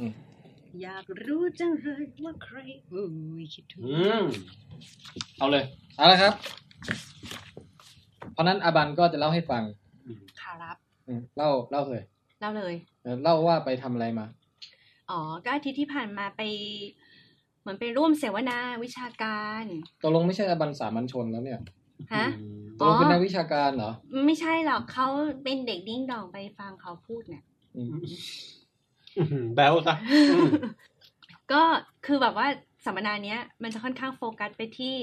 อืม อยากรู้จังเลยว่าใครโอ้ยคิดถึง อืมเอาเลยเอาละครับ เพราะนั้นอาบันก็จะเล่าให้ฟัง ค่ะรับ อืมเล่าเล่าเลย เล่าเลย เออเล่าว่าไปทำอะไรมา อ๋อ ก็อาทิตย์ที่ผ่านมาไป เหมือนไปร่วมเสวนาวิชาการ ตกลงไม่ใช่อาบันสามัญชนแล้วเนี่ย ฮะ ตกลงเป็นนักวิชาการเหรอ ไม่ใช่หรอกเขาเป็นเด็กดิ้งดองไปฟังเขาพูดเนี่ย อืม อื้อหือแบล ซะอืม ก็คือแบบว่าสัมมนาเนี้ย มันจะค่อนข้างโฟกัสไปที่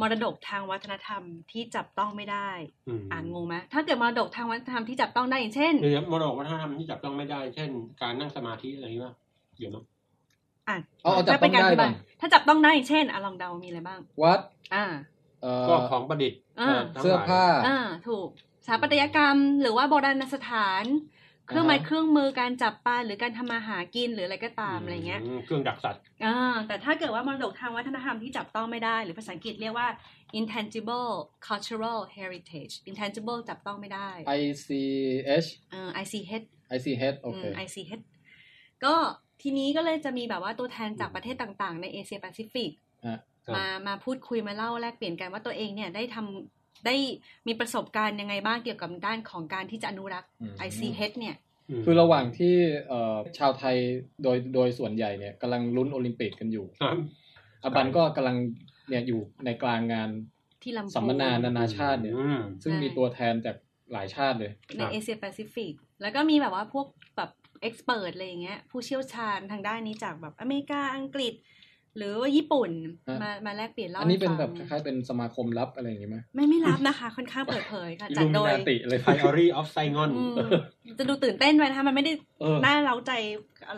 มรดกทางวัฒนธรรมที่จับต้องไม่ได้ อืม อ่านงงไหมถ้าเกิดมรดกทางวัฒนธรรมที่จับต้องได้อย่างเช่น เดี๋ยวมรดกวัฒนธรรมที่จับต้องไม่ได้ เช่น การนั่งสมาธิอะไรนี้ป่ะเดี๋ยวนะ อ่ะ เอาเอาจับ ถ้ ต้อป็น ง กร ได้ ธิ ก่ บา อย น ถ้าจับต้องได้อย่างเช่นอ่ะลองเดามีอะไรบ้าง วัด อ่า เอ่อ ก็ของประดิษฐ์ อ่า เอ่อทั้งหลย เสื้อผ้า อ่าถูกสถาปัตยกรรม หรือว่าโบราณสถาน เครื่องไม้ อ่าฮะ เครื่องมือการจับปลาหรือการทำมาหากินหรืออะไรก็ตามอะไรเงี้ย มเครื่องดักสัตว์ อ่าแต่ถ้าเกิดว่ามรดกทางวัฒนธรรมที่จับต้องไม่ได้ หรือภาษาอังกฤษเรียกว่า intangible cultural heritage intangible จับต้องไม่ได้ I C H เอ่อ ICH I C H โอ อื เค ม ICH ก็ทีนี้ก็เลยจะมีแบบว่าตัวแทนจากประเทศต่างๆ ในเอเชียแปซิฟิก มามาพูดคุยมาเล่าแลกเปลี่ยนกันว่าตัวเองเนี่ยได้ทำได้มีประสบการณ์ยังไงบ้างเกี่ยวกับด้านของการที่จะอนุรักษ์ อืม ICH เนี่ย ม คือระหว่างที่เอ่อชาวไทยโดยโดยส่วนใหญ่เนี่ยกำลังลุ้นโอลิมปิกกันอยู่ ครับ อาบันก็กำลังเนี่ยอยู่ในกลางงาน ที่ลำพูน สัมมนานานาชาติเนี่ย อืม ซึ่งมีตัวแทนจากหลายชาติเลย ในเอเชียแปซิฟิกแล้วก็มีแบบว่าพวกแบบเอ็กซ์เพรสอะไรอย่างเงี้ยผู้เชี่ยวชาญทางด้านนี้จากแบบอเมริกาอังกฤษ หรือว่าญี่ปุ่น ฮะ มามาแลกเปลี่ยนเล่า อันนี้ ให้ เป็นแบบค ฟัง ล้ายๆเป็นสมาคมลับอะไรอย่างนี้ไหม ไม่ไม่รับนะคะ ค่อนข้างเปิดเผย ค่ะอิ จัด ลูมิ โดย นาติอะไร Priory of Saigon อืมจะดูตื่นเต้นไปนะคะมันไม่ได้ เออ น่าเร้าใจ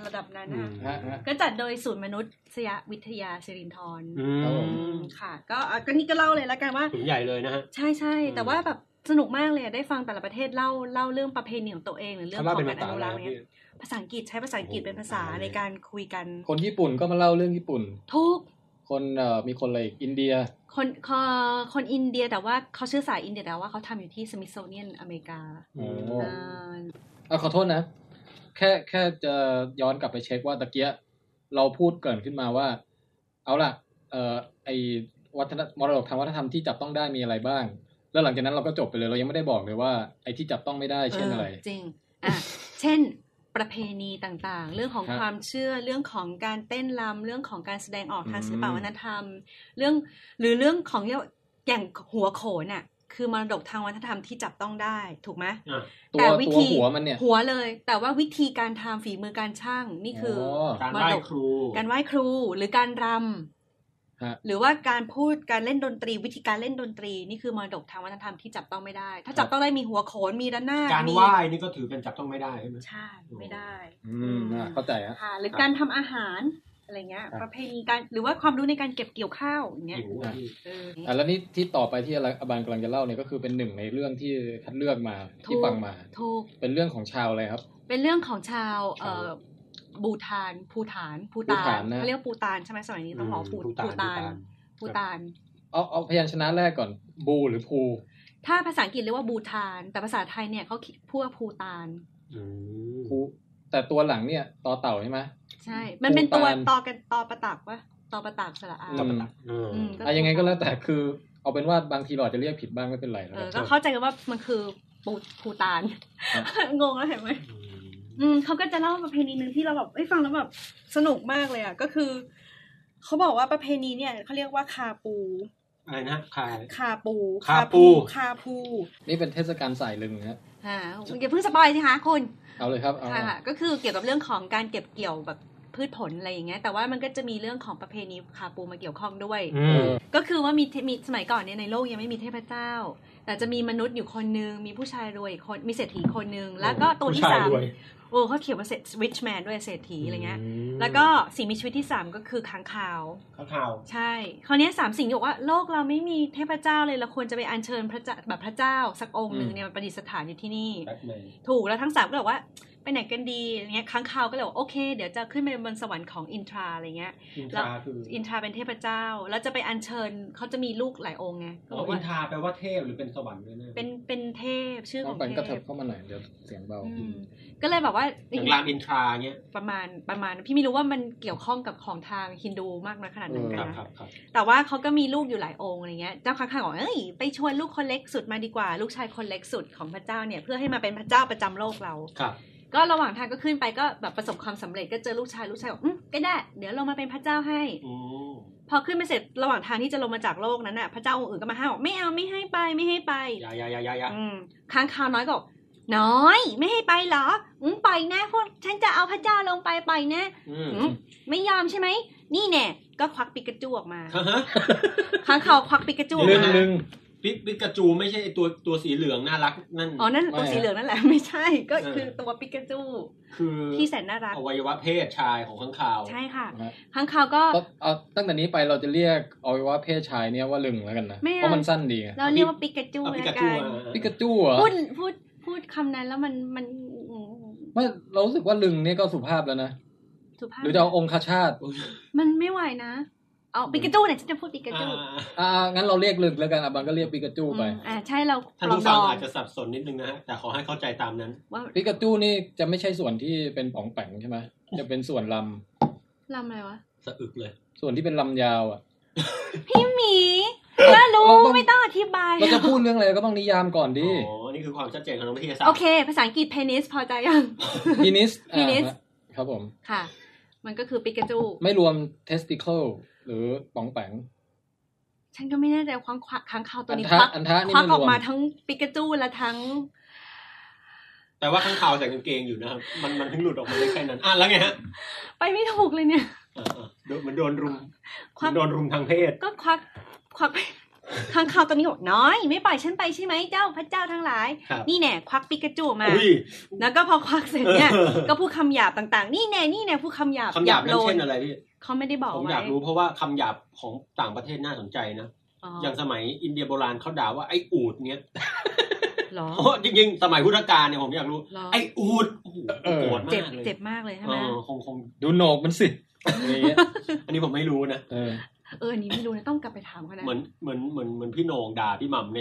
ระดับนั้น อืมนะคะ ฮะฮะ ก็จัดโดยศูนย์มนุษยวิทยาสิรินทร อื ครับผม ม ค่ะ ก็อ่ะก็นี่ก็เล่าเลยแล้วกันว่า ถุงใหญ่เลยนะฮะ ใช่ใช่ อืม แต่ว่าแบบสนุกมากเลยอะได้ฟังแต่ละประเทศเล่าเล่าเรื่องประเพณีของตัวเองหรือเรื่อง ถ้า ข ว่า อง เป็น กา ภารษาอนุ อะไร รัก ค ษ์ รับ เนี่ พี่ ยภาษาอังกฤษใช้ภาษาอังกฤษ โอ้โห เป็นภาษา ตายเลย ในการคุยกัน คนญี่ปุ่นก็มาเล่าเรื่องญี่ปุ่น ทุก คนเอ่อมีคนอะไรอีกอินเดีย คนคนคนอินเดียแต่ว่าเขาเชื่อสายอินเดียแต่ว่าเขาทำอยู่ที่สมิธโซเนียนอเมริกา โอ้ อ่า อ่ะขอโทษนะ แค่แค่จะย้อนกลับไปเช็คว่าตะเกียเราพูดเกรินขึ้นมาว่า เอาล่ะเอ่อไอวัฒนมรดกทางวัฒนธรรมที่จับต้องได้มีอะไรบ้าง แล้วหลังจากนั้นเราก็จบไปเลยเรายังไม่ได้บอกเลยว่าไอที่จับต้องไม่ได้เช่นอะไร ออจริงอ่ะเช่น ประเพณีต่างๆ เรื่องของ ครับ ความเชื่อเรื่องของการเต้นรำเรื่องของการแสดงออกทางศิลปวัฒนธรรม เรื่องหรือเรื่องของเรียกว่าอย่างหัวโขนน่ะคือมรดกทางวัฒนธรรมที่จับต้องได้ถูกไหม อ่ะ ตัว แต่วิ ตัว ธี หัวมันเนี่ย หัวเลย แต่ว่าวิธีการทำฝีมือการช่างนี่คือ อ การ ม ไหว้ ดก ครู การไหว้ครูหรือการรำ ฮะ หรือว่าการพูดการเล่นดนตรี วิธีการเล่นดนตรีนี่คือมรดกทางวัฒนธรรมที่จับต้องไม่ได้ ถ้าจับต้องได้มีหัวโขนมีด้านหน้าด การไหว้นี่ก็ถือเป็นจับต้องไม่ได้ใช่ไหม ใช่ไม่ได้ อืมอ่ะเข้าใจฮะ ค่ะหรือการทำอาหารอะไรเงี้ย ครับ ประเพณีการหรือว่าความรู้ในการเก็บเกี่ยวข้าวอย่างเงี้ย หิวอ่ะพี่ เออ อ่ะแล้วนี่ที่ต่อไปที่อะไรอบานกำลังจะเล่าเนี่ยก็คือเป็นหนึ่งในเรื่องที่คัดเลือกมาที่ ถูก ฟังมา ถูก เป็นเรื่องของชาวอะไรครับ เป็นเรื่องของชาวเอ่อบูทานภูฐานภู ภูฐานนะ เขาเรียกภูตานใช่ไหมสมัยนี้ต้องบอกภู ภูตาน ภูตาน ภู ภู ตาน ตาน เอาเอาพยัญชนะแรกก่อนบูหรือภู ถ้าภาษาอังกฤษเรียกว่าบูทาน แต่ภาษาไทยเนี่ยเขาคิดพูดว่าภูตาน อืม ภูแต่ตัวหลังเนี่ยต่อเต่าใช่ไหม ใช่ มันเป็นตัว ภูตาน ตอกันตอประตักวะตอประตักสระอา อืม เออ อืม อะยังไงก็แล้วแต่คือเอาเป็นว่าบางทีเราอาจจะเรียกผิดบ้างไม่เป็นไรนะ เอ ครั อบ ก็เข้าใจกันว่ามันคือปูภูตาน ครับ งงแล้วเห็นไหม อืม อืมเขาก็จะเล่าประเพณีหนึ่งที่เราแบบเอ้ยฟังแล้วแบบสนุกมากเลยอ่ะ ก็คือเขาบอกว่าประเพณีเนี่ยเขาเรียกว่าคาปู อะไรนะคาย คาปู คาปู คาปู นี่เป็นเทศกาลสายลึงนะฮะ อ่าอย่าเพิ่งสปอยสิคะคุณ เอาเลยครับเอา ค่ะก็คือเกี่ยวกับเรื่องของการเก็บเกี่ยวแบบพืชผลอะไรอย่างเงี้ย แต่ว่ามันก็จะมีเรื่องของประเพณีคาปูมาเกี่ยวข้องด้วย อืม ก็คือว่ามีเทมีสมัยก่อนเนี่ยในโลกยังไม่มีเทพเจ้า แต่จะมีมนุษย์อยู่คนนึง มีผู้ชายรวยอีกคน มีเศรษฐีคนนึง แล้วก็ตัวที่ ผู้ชย สาม รวย โอ้เขาเขียนว่าเศรษฐ rich man ด้วยเศรษฐีอะไรเงี้ย ม แล้วก็สิ่งมีชีวิตที่สามก็คือค้างคาว ข้าวข่าว ใช่ คราวเนี้ยสามสิ่งที่บอกว่าโลกเราไม่มีเทพเจ้าเลยเราควรจะไปอัญเชิญพระเจ้าแบบพระเจ้าสักองค์หนึ่งเนี่ยมาประดิษฐานอยู่ที่นี่ แบทแมน ถูกแล้วทั้งสามก็เลยบอกว่าไปไหนกันดีอะไรเงี้ยค้างคาวก็เลยบอกโอเค เดี๋ยวจะขึ้นไปบนสวรรค์ของอินทราอะไรเงี้ย อิน แล้ ท ว ราคือ อินทราเป็นเทพเจ้า แล้วจะไปอันเชิญเขาจะมีลูกหลายองค์ไงก็ อ๋ บ อ อก อิ ว่าน ทราแปลว่าเทพหรือเป็นส สวรรค์แน่ๆ เป็นเป็นเทพชื่อ ต้ ข อ อง ง เป็นกระ เท เถิบ พ เข้ามาหน่อยเดี๋ยวเสียงเบา อืมก็เลยแบบว่า อย่างรามอินทราเงี้ย ประมาณประมาณ พี่ไม่รู้ว่ามันเกี่ยวข้องกับของทางฮินดูมากน้อยขนาดไหน เออ กัคนรับ นะ ครับครับ แต่ว่าเขาก็มีลูกอยู่หลายองค์อะไรเงี้ย เจ้าค้างคางบอกเอ้ยไปชวนลูกคนเล็กสุดมาดีกว่า ลูกชายคนเล็กสุดของพระเจ้าเนี่ยเพื่อให้มาเป็นพระเจ้าประจำโลกเรา ครับ ก็ระหว่างทางก็ขึ้นไปก็แบบประสบความสำเร็จก็เจอลูกชายลูกชายบอกอืมก็ได้ เดี๋ยวเรามาเป็นพระเจ้าให้ อืม พอขึ้นไปเสร็จระหว่างทางที่จะลงมาจากโลกนั้นน่ะพระเจ้าองค์อื่นก็มาห้ามบอกไม่เอาไม่ให้ไปไม่ให้ไป อยาอยาอยาอยาอยา อืมค้างคาวน้อยก็บอกน้อย ไม่ให้ไปเหรออืมไปนะพวกฉันจะเอาพระเจ้าลงไปไปนะ อืม อืมไม่ยอมใช่ไหมนี่แน่ก็ควักปิกาจูออกมา ฮะฮะ ค้างคาวควักปิกาจูออ ลึ ก ง มา ลึง ปิปิกาจูไม่ใช่ไอ้ตัวตัวสีเหลืองน่ารักนั่น อ๋อ นั่น ไม่ ตัวสี อะ เหลืองนั่นแหละ ไม่ใช่ ก็ เออ คือตัวปิกาจู คือ ที่แสนน่ารัก อวัยวะเพศชายของข้างคาว ใช่ค่ะ นะฮะ ค้างคาวก็ ก็เอาตั้งแต่นี้ไปเราจะเรียกอวัยวะเพศชายเนี่ยว่าลึงแล้วกันนะ ไม่เอา เพราะมันสั้นดีไง เราเรียกว่าปิกาจู เอาปิ แล้ว กา กั จู น อ่ะ พิกาจูเหรอ พูด พูด พูดคำนั้นแล้วมัน มันอืม ไม่เรารู้สึกว่าลึงเนี่ยก็สุภาพแล้วนะ สุภาพ หรือจะเอาองคชาต อุ๊ย มันไม่ไหวนะ เอาปิกาจูเนี่ยฉันจะพูดปิกา อ่า จู อ่างั้นเราเรียกลึงแล้วกันอ่ะบางก็เรียกพิกาจูไป อืมอ่า ใช่ เรา ท่าน ลอง ผู้ ด ฟัง อง อาจจะสับสนนิดนึงนะฮะแต่ขอให้เข้าใจตามนั้น ว่า ปิกาจูนี่จะไม่ใช่ส่วนที่เป็นป่องแปงใช่ไหมจะเป็นส่วนล ลำอะไรวะ สะอึกเลย ำส่วนที่เป็นลำยาวอ่ะ พี่หมีน่ารู้ เราต้อง ไม่ต้องอธิบาย เราจะพูดเรื่องอะไรก็ต้องนิยามก่อนดิ อ๋อนี่คือความชัดเจนของนักวิทยาศาสต โอ ร์ เค ภาษาอังกฤษเพนิสพอใจยัง พีนิส Penis ครับผม ค่ะ มันก็คือปิกาจู ไม่รวม testicle หรือป่องแปง ฉันก็ไม่แน่ใจความควักค้างคาวตัวนี้ อันทะ ควัก อันทะนี่ ควัก ไม่รวม ออกมาทั้งปิกาจูและทั้ง แต่ว่าข้างคาวใส่กางเกงอยู่นะครับมันมันเพิ่งหลุดออกมาได้แค่นั้นอ่ะแล้วไงฮะ ไปไม่ถูกเลยเนี่ย อ่าอ่าโดนเหมันโดนรุม ควัก โดนรุมทางเพศ ก็ควักควักค้างคาวตัวนี้บอกน้อย ไม่ปล่อยฉันไปใช่ไหมเจ้าพระเจ้าทั้งหลาย ครับ นี่แน่ควักปิกาจูออกมา อุ้ย แล้วก็พอควักเสร็จเนี่ย เออ ก็พูดคำหยาบต่างๆ นี่แน่นี่แน่พูดคำหยาบ คำหยาบ โล นั่น น เช่นอะไรพี่ เขาไม่ได้บอก ผม ไว้ อยากรู้เพราะว่าคำหยาบของต่างประเทศน่าสนใจนะ อ๋อ อย่างสมัยอินเดียโบราณเขาด่าว่าไอ้อูดเนี้ย เหรอ เพราะจริงๆ สมัยพุทธกาลเนี่ยผมอยากรู้ หรอ ไอ้อูดโอ้โห เออ โกรธมา เจ็บ กเลย เจ็บมากเลยใช่ เอ ไหม อคงคง ดูโหนกมันสิอะไรอย่างเงี้ย อันนี้ผมไม่รู้นะ เออ เอออันนี้ไม่รู้นะต้องกลับไปถามเขานะ เหมือนเหมือนเหมือนเหมือนพี่โหนงด่าพี่หม่ำใน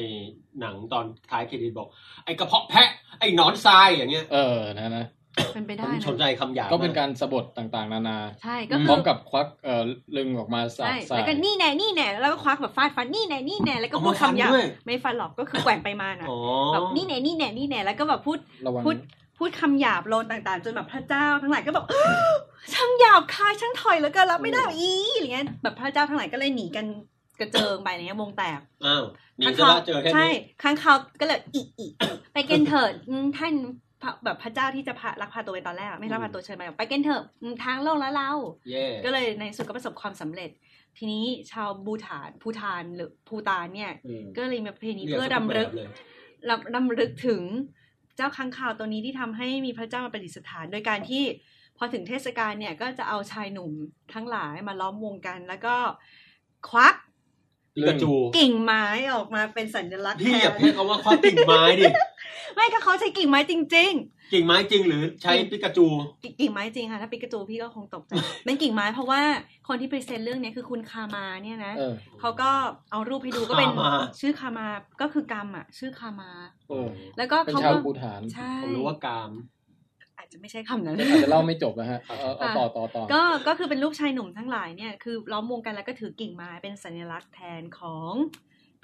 หนังตอนท้ายเครดิตบอก ไอ้กระเพาะแพะ ไอ้หนอนทรายอย่างเงี้ย เออนะนะ เป็นไป ผ ได้ มสนใจ นะ คำหยาบ ก็เป็น ม การสะบดต่างๆ นานา ใช่ก็ พ คื ร้อ อ มกับควักเอ่อลึงออกมาสาด ใช่ ใส่ แล้วก็นี่แน่นี่แน่แล้วก็ควักแบบฟาดฟันนี่แน่นี่แน่แล้วก็ เอา พู มา ด ฟัน คำหยาบ ด้วย ไม่ฟันหรอกก็คือแกว่งไปมานะ อ๋อ แบบนี่แน่นี่แน่นี่แน่แล้วก็แบบพูด ระวัง พูดพูดคำหยาบโลนต่างๆ จนแบบพระเจ้าทั้งหลายก็แบบ อ้าวช่างหยาบคายช่างถอยแล้วก็รับไม่ได้อีอะไรเงี้ยแบบพระเจ้าทั้งหลายก็เลยหนีกันกระเจิงไปอะไรเงี้ยวงแตก อ้าวหนี ค้าง ซะ คาว ละเจอแค่ ใช่ นี้ ค้างคาวก็เลยอีอีอีไปกันเถิด อืมท่านพระแบบพระเจ้าที่จะพาลักพาตัวไปตอนแรกอะไม่ลักพาตัวเชิญมาบอกไปกันเถอะอืมทางโลกแล้วเรา เย่ ก็เลยในสุดก็ประสบความสำเร็จ ทีนี้ชาวบูฐานภูฐานหรือภูตานเนี่ย อืม ก็เลยมีประเพณี รีย เพื่อรำลึก เลย รำรำลึกถึงเจ้าค้างคาวตัวนี้ที่ทำให้มีพระเจ้ามาประดิษฐาน โดยการที่พอถึงเทศกาลเนี่ยก็จะเอาชายหนุ่มทั้งหลายมาล้อมวงกัน แล้วก็ควัก ปิกาจู กิ่งไม้ออกมาเป็นสัญลักษณ์ พี่อย่า แท พูด น คำว่าควักกิ่งไม้ดิ ไม่ก็เขาใช้กิ่งไม้จริง ๆ กิ่งไม้จริงหรือใช้ปิกาจู กิ่งกิ่งไม้จริงค่ะถ้าปิกาจูพี่ก็คงตกใจ เป็นกิ่งไม้เพราะว่าคนที่พรีเซนต์เรื่องเนี้ยคือคุณคามาเนี่ยนะ เออ เขาก็เอารูปให้ดูก็เป็นชื่อคามาก็คือกรรมอ่ะ ชื่อคามา โอ้ แล้วก็ เป็น เขา ชาว ก็ ภูฐาน ใช่ ผมรู้ว่ากาม อาจจะไม่ใช่คำนั้น อาจจะเล่าไม่จบนะฮะเอาเอาเอาต่อต่อต่อ ก็ก็คือเป็นรูปชายหนุ่มทั้งหลายเนี่ยคือล้อมวงกันแล้วก็ถือกิ่งไม้เป็นสัญลักษณ์แทนของ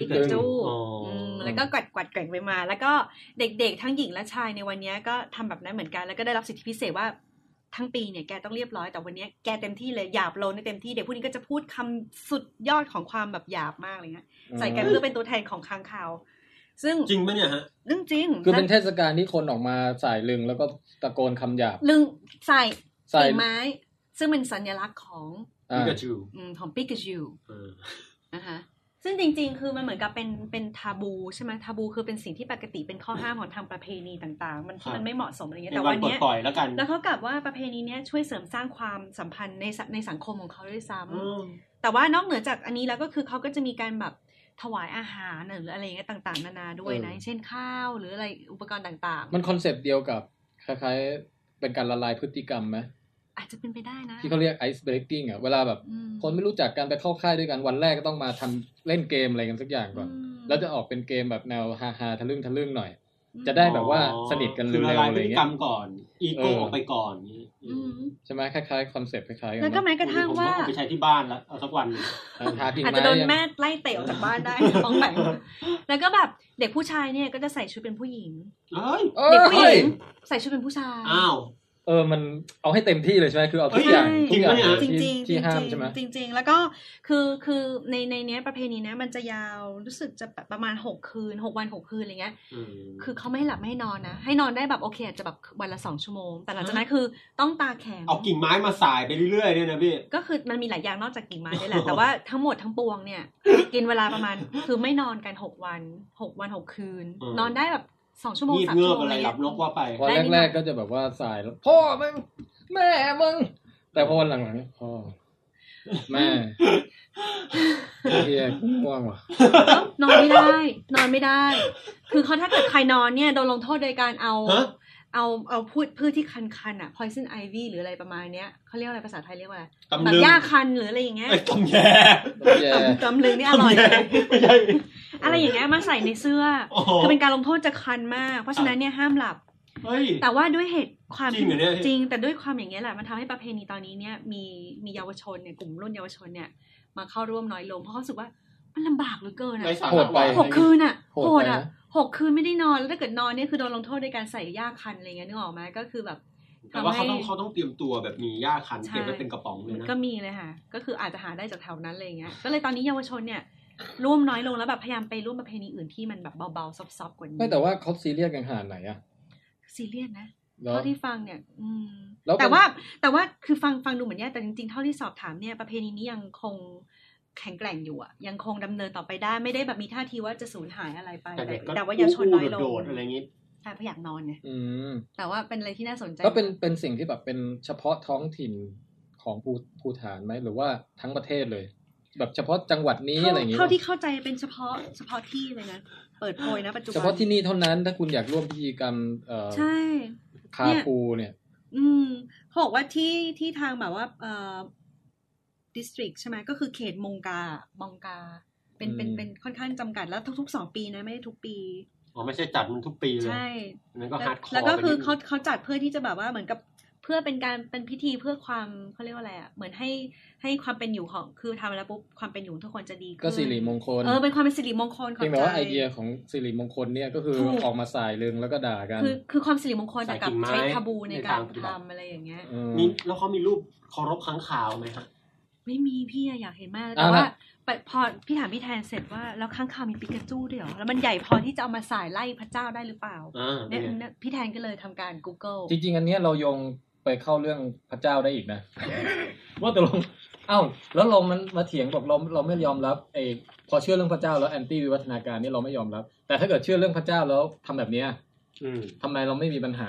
ปิกาจู อ๋ออื มแล้วก็กวัดกวัดแกว่งไปมา แล้วก็เด็กๆ ทั้งหญิงและชายในวันเนี้ยก็ทำแบบนั้นเหมือนกันแล้วก็ได้รับสิทธิพิเศษว่าทั้งปีเนี่ยแกต้องเรียบร้อยแต่วันเนี้ยแกเต็มที่เลยหยาบโลนได้เต็มที่เด็กพวกนี้ก็จะพูดคำสุดยอดของความแบบหยาบมากอะไรเงี้ย ใส่กันเพื่อเป็นตัวแทนของค้างคาว ซึ่ง จริงไหมเนี่ยฮะ เรื่องจริง คือเป็นเทศกาลที่คนออกมาสายลึงแล้วก็ตะโกนคำหยาบ ลึงใส่ ใส่ กิ่งไม้ ซึ่งเป็นสัญลักษณ์ของ อ่า ปิกาจู อืมของปิกาจู เออ นะคะซึ่งจริงๆ คือมันเหมือนกับเป็นเป็นทาบูใช่ไหมทาบูคือเป็นสิ่งที่ปกติเป็นข้อห้ามของทางประเพณีต่างๆ มันมันไม่เหมาะสมอะไรเงี้ย ใน แต่ วั วัน น ปลด เนี้ย ปล่อยแล้วกัน แล้วเขากลับว่าประเพณีเนี้ยช่วยเสริมสร้างความสัมพันธ์ในสในสังคมของเขาด้วยซ้ำ อืม แต่ว่านอกเหนือจากอันนี้แล้วก็คือเขาก็จะมีการแบบถวายอาหารหรืออะไรอย่างเงี้ยต่าง ๆ นานาด้วยนะอย่างเช่นข้าวหรืออะไรอุปกรณ์ต่าง มันคอนเซปต์เดียวกับคล้ายๆเป็นการละลายพฤติกรรมไหม ๆ อาจจะเป็นไปได้นะ ที่เขาเรียก ice breaking อ่ะเวลาแบบ อืม คนไม่รู้จักกันไปเข้าค่ายด้วยกันวันแรกก็ต้องมาทำเล่นเกมอะไรกันสักอย่างก่อน อืม แล้วจะออกเป็นเกมแบบแนวฮาฮาๆทะลึ่งทะลึ่งหน่อย จะได้แบบว่าสนิทกัน คือ เร็ว ละ ๆ ลายพอะไร ฤติกร เงี้ ร ย มก่อน อี เอ โก้ อ ออกไปก่อนนี่ อืม ใช่ไหมคล้ายๆคอนเซ็ปต์คล้ายๆกัน แล้วก็ เนอะ แม้กระทั่งว่า ผมเอไปใช้ที่บ้านแล้วเอาสักวันหนึ่ง เออหากิ่ง อาจ ไม้ จะโดน ยัง แม่ไล่เตะออกจากบ้าน ได้ ป้องแปงแล้วก็แบบเด็กผู้ชายเนี่ยก็จะใส่ชุดเป็นผู้หญิง เอ้ย เอ เด็กผู้ห ย ญิงใส่ชุดเป็นผู้ชาย อ้าว เออมันเอาให้เต็มที่เลยใช่ไหมคือเอาทุก เฮ้ย อย่าง ใช่ ทุกอย่าจริงปะงเนี่ย จริงๆจริ ที่ ง ที่ห้าม ๆ ใช่ไหม จริงๆ แล้วก็คือคือในในเนี้ยประเพณีเนี้ยมันจะยาวรู้สึกจะแบบประมาณหกคืนหกวันหกคืนอะไรเงี้ย อืม คือเขาไม่ให้หลับไม่ให้นอนนะ ให้นอนได้แบบโอเคอาจจะแบบวันละสองชั่วโมง แต่หลังจากนั้นคือต้องตาแข็ง เอากิ่งไม้มาสายไปเรื่อยๆเนี่ยนะพี่ ก็คือมันมีหลายอย่างนอกจากกิ่งไม้ด้วยแหละ แต่ว่าทั้งหมดทั้งปวงเนี่ย กินเวลาประมาณคือไม่นอนกันหกวันหกวันหกคืน อืม นอนได้แบบสองชั่วโมง งีบ สาม เงื ชั่ว อก โมง อะไรหลับนกว่าไป พอแรกๆก็จะแบบว่าสายแล้วพ่อมึงแม่มึงแต่พอวันหลังๆเนี่ยพ่อแม่เฮียกูง่วงว่ะ นอนไม่ได้ นอนไม่ได้ คือเขาถ้าเกิดใครนอนเนี่ยโดนลงโทษโดยการเอา ฮะ เอาเอาพืชพืชที่คันๆอ่ะ poison ivy หรืออะไรประมาณเนี้ยเขาเรียกอะไรภาษาไทยเรียกว่าอะไร ตำ แบบ ลึง หญ้าคันหรืออะไรอย่างเงี้ย ไอ้ยตำแย่ แย่ ตำตำลึงนี่อร่อย ตำแ เลย ไม่ใช่ อะไรอย่างเงี้ยมาใส่ในเสื้อ โอ้โห คือเป็นการลงโทษจะคันมาก เพราะฉะนั้นเนี่ยห้ามหลับ เฮ้ย แต่ว่าด้วยเหตุความ จริงเหรอเนี่ย จริง แต่ด้วยความอย่างเงี้ยแหละมันทำให้ประเพณีตอนนี้เนี่ยมีมีเยาวชนเนี่ยกลุ่มรุ่นเยาวชนเนี่ย มาเข้าร่วมน้อยลงเพราะเขารู้สึกว่ามันลำบากเหลือเกินอะ ไร้สาระ โหดไป หกคืนอะ โหด โห ไป ด นะ อะหกคืนไม่ได้นอนแล้วถ้าเกิดนอนเนี่ยคือโดนลงโทษด้วยการใส่หญ้าคันอะไรเงี้ยนึกออกไหมก็คือแบบ แต่ว่า ทำเขาให้ต้องเขาต้องเตรียมตัวแบบมีหญ้าคัน ใช่ เก็บไว้เป็นกระป๋องเลยนะ ก็มีเลยค่ะ ก็คืออาจจะหาได้จากแถวนั้นอะไรเงี้ยก็เลยตอนนี้เยาวชนเนี่ยร่วมน้อยลงแล้วแบบพยายามไปร่วมประเพณีอื่นที่มันแบบเบาๆซอฟๆกว่านี้ ไม่แต่ว่าเขาซีเรียสกันขนาดไหนอะ ซีเรียสนะ แล้ว เท่าที่ฟังเนี่ย อืม แล้วเป็น แต่ว่าแต่ว่าคือฟังฟังดูเหมือนแย่แต่จริงๆ เท่าที่สอบถามเนี่ยประเพณีนี้ยังคงแข็งแกร่งอยู่อะยังคงดำเนินต่อไปได้ไม่ได้แบบมีท่าทีว่าจะสูญหายอะไรไป แต่เด็กก็ แต่ว่าเยาวชนน้อยลง โดดๆอะไรอย่างงี้ ใช่เพราะอยากนอนเนี่ย อืม แต่ว่าเป็นอะไรที่น่าสนใจ ก็เป็นเป็นสิ่งที่แบบเป็นเฉพาะท้องถิ่นของภูภูฐานไหมหรือว่าทั้งประเทศเลย แบบเฉพาะจังหวัดนี้ เท่า อะไรอย่างงี้ เท่าที่เข้าใจเป็นเฉพาะเฉพาะที่เลยนะเปิดโพยนะปัจจุบัน เฉพาะที่นี่เท่านั้นถ้าคุณอยากร่วมพิธีกรรมเอ่อ ใช่ คาปูเนี่ย อืมเขาบอกว่าที่ที่ทางแบบว่าเอ่อดิสตริกใช่ไหมก็คือเขตมงกามงกา เป็นเป็น อืม เป็นค่อนข้างจำกัดแล้วทุกๆสองปีนะไม่ได้ทุกปี อ๋อไม่ใช่จัดมันทุกปีเลย ใช่ อันนั้นก็ฮาร์ดคอร์ แล้วก็คือเขาเขาจัดเพื่อที่จะแบบว่าเหมือนกับเพื่อเป็นการเป็นพิธีเพื่อความเขาเรียกว่าอะไรอ่ะเหมือนให้ให้ความเป็นอยู่ของคือทำแล้วปุ๊บความเป็นอยู่ของทุกคนจะดีขึ้น ก็สิริมงคล เออเป็นความเป็นสิริมงคลขอ เพีย ง งแต่ ใจ ว่าไอเดียของสิริมงคลเนี่ยก็คือ ถูก ออกมาสายเรืองแล้วก็ด่ากัน คือคือความสิริมงคลแต่ ใส่ กับ กิ่งไม้ ใช้ทาบูในการ ทงปฏิบัติ ทำอะไรอย่างเงี้ย ม มีแล้วเขามีรูปเคารพค้างคาวไหมฮะ ไม่มีพี่อะอยากเห็นมากเลย เอา แต่ ละ ว่าไปพอพี่ถามพี่แทนเสร็จว่าแล้วข้างคาวมีปิกาจูด้วยเหรอแล้วมันใหญ่พอที่จะเอามาสายไล่พระเจ้าได้หรือเปล่า อ่า เนี่ย นี่ไง เนี่ยพี่แทนก็เลยทำการ Google จริง ๆ อันเนี้ยเราโยงไปเข้าเรื่องพระเจ้าได้อีกนะ ว่าตกลงเอ้าแล้วเรามันมาเถียงบอกเราเราไม่ยอมรับไอ้พอเชื่อเรื่องพระเจ้าแล้วแอนตี้วิวัฒนาการนี่เราไม่ยอมรับ แต่ถ้าเกิดเชื่อเรื่องพระเจ้าแล้วทำแบบเนี้ย อืม ทำไมเราไม่มีปัญหา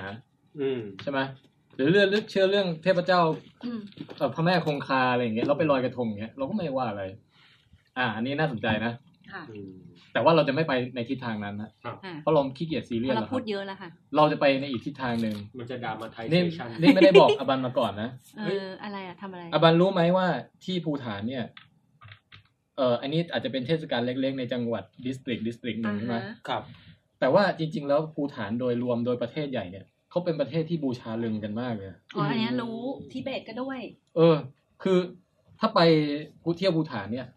อืม ใช่ไหมหรือเรื่องเชื่อเรื่องเทพเจ้า อืม เอ่อพระแม่คงคาอะไรอย่างเงี้ยเราไปลอยกระทงอย่างเงี้ยเราก็ไม่ว่าอะไร อ่าอันนี้น่าสนใจนะ ค่ะ อืม แต่ว่าเราจะไม่ไปในทิศทางนั้นนะ อ่ะ เพราะเราขี้เกียจซีเรียส เรา แล้วค พู รั ด บ เยอะแล้วค่ะ เราจะไปในอีกทิศทางหนึ่ง มันจะดรามาไทย นี่ เซชัน นี่ไม่ได้บอกอบันมาก่อน นะ เอออะไรอะทำอะไร อาบันรู้ไหมว่าที่ภูฐานเนี่ย เอออันนี้อาจจะเป็นเทศกาลเล็กๆ ในจังหวัดดิสตริกดิสตริกหนึ่งใช่ไหม อ่าฮะ ครับ แต่ว่าจริง ๆ แล้วภูฐานโดยรวมโดยประเทศใหญ่เนี่ยเขาเป็นประเทศที่บูชาลึงกันมากเลย อ๋ออันเนี้ยรู้ทิเบตก็ด้วย เออ คือถ้าไปภูเที่ยวภูฐานเนี่ย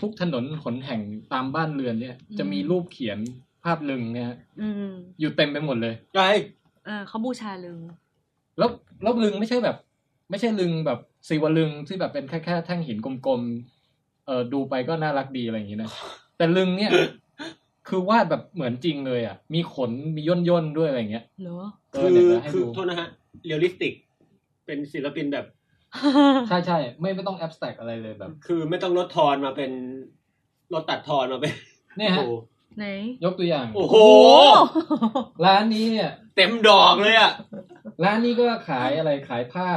ทุกถนนหนแห่งตามบ้านเรือนเนี่ย อืม จะมีรูปเขียนภาพลึงเนี่ยฮะ อืม อยู่เต็มไปหมดเลย ไอ้ เออเขาบูชาลึง แล้วแล้วลึงไม่ใช่แบบ ไม่ใช่ลึงแบบสีวลึงที่แบบเป็นแค่แค่แท่งหินกลมๆ เออดูไปก็น่ารักดีอะไรอย่างนี้นะ แต่ลึงเนี่ย คือวาดแบบเหมือนจริงเลยอ่ะ มีขนมีย่นย่นๆด้วยอะไรอย่างเงี้ย เหรอ เอ คือ อ เดี๋ยวจะให้ คือ ดู โทษนะฮะเรียลลิสติก เป็นศิลปินแบบ ใช่ใช่ไม่ไม่ต้องแอบสแต็กอะไรเลยแบบ คือไม่ต้องลดทอนมาเป็นลดตัดทอนมาเป็น เนี่ยฮะ โอ้โห ไหน ยกตัวอย่าง โอ้โห ร้านนี้เนี่ย เต็มดอกเลยอ่ะ ร้านนี้ก็ขายอะไรขายผ้า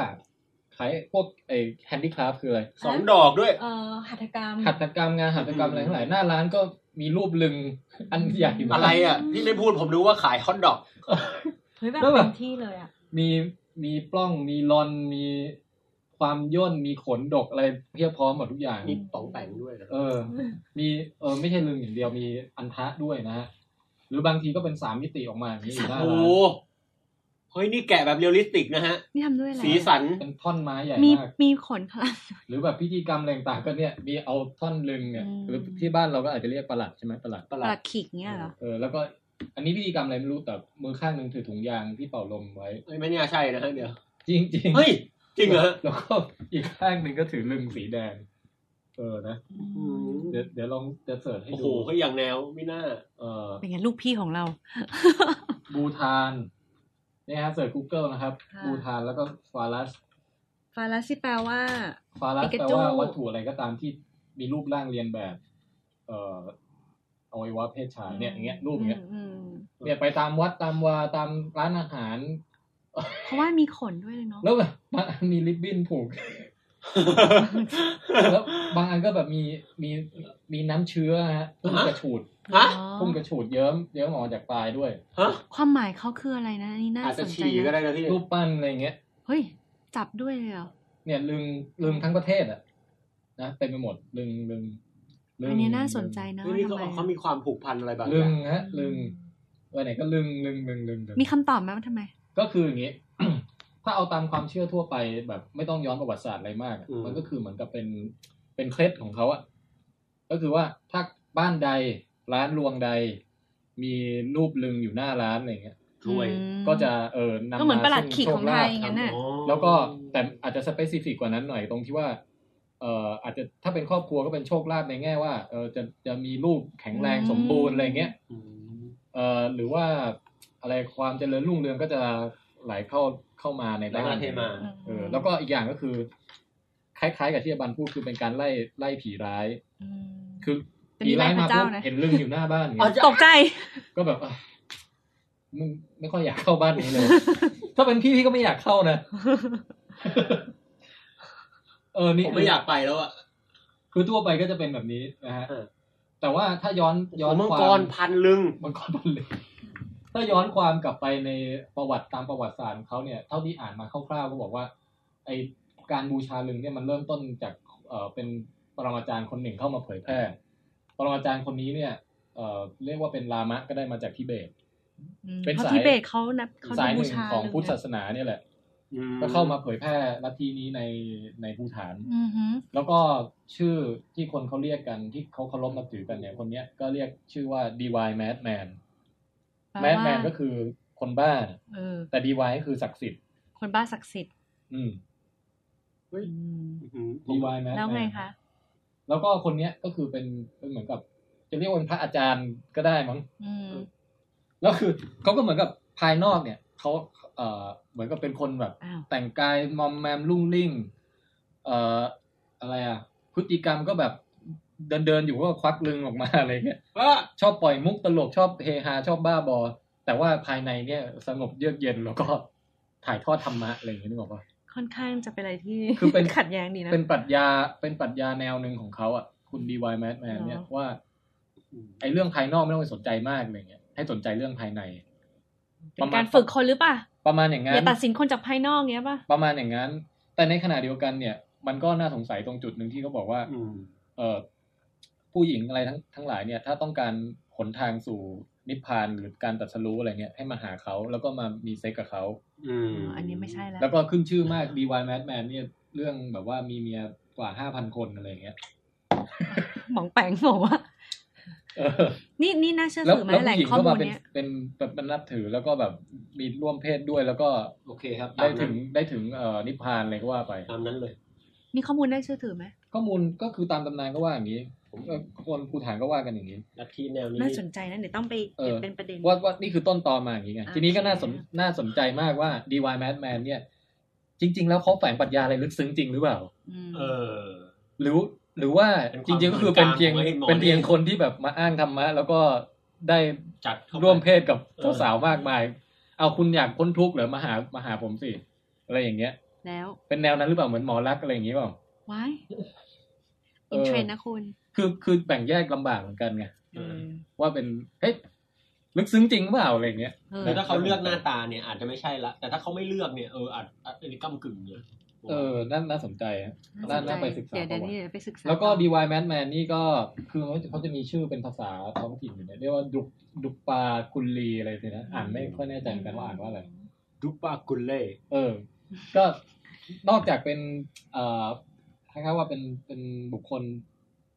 ขายพวกไอ้แฮนดี้คราฟคืออะไร สองดอกด้วย เออหัตถกรรม หัตถกรรมงานหัตถกรรมอะไรทั้งหลายหน้าร้านก็มีรูปลึงอันใหญ่มาก อะไรอ่ะที่ไม่พูดผมรู้ว่าขายฮอตดอก เฮ้ยแบบ แล้วแบบ เต็มที่เลยอะ มีมีปล้องมีลอนมีไฟ ความย่นมีขนดกอะไรเพียบพร้อมหมดทุกอย่าง มีป๋องแป่งด้วย เออ มีเออไม่ใช่ลึงอย่างเดียวมีอันทะด้วยนะฮะหรือบางทีก็เป็นสามมิติออกมาอย่างนี้อยู่หน้า โอ้ ร้าน เฮ้ยนี่แกะแบบเรียลลิสติกนะฮะ นี่ทำด้วยอะไร สีสัน เป็นท่อนไม้ใหญ่ มี มาก มีขนข้างหลัง หรือแบบพิธีกรรมอะไรต่างๆก็เนี่ยมีเอาท่อนลึงเนี่ย อืม หรือที่บ้านเราก็อาจจะเรียกประหลัดใช่ไหมประหลัด ปลาขิกเนี่ยเหรอ เออแล้วก็อันนี้พิธีกรรมอะไรไม่รู้แต่มือข้างหนึ่งถือถุงยางที่เป่าลมไว้ เฮ้ยไม่น่าใช่นะฮะเดี๋ยว จริงจริงๆ เฮ้ย จริงเหรอฮะ แล้วก็อีกข้างหนึ่งก็ถือลึงสีแดง เออนะ อืม เดี๋ยวเดี๋ยวลองจะเสิร์ชให้ โอ้โห ดู ก็อย่างแนวไม่ น่า เออ เป็นไงลูกพี่ของเรา บูทานเนี่ยฮะเสิร์ช Google นะครับ ค่ะ บูทานแล้วก็ฟาลัส ฟาลัสที่แปลว่า ฟาลัสแปล Pikachu ว่าวัตถุอะไรก็ตามที่มีรูปร่างเรียนแบบ เอ่ออวัยวะเพศชายเนี่ยอย่างเงี้ยรูปอย่างเงี้ย มอืม เนี่ยไปตามวัดตามวาตามร้านอาหาร เพราะว่ามีขนด้วยเลยเนาะ แล้วแบบบางอันมีริบบิ้น ผูก แล้วบางอันก็แบบมีมีมีน้ำเชื้อฮะพุ่งกระฉูด ฮะ อ๋อ พุ่งกระฉูดเยิ้มเยิ้มออกจากปลายด้วย ฮะ ความหมายเขาคืออะไรนะนี่น่า อาจ ส จะ นใจ ฉี่ก็ได้ นะ นะพี่ รูปปั้นอะไรเงี้ย เฮ้ย จับด้วยเลยเหรอ เนี่ยลึงลึงทั้งประเทศอะนะเต็มไปหมดลึงลึงลึง อันนี้น่าสนใจนะ เฮ้ยนี่เขา ว่าทำไม เขามีความผูกพันอะไรบางอ ลึ ย่าง ง ฮะลึงวันไหนก็ลึงลึงลึงลึงลึง มีคำตอบไหมว่าทำไม ก็คืออย่างนี้ ถ้าเอาตามความเชื่อทั่วไปแบบไม่ต้องย้อนประวัติศาสตร์อะไรมากอะมันก็คือเหมือนกับเป็นเป็นเคล็ดของเขาอะก็คือว่าถ้าบ้านใดร้านรวงใด มีรูปลึงอยู่หน้าร้านอะไรเงี้ย รวย อืม ก็จะเออนำ ก็เหมือน มา ประหลัด ซึ่ ขีดของ โช ไท ลาย ภ งั้นน่ะ อ๋อ แล้วก็แต่อาจจะสเปซิฟิกกว่านั้นหน่อยตรงที่ว่า เอ่ออาจจะถ้าเป็นครอบครัวก็เป็นโชคลาภในแง่ว่าเออจะจะมีลูกแข็งแรง อืม สมบูรณ์อะไรเงี้ย อืม เอ่อหรือว่าอะไรความเจริญรุ่งเรืองก็จะไหลเข้าเข้ามาใน แล้ว บ้า ก็ น เทมา เออแล้วก็อีกอย่างก็คือ คล้ายๆ กับที่อาบันพูดคือเป็นการไล่ไล่ผีร้าย อืม คือ แต่ผีนี่ร้าย ไล่พ มาปุ๊ระเจ้า บ นะ เห็นเรื่องอยู่หน้าบ้านอย่าง อ๋อ เงี้ย จะ ตกใจ ก็แบบอ่ะมึงไม่ค่อยอยากเข้าบ้านนี้เลย ถ้าเป็นพี่พี่ก็ไม่อยากเข้านะ เออนี่ ผมไม่อยากไปแล้วอ่ะ คือทั่วไปก็จะเป็นแบบนี้นะฮะ เออ แต่ว่าถ้าย้อนย้ ย้ อ อน นมัง ควากม รพันลึง มันก็ดันเลย ถ้าย้อนความกลับไปในประวัติตามประวัติศาสตร์ของเขาเนี่ย เท่าที่อ่านมาคร่าวๆก็บอกว่า ไอการบูชาลึงเนี่ยมันเริ่มต้นจากเอ่อเป็นปรมาจารย์คนหนึ่งเข้ามาเผยแพร่ ปรมาจารย์คนนี้เนี่ยเอ่อเรียกว่าเป็นลามะก็ได้มาจากทิเบต อืม เป็น เพราะ สาย ทิเบตเขานับเขา สายห บู นึ่ง ชา ของ ลึ พุทธศาสนาเนี่ยแหละ อืม ก็เข้ามาเผยแพร่ลัทธินี้ในในภูฐาน อือหือ แล้วก็ชื่อที่คนเขาเรียกกันที่เขาเคารพนับถือกันเนี่ยคนเนี้ยก็เรียกชื่อว่า Divine Madman แปลว่า Madman ก็คือคนบ้า เออ แต่ดีไวก็คือศักดิ์สิทธิ์ คนบ้าศักดิ์สิทธิ์ อืม เฮ้ย อืม อืม ดีไวแม แล้วไงคะ แล้วก็คนเนี้ยก็คือเป็นเป็นเหมือนกับ จะเรียกว่าเป็นพระอาจารย์ก็ได้มั้ง อืม แล้วคือเขาก็เหมือนกับภายนอกเนี่ยเขาเอ่อเหมือนกับเป็นคนแบบ อ้าว แต่งกายมอมแมมลุ่งลิ่ง เอ่ออะไรอ่ะ พฤติกรรมก็แบบเดินเดินๆอยู่ก็ควักลึงออกมา อะไรเงี้ย อ่ะ ชอบปล่อยมุกตลกชอบเฮฮาชอบบ้าบอ แต่ว่าภายในเนี่ยสงบเยือกเย็นแล้วก็ถ่ายทอดธรรมะอะไรอย่างเงี้ยนึกออกปะ ค่อนข้างจะเป็นอะไรที่ คือเป็น ขัดแย้งดีนะ เป็นปรัชญาเป็นปรัชญาแนวหนึ่งของเขาอ่ะ คุณดีวายแมทแมนเนี่ย เหรอ ว่าไอ้เรื่องภายนอกไม่ต้องไปสนใจมากอะไรเงี้ยให้สนใจเรื่องภายใน เป็นการฝึกคนหรือเปล่า ประมาณอย่างนั้ อน ย่าตัดสินคนจากภายนอกเงี้ยป่ะ ประมาณอย่างนั้น แต่ในขณะเดียวกันเนี่ย มันก็น่าสงสัยตรงจุดหนึ่งที่เขาบอกว่า อืม เออผู้หญิงอะไรทั้งทั้งหลายเนี่ย ถ้าต้องการหนทางสู่นิพพานหรือการตรัดสรู้อะไรเนี่ยให้มาหาเขาแล้วก็มามีเซ็กกับเขา อืม อันนี้ไม่ใช่แล้ว แล้วก็ขึ้นชื่อ มากดีวายแมทแมนเนี่ยเรื่องแบบว่ามีเมียกว่าห้าพันคนอะไร อย่างเงี้ย หมองแปงบอกว่า เออ นี่นี่น่าเชื่อ แล้ว ถือไหม แล้ว แหล่ ผู้หงญิง ข้อ ก็ มู มา ล เป็น เนี้ย เป็นแบบมันนับถือแล้วก็แบบมีร่วมเพศด้วยแล้วก็ โอเคครับตา ได้ ม ถึ นั้ ง น ได้ถึงเอ่อนิพพานอะไรก็ว่าไป ตามนั้นเลย นี่ข้อมูลน่าเชื่อถือไหม ข้อมูลก็คือตามตำนานก็ว่าอย่างนี้ผมเอ่อคนภูฐานก็ว่ากันอย่างนี้ ลัทธิแนวนี้ น่าสนใจนะเดี๋ยวต้องไป เออ เก็บเป็นประเด็น ว่าว่านี่คือต้นตอมาอย่างนี้ไง อ่า ทีนี้ก็น่าสนน่าสนใจมากว่า d y m a d Man เนี่ย จริง ๆ แล้วเขาแฝงปรัชญาอะไรลึกซึ้งจริงหรือเปล่า อืม เออ หรือหรือว่า เป็นค จ วาม ริง ๆ ก็คือเป็นเพียง เหมือนกันของไอ้หมอนี่ เป็นเพียงคนที่แบบมาอ้างธรรมะแล้วก็ได้ จัดข้าไป ร่วมเพศกับ เออ เจ้าสาวมากมาย เอาคุณอยากพ้นทุกข์เหรือมาหามาหาผมสิ อะไรอย่างเงี้ย แล้ว เป็นแนวนั้นหรือเปล่าเหมือนหมอรักอะไรอย่างงี้เปล่า ว้าย เอออิ อินเทรนด์นะคุณ คือคือแบ่งแยกลำบากเหมือนกันไง เออ ว่าเป็นเฮ้ยลึกซึ้งจริงหรือเปล่าอะไรอย่างเงี้ย เออ แต่ถ้าเขาเลือกหน้าตาเนี่ยอาจจะไม่ใช่ละ แต่ถ้าเขาไม่เลือกเนี่ยเอออาจอาจเป็นก้ากึ่งเลย เออน่าน่าสนใจฮะ น่าสนใจ น่าไปศึกษา เดี๋ยวประวัติเดี๋ยวนี้เดี๋ยวไปศึกษา แล้วก็ ต่อ DY m a d Man นี่ก็คือเขาจะมีชื่อเป็นภาษาท้องถิ่นอยู่เนี่ยเรียกว่าดุกดุกปากุลลีอะไรสินะอ่านไม่ค่อยแน่ใจเหมือนกันว่าอ่านว่าอะไร ดูปากุลเล่ เออ ก็นอกจากเป็นเอ่อคล้ายๆว่าเป็นเป็นบุคคล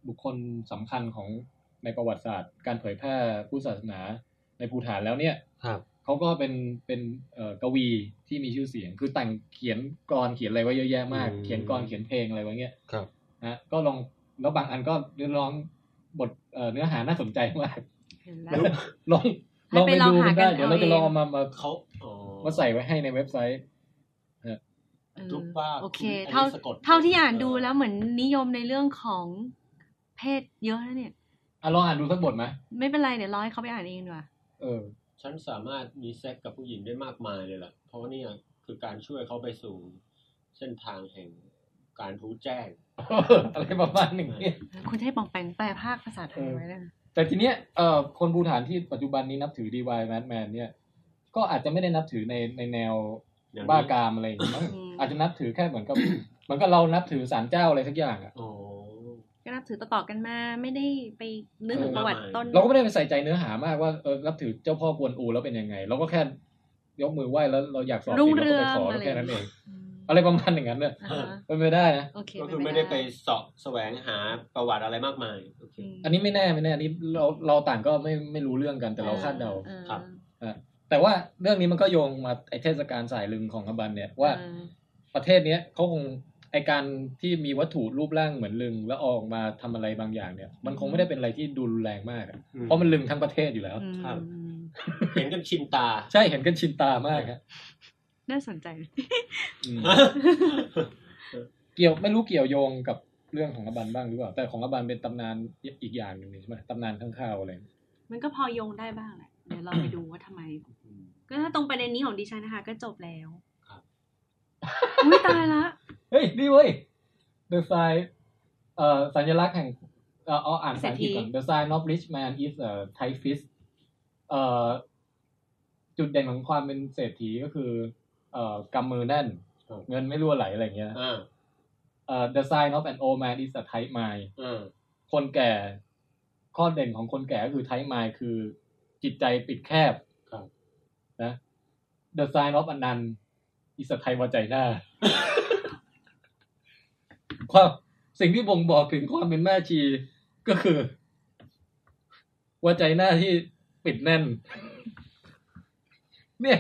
บุคคลสำคัญของในประวัติศาสตร์ การเผยแพร่พุทธศาสนาในภูฐานแล้วเนี่ย ครับ เขาก็เป็นเป็นเอ่อกวีที่มีชื่อเสียง คือแต่งเขียนกรเขียนอะไรไว้เยอะแยะมาก อืม เขียนกรเขียนเพลงอะไรไว้เงี้ย ครับ นะ ก็ลองแล้วบางอันก็เรียกร้องบทเอ่อเนื้อหาน่าสนใจมาก เห็นแล้ว ลอง ให้ ลอง ไป ไป ลอง ดู หา กันได้ กัน เดี๋ยว เอา เราจะลองเอามามา เขาอ๋อ มาใส่ไว้ให้ในเว็บไซต์ เออ รูปวาด โอเค อันนี้ เท่า สะกด เท่าที่อ่านดู เออ แล้วเหมือนนิยมในเรื่องของเพศเยอะนะเนี่ย อ่ะลองอ่านดูสักบทไหม ไม่เป็นไรเดี๋ยวร้อยเขาไปอ่านเองดีกว่า เออ ฉันสามารถมีเซ็กกับผู้หญิงได้มากมายเลยล่ะ เพราะว่าเนี่ยคือการช่วยเขาไปสู่เส้นทางแห่งการรู้แจ้ง อะไรประมาณหนึ่งเนี่ย คุณให้ปองแปงแปลภาคภาษาไทย เออ ไว้นะ แต่ทีเนี้ยเอ่อคนภูฐานที่ปัจจุบันนี้นับถือดีวายแมนแมนเนี่ย ก็อาจจะไม่ได้นับถือในในแนว เดี๋ยวนี้ บ้ากามอะไรอย่างเงี้ยมั้งอาจจะนับถือแค่เหมือนกับ เหมือนกับเรานับถือศาลเจ้าอะไรสักอย่างอะ อ๋อ ก็นับถือต่อๆกันมาไม่ได้ไปนึกถึงประวัติต้น เราก็ไม่ได้ไปใส่ใจเนื้อหามากว่าเออนับถือเจ้าพ่อกวนอูแล้วเป็นยังไง เราก็แค่ยกมือไหว้แล้วเราอยากสอบติ รุ่ง ดเรา เรื ก็ไปอง ขอ อะไร แค่นั้นเอง อืม อะไรประมาณอย่างนั้นเนี่ย อ่าฮะ เป็นไปได้นะ โอเค ก็คือไม่ได้ไปเสาะแสวงหาประวัติอะไรมากมาย โอเค อันนี้ไม่แน่ไม่แน่อันนี้เราเราต่างก็ไม่ไม่รู้เรื่องกันแต่เราคาดเดา ออ ครับ แต่ว่าเรื่องนี้มันก็โยงมาไอเทศกาลสายลึงของอับันเนี่ยว่า เออ ประเทศเนี้ยเขาคงไอการที่มีวัตถุรูปร่างเหมือนลึง แล้วออกมาทำอะไรบางอย่างเนี่ย มันคงไม่ได้เป็นอะไรที่ดูรุนแรงมากอะ อืม เพราะมันลึงทั้งประเทศอยู่แล้ว อืม ครับ เห็นกันชินตา ใช่เห็นกันชินตามากครับ น่าสนใจ อืมเกี่ยวไม่รู้เกี่ยวโยงกับเรื่องของอบันบ้างหรือเปล่าแต่ของอบันเป็นตำนานอีกอย่างหนึ่งนี่ใช่ไหมตำนานข้างข้าวอะไร มันก็พอโยงได้บ้างแหละ เดี๋ยวเราไปดูว่าทำไม ก็ถ้าตรงประเด็นนี้ของดิฉันนะคะ ก็จบแล้ว ครับ อุ้ยตายละ เฮ้ยนี่เว้ย The Sign เอ่อสัญลักษณ์แห่งเอ่อเอาอ่านภาษาอังกฤษก่อน The Sign of Rich Man is a Thai fist เอ่อจุดเด่นของความเป็นเศรษฐีก็คือ เอ่อกำมือแน่น ครับ เงินไม่รั่วไหลอะไรอย่างเงี้ยนะ อ่า เอ่อ The Sign of an Old Man is a Tight Mind อ่า คนแก่ข้อเด่นของคนแก่ก็คือไทมายคือจิตใจปิดแคบ ครับ นะ The sign of อนันต์อิสไทยวาใจหน้า ความสิ่งที่บ่งบอกถึงความเป็นแม่ชีก็คือวาใจหน้าที่ปิดแน่น เนี่ย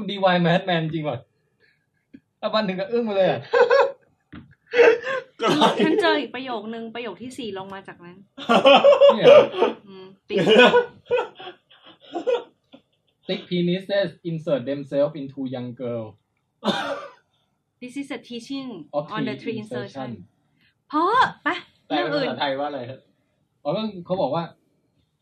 มันดีวายแมนแมนจริงว่ะอาบันถึงกับอึ้งไปเลยอะ ก็เลย ฉันเจออีกประโยคนึงประโยคที่สี่ลงมาจากนั้น เนี่ย อืมติด Thick penises insert themselves into young girl This is a teaching of on the tree tree insertion insertion เพราะปะ แปล เรื่อเป็นงอื่น ภาษาไทยว่าอะไรครับ อ๋อก็เขาบอกว่า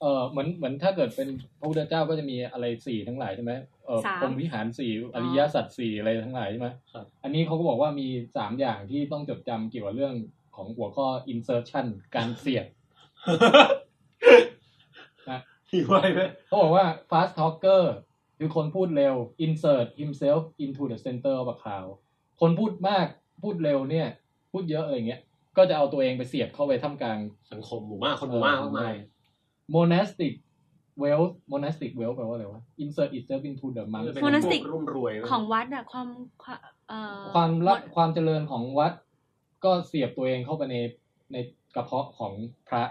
เออเหมือนเหมือนถ้าเกิดเป็นพระพุทธเจ้าก็จะมีอะไรสี่ทั้งหลายใช่ไหมเออ สาม องค์วิหารสี่อริยสัจสี่อะไรทั้งหลายใช่ไหม ครับ อันนี้เขาก็บอกว่ามีสามอย่างที่ต้องจดจำเกี่ยวกับเรื่องของหัวข้อ insertion การเสียด หิวไหม เขาบอกว่า fast talker คือคนพูดเร็ว insert himself into the center of a crowd คนพูดมากพูดเร็วเนี่ย พูดเยอะอะไรเงี้ย ก็จะเอาตัวเองไปเสียบเข้าไปท่ามกลาง สังคมหมู่มากคนหมู่มากมากมาย monastic wealth monastic wealth แปลว่าอะไรวะ insert itself into the monk จะเป็ โมนาสติก พวรุ่มรวยไหม ของวัดอะความความเอ่อ ความละ ด ความเจริญของวัด ก็เสียบตัวเองเข้าไปในในกระเพาะของพระ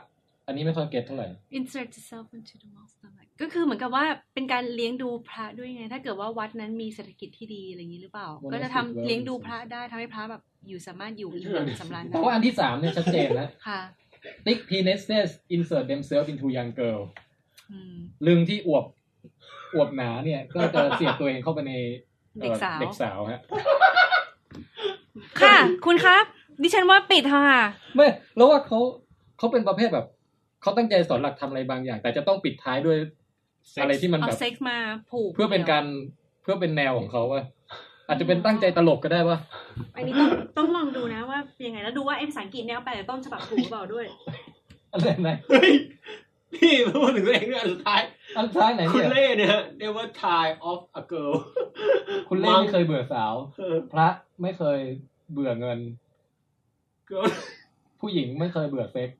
อันนี้ไม่ค่อยเก็ตเท่าไหร่ insert itself into the mouth stomach ก็คือเหมือนกับว่าเป็นการเลี้ยงดูพระด้วยไง ถ้าเกิดว่าวัดนั้นมีเศรษฐกิจที่ดีอะไรอย่างนี้หรือเปล่า Monastic ก็จะทำ Wealth เลี้ยงดูพระได้ทำให้พระแบบอยู่สามารถอยู่อิ่มสำราญ แต่ว่าอันที่สามเนี่ยชัดเจนนะ ค่ะ thick penises insert themselves into young girl อืม ลึงที่อวบอวบหนาเนี่ย ก็จะเสียบตัวเองเข้าไปในอ่อ เด็กสาว เด็กสาวฮะ ค่ะ คุณครับดิฉันว่าปิดค่ะ ไม่แล้วว่าเขาเขาเป็นประเภทแบบเขาตั้งใจสอนหลักทำอะไรบางอย่าง แต่จะต้องปิดท้ายด้วยอะไรที่มัน เอา แบบ เซ็กซ์มาผูก เพื่อเป็นการเพื่อเป็นแนวของเขาว่า อาจจะเป็นตั้งใจตลกก็ได้ว่า อันนี้ต้องต้องลองดูนะว่ายังไงแล้วดูว่าไอ้ภาษาอังกฤษแนวแปลต้นฉบับถูกหรือเปล่าด้วย อะไรนะ เฮ้ย พี่พูดถึงตัวเองด้วยอันสุดท้าย อันซ้ายไหน คุณ เนี่ย เล่เนี่ย never tire of a girl คุณเล่ไม่เคยเบื่อสาว เออ พระไม่เคยเบื่อเงิน girl ผู้หญิงไม่เคยเบื่อเซ็กซ์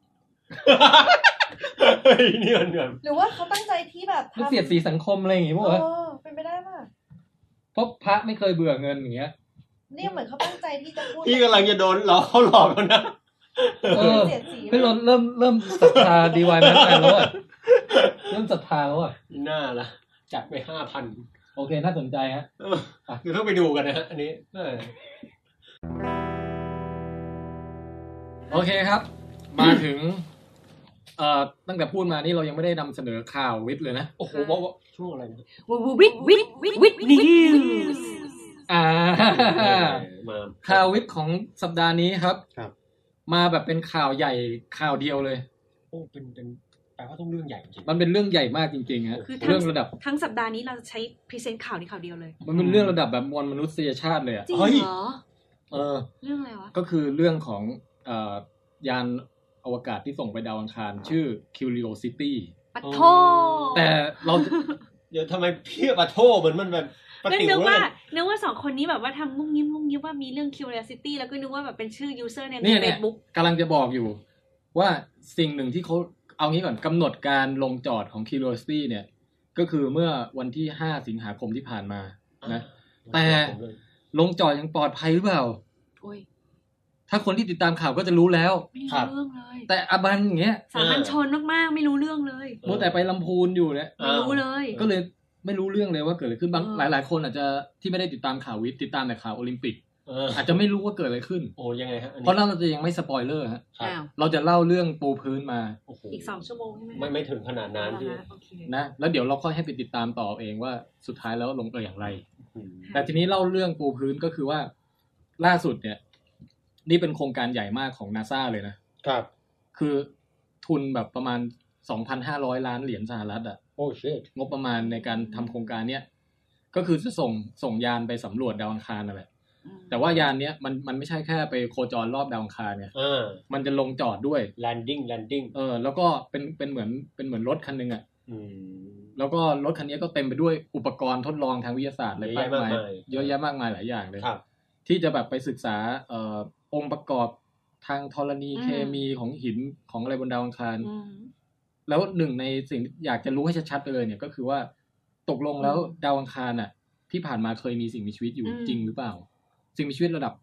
เฮ้ยเนี่ยเหนื่อย หรือว่าเขาตั้งใจที่แบบ มัน ทำ เสียดสีสังคมอะไรอย่างงี้ เอ ป่ะวะ อเป็นไปได้ป่ะ เพราะพระไม่เคยเบื่อเงินอย่างเงี้ย เนี่ยเหมือนเขาตั้งใจที่จะพูด พี่กำลังจะโดนหลอกเขาหลอกแล้วนะ เออ เสียดสี เฮ้ยเราเริ่มเริ่มศรัทธาดีวายแมนแล้วอ่ะเริ่มศรัทธาแล้วอ่ะ หน้าละจัดไปห้าพัน โอเคน่าสนใจฮะ คือต้องไปดูกันนะฮะอันนี้เออ โอเคครับ มาถึง เอ่อตั้งแต่พูดมานี่เรายังไม่ได้นำเสนอข่าววิทย์เลยนะ โอ้โหบอกว่าช่วงอะไรนะ วิทวิทวิทวิทนิวส์ อ่า เออมา ข่าววิทย์ของสัปดาห์นี้ครับ ครับ มาแบบเป็นข่าวใหญ่ข่าวเดียวเลย โอ้เป็นเป็นแปลว่าต้องเรื่องใหญ่จริง มันเป็นเรื่องใหญ่มากจริงๆฮะ คือ เรื่ ทั้ อง งระดับ ทั้งสัปดาห์นี้เราจะใช้พรีเซนต์ข่าวนี้ข่าวเดียวเลย มันเป็นเรื่องระดับแบบมวลมนุษยชาติเลยอ่ะ จริง เฮ้ย เหรอ เออ เรื่องอะไรวะ ก็คือเรื่องของเอ่อยานอวกาศที่ส่งไปดาวอังคาร ชื่อ Curiosity ปัดโท แต่เรา เดี๋ยวทำไมพี่ปะโทเหมือนมันแบบปะ เล่น ติ๋ นึ ว ก เล ว่าย นึกว่าสองคนนี้แบบว่าทำงุ้มยิ้มงุ้มยิ้มว่ามีเรื่อง curiosity แล้วก็นึกว่าแบบเป็นชื่อ user ใน เนี่ย เฟ เนี่ย ซบุ๊ก กำลังจะบอกอยู่ ว่าสิ่งหนึ่งที่เขาเอางี้ก่อนกำหนดการลงจอดของ Curiosity เนี่ย ก็คือเมื่อวันที่ 5 สิงหาคมที่ผ่านมานะ แต่ ลงจอดยังปลอดภัยหรือเปล่า โอ้ย ถ้าคนที่ติดตามข่าวก็จะรู้แล้ว ไม่รู้เรื่องเลย แต่อบันอย่างเงี้ย สามัญชนมากๆไม่รู้เรื่องเลย มัวแต่ไปลำพูนอยู่เนี่ย ไม่รู้เลย ก็เลยไม่รู้เรื่องเลยว่าเกิดอะไรขึ้นบาง เออ หลาย ๆ คนอาจจะที่ไม่ได้ติดตามข่าววิทย์ติดตามแต่ข่าวโอลิมปิก เออ อาจจะไม่รู้ว่าเกิดอะไรขึ้น โอ้ยังไงฮะอัน เพ นี้ ราะเราจะยังไม่สปอยเลอร์ฮะ ครับ อ้าว เราจะเล่าเรื่องปูพื้นมา โโห อีกสองชั่วโมงใช่ไหม ไม่ไม่ถึงขนาดนั้นพี่ เอาละโอเค นะแล้วเดี๋ยวเราค่อยให้ไปติดตามต่อเองว่าสุดท้ายแล้วลงเอยอย่างไร อืม แต่ทีนี้เล่าเรื่องปูพื้นก็คือว่า ล่าสุดเนี่ย นี่เป็นโครงการใหญ่มากของนาซาเลยนะครับ คือทุนแบบประมาณ 2,500 ล้านเหรียญสหรัฐอะ โอ้เชิด งบประมาณในการทำโครงการเนี่ยก็คือจะส่งส่งยานไปสำรวจดาวอังคารนั่นแหละ อืม แต่ว่ายานเนี้ยมันมันไม่ใช่แค่ไปโคจรรอบดาวอังคารเนี่ย อ่า มันจะลงจอดด้วย landing landing เออแล้วก็เป็นเป็นเหมือนเป็นเหมือนรถคันหนึงอะ อืม แล้วก็รถคันนี้ก็เต็มไปด้วยอุปกรณ์ทดลองทางวิทยาศาสตร์อะไร เยอะแยะมากมาย เยอะแยะมากมายหลายอย่างเลย ครับ ที่จะแบบไปศึกษาเอ่อองค์ประกอบทางธรณี อืม เคมีของหินของอะไรบนดาวอังคาร อืม แล้วหนึ่งในสิ่งที่อยากจะรู้ให้ชัดๆไปเลยเนี่ยก็คือว่าตกลงแล้ว อืม ดาวอังคารน่ะ ที่ผ่านมาเคยมีสิ่งมีชีวิตอยู่ อืม จริงหรือเปล่า สิ่งมีชีวิตระดับ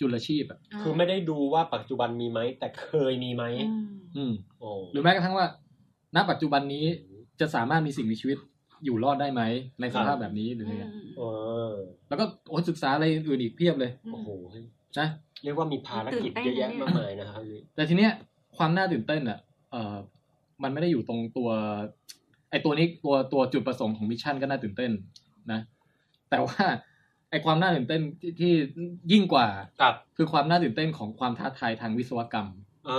จุลชีพอ่ะ คือไม่ได้ดูว่าปัจจุบันมีไหม แต่เคยมีไหม อืม อืม โอ้ หรือแม้กระทั่งว่า ณปัจจุบันนี้จะสามารถมีสิ่งมีชีวิตอยู่รอดได้ไหมในสภาพแบบนี้หรืออะไรเงี้ย เออ แล้วก็โอ้ยศึกษาอะไรอื่นอีกเพียบเลย อืม โอ้โหเฮ้ย นะ เรียกว่ามีภารกิจ ตื่นเยเต้นอะแยะ นะเนี่ย มากมายนะครับนี่ แต่ทีเนี้ยความน่าตื่นเต้นอ่ะเออมันไม่ได้อยู่ตรงตัว ไอตัวนี้ตัวตัวจุดประสงค์ของมิชชั่นก็น่าตื่นเต้นนะ แต่ว่าไอความน่าตื่นเต้นที่ที่ยิ่งกว่า ครับ คือความน่าตื่นเต้นของความท้าทายทางวิศวกรรม อ่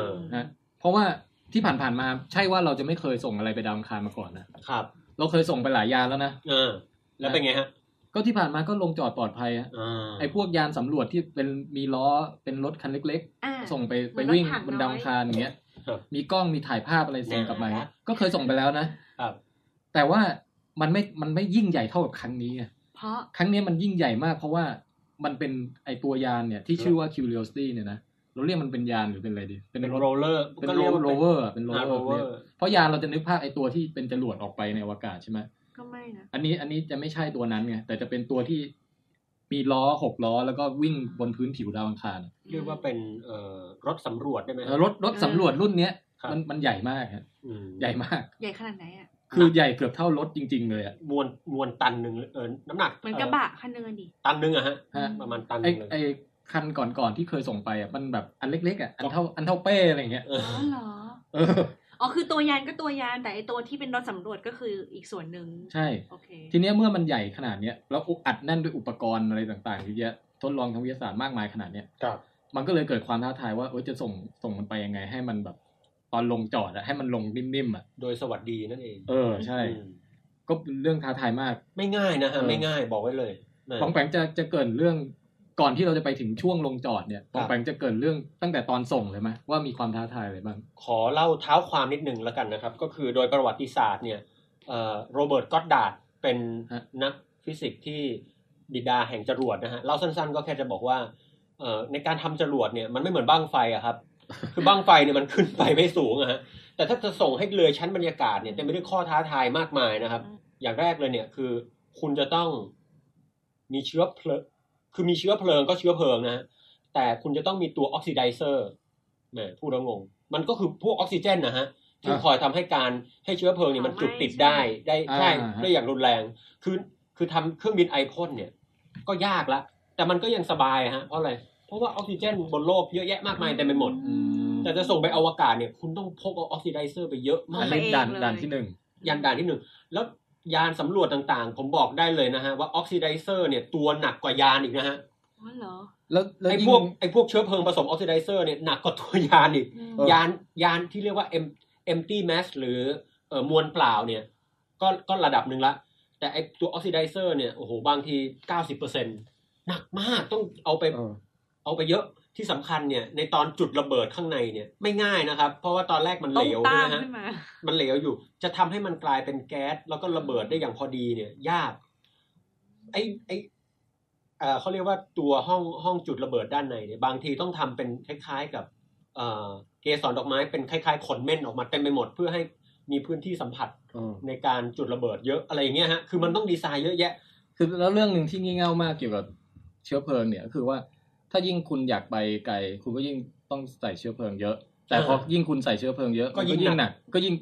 า นะเพราะว่าที่ผ่านๆมาใช่ว่าเราจะไม่เคยส่งอะไรไปดาวอังคารมาก่อนนะครับเราเคยส่งไปหลายยานแล้วนะ เออแล้วเป็นไงฮะ ก็ที่ผ่านมาก็ลงจอดปลอดภัยอะ อ่า ไอพวกยานสำรวจที่เป็นมีล้อเป็นรถคันเล็ก ๆ อ่า ส่งไป เหมื ไป อน วิ่ง รถถัง บนดาวอังคารอย่างเงี้ย ครับ มีกล้องมีถ่ายภาพอะไรส่งกลับมาอย่างเงี้ยก็เคยส่งไปแล้วนะ ครับ แต่ว่ามันไม่ มันไม่ยิ่งใหญ่เท่ากับครั้งนี้ไง เพราะ ครั้งนี้มันยิ่งใหญ่มากเพราะว่ามันเป็นไอตัวยานเนี่ยที่ชื่อว่า Curiosity เนี่ยนะ เราเรียกมันเป็นยานหรือเป็นอะไรดี เป็ เป็น น ร โร ถ ลเลอร์ เป็นโรโรเวอร์เป็นโรเวอร์เนี่ยเพราะยานเราจะนึกภาพไอตัวที่เป็นจรวดออกไปในอวกาศใช่ไหม ก็ไม่นะ อันนี้อันนี้จะไม่ใช่ตัวนั้นไง แต่จะเป็นตัวที่มีล้อหกล้อแล้วก็วิ่งบนพื้นผิวดาวอังคาร เรียกว่าเป็นเอ่อรถสำรวจได้ไหม เอ่อรถรถสำรวจรุ่นเนี้ย ครับ มันมันใหญ่มากฮะ อืม ใหญ่มาก ใหญ่ขนาดไหนอ่ะ คือใหญ่เกือบเท่ารถจริง ๆ เลยอะ มวลมวลตันหนึ่งเออน้ำหนัก เหมือนกระบะคันหนึงอะดิ ตันหนึ่งอะฮะ ฮะ ประมาณตันห ไอ นึ่งเลย ไอคันก่อนๆที่เคยส่งไปอะมันแบบอันเล็กๆอะอันเท่าอันเท่าเป้อะไรอย่างเงี้ย เอ อ๋ อ อเหรอ เออ อ๋อ คือตัวยานก็ตัวยาน แต่ไอตัวที่เป็นรถสำรวจก็คืออีกส่วนหนึ่ง ใช่ โอเค ทีเนี้ยเมื่อมันใหญ่ขนาดเนี้ยแล้วอัดแน่นด้วยอุปกรณ์อะไรต่างๆเยอะแยะทดลองทางวิทยาศาสตร์มากมายขนาดเนี้ย ครับ มันก็เลยเกิดความท้าทายว่าเอยจะส่งส่งมันไปยังไง ให้มันแบบ ตอนลงจอดอะให้มันลงนิ่มๆอะ โดยสวัสดีนั่นเอง เออใช่ อืม ก็เป็นเรื่องท้าทายมาก ไม่ง่ายนะฮะ เออ ไม่ง่ายบอกไว้เลยนะ ของแปงจะจะเกรินเรื่อง ก่อนที่เราจะไปถึงช่วงลงจอดเนี่ยป ครั อง บ แปงจะเกรินเรื่องตั้งแต่ตอนส่งเลยไหมว่ามีความท้าทายอะไรบ้าง ขอเล่าเท้าความนิดหนึ่งแล้วกันนะครับ ก็คือโดยประวัติศาสตร์เนี่ยเอ่อโรเบิร์ตก็อดดาร์ดเป็น ฮะ นักฟิสิกส์ที่บิดาแห่งจรวดนะฮะเล่าสั้นๆ ก็แค่จะบอกว่าเอ่อในการทำจรวดเนี่ยมันไม่เหมือนบ้างไฟอะ ครับ คือบ้างไฟเนี่ยมันขึ้นไปไม่สูงอะฮะแต่ถ้าจะส่งให้เลยชั้นบรรยากาศเนี่ยเต็มไปด้วยข้อท้าทายมากมายนะครับ อืม อย่างแรกเลยเนี่ยคือคุณจะต้องมีเชื้อเพลิงคือมีเชื้อเพลิงก็เชื้อเพลิงนะฮะ แต่คุณจะต้องมีตัวออกซิไดเซอร์แหมพูดแล้วงง มันก็คือพวกออกซิเจนนะฮะที่ อ่า คอยทำให้การให้เชื้อเพลิงเนี่ยมันจุดติดได้ได้ใช่ อ่าฮะ ได้อย่างรุนแรง คือคือทำเครื่องบินไอพ่นเนี่ย ก็ยากละ แต่มันก็ยังสบายฮะเพราะอะไร เพราะว่าออกซิเจนบนโลกเยอะแยะมากมายเต็มไปหมด แต่จะส่งไปอวกาศเนี่ย คุณต้องพกเอาออกซิไดเซอร์ไปเยอะมา อั ก นนี้ด่าน เอาไปเองเลย ด่านที่หนึ่ง ยานด่านที่หนึ่งแล้วยานสำรวจต่างๆ ผมบอกได้เลยนะฮะว่าออกซิไดเซอร์เนี่ยตัวหนักกว่ายานอีกนะฮะ อ๋อเหรอ แล้วแล้ว ไอ้ ยิ่ง พวกไอ้พวกเชื้อเพลิงผสมออกซิไดเซอร์เนี่ยหนักกว่าตัวยานอีก อืม ยานยานที่เรียกว่า em- empty mass หรือเอ่อมวลเปล่าเนี่ย ก็ก็ระดับหนึ่งละ แต่ไอตัวออกซิไดเซอร์เนี่ยโอ้โหบางที 90%หนักมากต้องเอาไป เออ เอาไปเยอะที่สำคัญเนี่ย ในตอนจุดระเบิดข้างในเนี่ย ไม่ง่ายนะครับ เพราะว่าตอนแรกมัน ต้ เห อ ล ง ว ตาม นะฮะ ขึ้นมา มันเหลวอยู่ จะทำให้มันกลายเป็นแก๊ส แล้วก็ระเบิดได้อย่างพอดีเนี่ย ยาก ไอไอเอ่อเขาเรียกว่าตัวห้องห้องจุดระเบิดด้านในเนี่ยบางทีต้องทำเป็นคล้าย ๆกับ เอ่อเกสรดอกไม้เป็นคล้าย ๆ ขนเม่นออกมาเต็มไปหมด เพื่อให้มีพื้นที่สัมผัส เออ ในการจุดระเบิดเยอะอะไรอย่างเงี้ยฮะคือมันต้องดีไซน์เยอะแยะ คือแล้วเรื่องหนึ่งที่งี่เง่ามากเกี่ยวกับเชื้อเพลิงเนี่ยก็คือว่าถ้ายิ่งคุณอยากไปไกลคุณก็ยิ่งต้องใส่เชื้อเพลิงเยอะ แต่พอ เออ ยิ่งคุณใส่เชื้อเพลิงเยอะ ก็ มัน ยิ่ ก็ ง ยิ่ง ห ห นั นั ก กก็ยิ่ง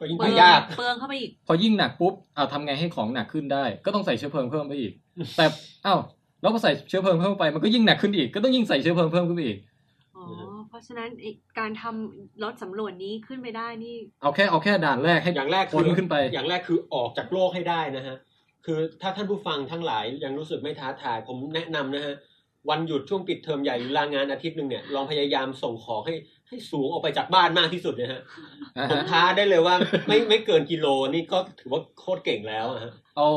ก็ยิ่ง เปลื ไม่ อง ยาก เปลืองเข้าไปอีก พอยิ่งหนักปุ๊บอ้าวทำไงให้ของหนักขึ้นได้ ก็ต้องใส่เชื้อเพลิงเพิ่มไปอีก แต่อ้าวแล้วพอใส่เชื้อเพลิงเพิ่มไปมันก็ยิ่งหนักขึ้นอีกก็ต้องยิ่งใส่เชื้อเพลิงเพิ่มขึ้นไปอีก อ๋อ เพราะฉะนั้นไอ้การทำรถสำรวจนี้ขึ้นไปได้นี่ เอาแค่เอาแค่ด่านแรกให้ อย่างแรกคื พ้นขึ้นไป อย่างแรกคือออกจากโลกให้ได้นะฮะ คือถ้าท่านผู้ฟังทั้งหลายยังรู้สึกไม่ท้าทาย ผมแนะนำนะฮะ วันหยุดช่วงปิดเทอมใหญ่หรือลางานอาทิตย์หนึ่งเนี่ย ลองพยายามส่งของให้ให้สูงออกไปจากบ้านมากที่สุด นะฮะ อ่า ผม ฮะ ท้าได้เลยว่า ไม่ไม่เกินกิโลนี่ก็ถือว่าโคตรเก่งแล้วอะฮะ เอา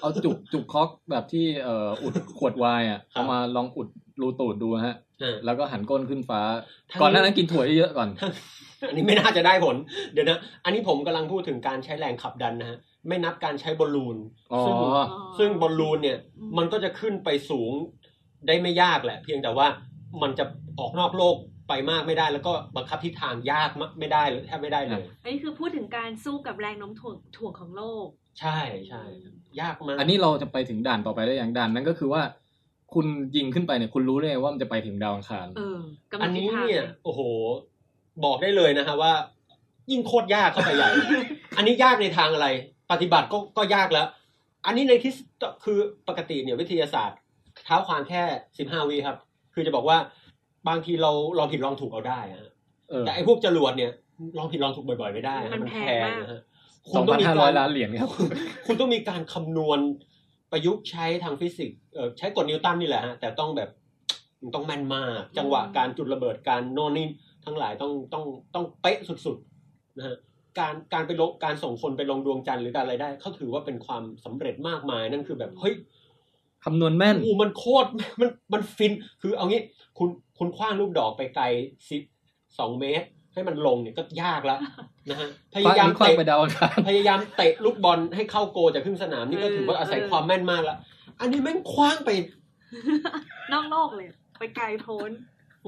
เอาจุกจุกคอกแบบที่เอ่ออุดขวดไวน์อ่ะ ครับ เอามาลองอุดรูตูดดูฮะ อ่า แล้วก็หันก้นขึ้นฟ้า ทางนี้ ก่อนหน้านั้นกินถั่วเยอะๆก่อน อันนี้ไม่น่าจะได้ผล เดี๋ยวนะ อันนี้ผมกำลังพูดถึงการใช้แรงขับดันนะฮะ ไม่นับการใช้บอลลูน อ๋อ ซึ่ง ซึ่งบอลลูนเนี่ย อืม มันก็จะขึ้นไปสูงได้ไม่ยากแหละ เพียงแต่ว่ามันจะออกนอกโลกไปมากไม่ได้ แล้วก็บังคับทิศทางยากมากไม่ได้เลยแทบไม่ได้เลย อันนี้คือพูดถึงการสู้กับแรงโน้มถ่วงถ่วงของโลก ใช่ใช่ยากมาก อันนี้เราจะไปถึงด่านต่อไปได้อย่างด่านนั้นก็คือว่า คุณยิงขึ้นไปเนี่ยคุณรู้ได้ไงว่ามันจะไปถึงดาวอังคาร เออกำหน อั ด น ทิศ นี้ ทาง เนี่ย โอ้โห บอกได้เลยนะฮะว่า ยิ่งโคตรยากเข้าไปใหญ่ อันนี้ยาก ในทางอะไร ปฏิบัติก็ก็ยากแล้ว อันนี้ในที่คือปกติเนี่ยวิทยาศาสตร์ เท้าความแค่สิบห้าวีครับ คือจะบอกว่าบางทีเราลองผิดลองถูกเอาได้อะฮะ เออ แต่ไอ้พวกจรวดเนี่ยลองผิดลองถูกบ่อยๆไม่ได้ฮะ มันแพงมาก นะฮะ สองพันห้าร้อยล้านเหรียญครับ คุณคุณต้องมีการคำนวณประยุกต์ใช้ทางฟิสิกส์เอ่อใช้กฎนิวตันนี่แหละฮะแต่ต้องแบบมันต้องแม่นมาก จังหวะการจุดระเบิดการโน่นนี่ทั้งหลายต้องต้องต้องเป๊ะสุดๆนะฮะการการไปลงการส่งคนไปลงดวงจันทร์หรือการอะไรได้เขาถือว่าเป็นความสำเร็จมากมายนั่นคือแบบเฮ้ย คำนวณแม่น โอ้มันโคตร มัน มันฟิน คือเอางี้ คุณ คุณคว้างลูกดอกไปไกลสิบสองเมตร ให้มันลงเนี่ยก็ยาก แล้วนะฮะ พยายาม คว้าง เตะ ไป ดาวอังคาร พยายามเตะลูกบอลให้เข้าโกลจากครึ่งสนามนี่ก็ถือว่าอาศัยความแม่นมากละอันนี้แม่งคว้างไป นอกโลกเลย ไปไกลโพ้น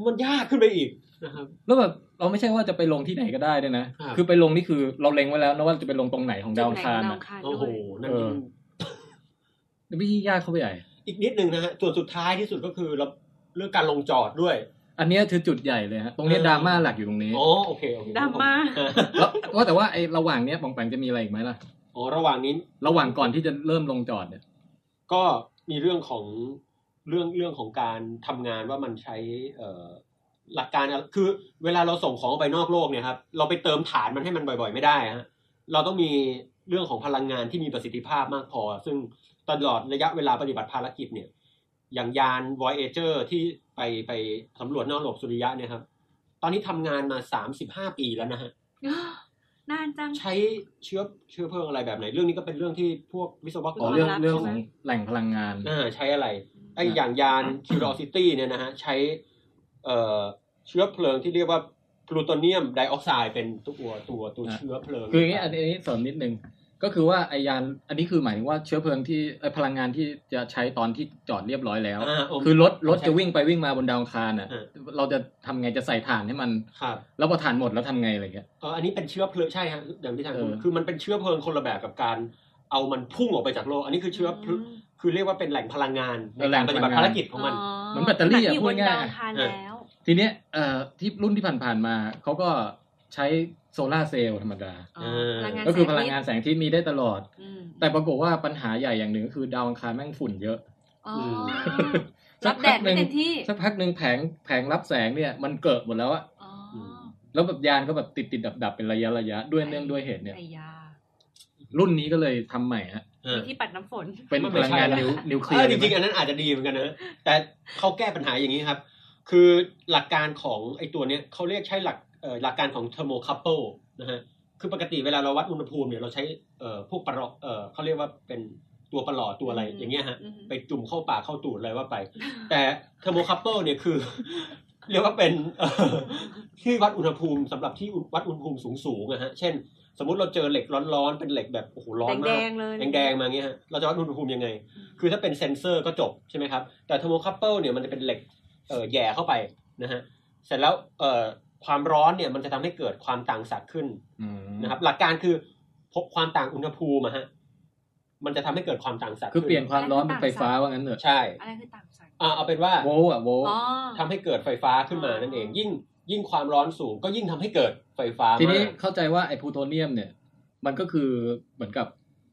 มันยากขึ้นไปอีกนะครับ แล้วแบบเราไม่ใช่ว่าจะไปลงที่ไหนก็ได้ด้วยนะ ครับ คือไปลงนี่คือเราเล็งไว้แล้วนะว่าจะไปลงตรงไหนของดาวอังคาร จุดไหนนะของดาวอังคาร โอ้ ด้ โห วย นั่นยิ่ง นี่ไม่ยิ่งยากเข้าไปใหญ่ อีกนิดนึงนะฮะ ส่วนสุดท้ายที่สุดก็คือเราเรื่องการลงจอดด้วย อันเนี้ยคือจุดใหญ่เลยฮะ ตรงเนี้ย เออ ดราม่าหลักอยู่ตรงนี้ อ๋อ โอเค โอเค ดราม่า แล้วว่าแต่ว่าไอ้ระหว่างเนี้ยปองแปงจะมีอะไรอีกไหมล่ะ อ๋อ ระหว่างนี้ ระหว่างก่อนที่จะเริ่มลงจอดเนี่ย ก็มีเรื่องของเรื่องเรื่องของการทำงานว่ามันใช้เอ่อหลักการอะไรคือเวลาเราส่งของออกไปนอกโลกเนี่ยครับเราไปเติมฐานมันให้มันบ่อย ๆ ไม่ได้ฮะเราต้องมีเรื่องของพลังงานที่มีประสิทธิภาพมากพอ ซึ่งตลอดระยะเวลาปฏิบัติภารกิจเนี่ย อย่างยาน Voyager ที่ไปไปสำรวจนอกโลกสุริยะเนี่ยครับ ตอนนี้ทำงานมาสามสิบห้าปีแล้วนะฮะ นานจัง ใช้เชื้อเชื้อเพลิงอะไรแบบไหน เรื่องนี้ก็เป็นเรื่องที่พวกวิศวก อ๋อ ร เรื่อง ความลับ เรื่องขใช่ไหม องแหล่งพลังงาน อ่าใช้อะไร ไอ้อย่างยาน Curiosity เนี่ยนะฮะใช้เอ่อเชื้อเพลิงที่เรียกว่าพลูโตเนียมไดออกไซด์เป็นตัวตัวตัวเชื้อเพลิง คืออย่างนี้อันนี้อันนี้เสริมนิดนึง ก็คือว่าไอยานอันนี้คือหมายถึงว่าเชื้อเพลิงที่เอ้ยพลังงานที่จะใช้ตอนที่จอดเรียบร้อยแล้ว าโ คือรถรถจะวิ่งไปวิ่งมาบนดาวอังคารอ่ะ อ่า เราจะทำไงจะใส่ถ่านให้มัน ครับ แล้วพอถ่านหมดแล้วทำไงอะไรเงี้ย เอ่ออันนี้เป็นเชื้อเพลิงใช่ฮะอย่างที่ทาง เออ คือมันเป็นเชื้อเพลิงคนละแบบกับการเอามันพุ่งออกไปจากโลก อันนี้คือเชื้อเพลิงคือเรียกว่าเป็นแหล่งพลังงานในการปฏิบัติภารกิจของมัน เหมือนแบตเตอรี่อะ ขณะที่ พูดง่ายๆ บนดวอังคาร เออ แล้ว ทีเนี้ยเอ่อที่รุ่นที่ผ่านๆมาเขาก็ใช้โซลาร์เซลล์ธรรมดา อ๋อพลังงาน ก็คือ แส พลังงานแสงอาที่มีได้ตลอด อืม แต่ปรากฏว่าปัญหาใหญ่อย่างหนึ่งก็คือดาวอังคารแม่งฝุ่นเยอะ อ๋อ ม สั รั ก บ พั แด ก ด หนึ่งไม่เต็มที่ สักพักหนึ่งแผงแผงรับแสงเนี่ยมันเกิดหมดแล้วอะ อ๋อ แล้วแบบยานก็แบบติดติดดับดับๆเป็นระยะระยะด้วยเนื่องด้วยเหตุเนี่ย ไอ้ยา รุ่นนี้ก็เลยทำใหม่ฮะ เออ มีที่ปัดน้ำฝน เป็น มัน พ ไม่ ลัง ใช่ งาน แล้นิววนิวเคลี เอย อ ร์ จริงๆอันนั้นอาจจะดีเหมือนกันนะแต่เขาแก้ปัญหาอย่างนี้ครับ คือหลักการของไอ้ตัวเนี้ยเขาเรียกใช้หลักเอ่อหลักการของเทอร์โมคัพเปิลนะฮะคือปกติเวลาเราวัดอุณหภูมิเนี่ยเราใช้เอ่อพวกประหลอดเอ่อเขาเรียกว่าเป็นตัวประหลอดตัวอะไร อืม อย่างเงี้ยฮะ อืม ไปจุ่มเข้าปากเข้าตูดอะไรว่าไป แต่เทอร์โมคัพเปิลเนี่ยคือ เรียกว่าเป็นเอ่อที่วัดอุณหภูมิสำหรับที่วัดอุณหภูมิสูงๆนะฮะเช่น สมมุติเราเจอเหล็กร้อนๆเป็นเหล็กแบบโอ้โหร้อน แด มาก งๆเลย แดงๆมาเงี้ยฮะเราจะวัดอุณหภูมิยังไง คือถ้าเป็นเซนเซอร์ก็จบใช่ไหมครับ แต่เทอร์โมคัพเปิลเนี่ยมันจะเป็นเหล็กเอ่อแย่เข้าไปนะฮะ เสร็จแล้วเอ่อความร้อนเนี่ยมันจะทำให้เกิดความต่างศักย์ขึ้น อืม นะครับ หลักการคือพบความต่างอุณหภูมิอะฮะ มันจะทำให้เกิดความต่างศักย์ คือเปลี่ยนความร้อนเป็นไฟฟ้า ต่างสาย ว่างั้นเถอะ ใช่ อะไรคือต่างสาย อ่าเอาเป็นว่า โวลต์อะโวลต์ อ๋อ ทำให้เกิดไฟฟ้าขึ้นมานั่นเอง ยิ่งยิ่งความร้อนสูงก็ยิ่งทำให้เกิดไฟฟ้า ทีนี้ มาก เข้าใจว่าไอ้พลูโตเนียมเนี่ย มันก็คือเหมือนกับ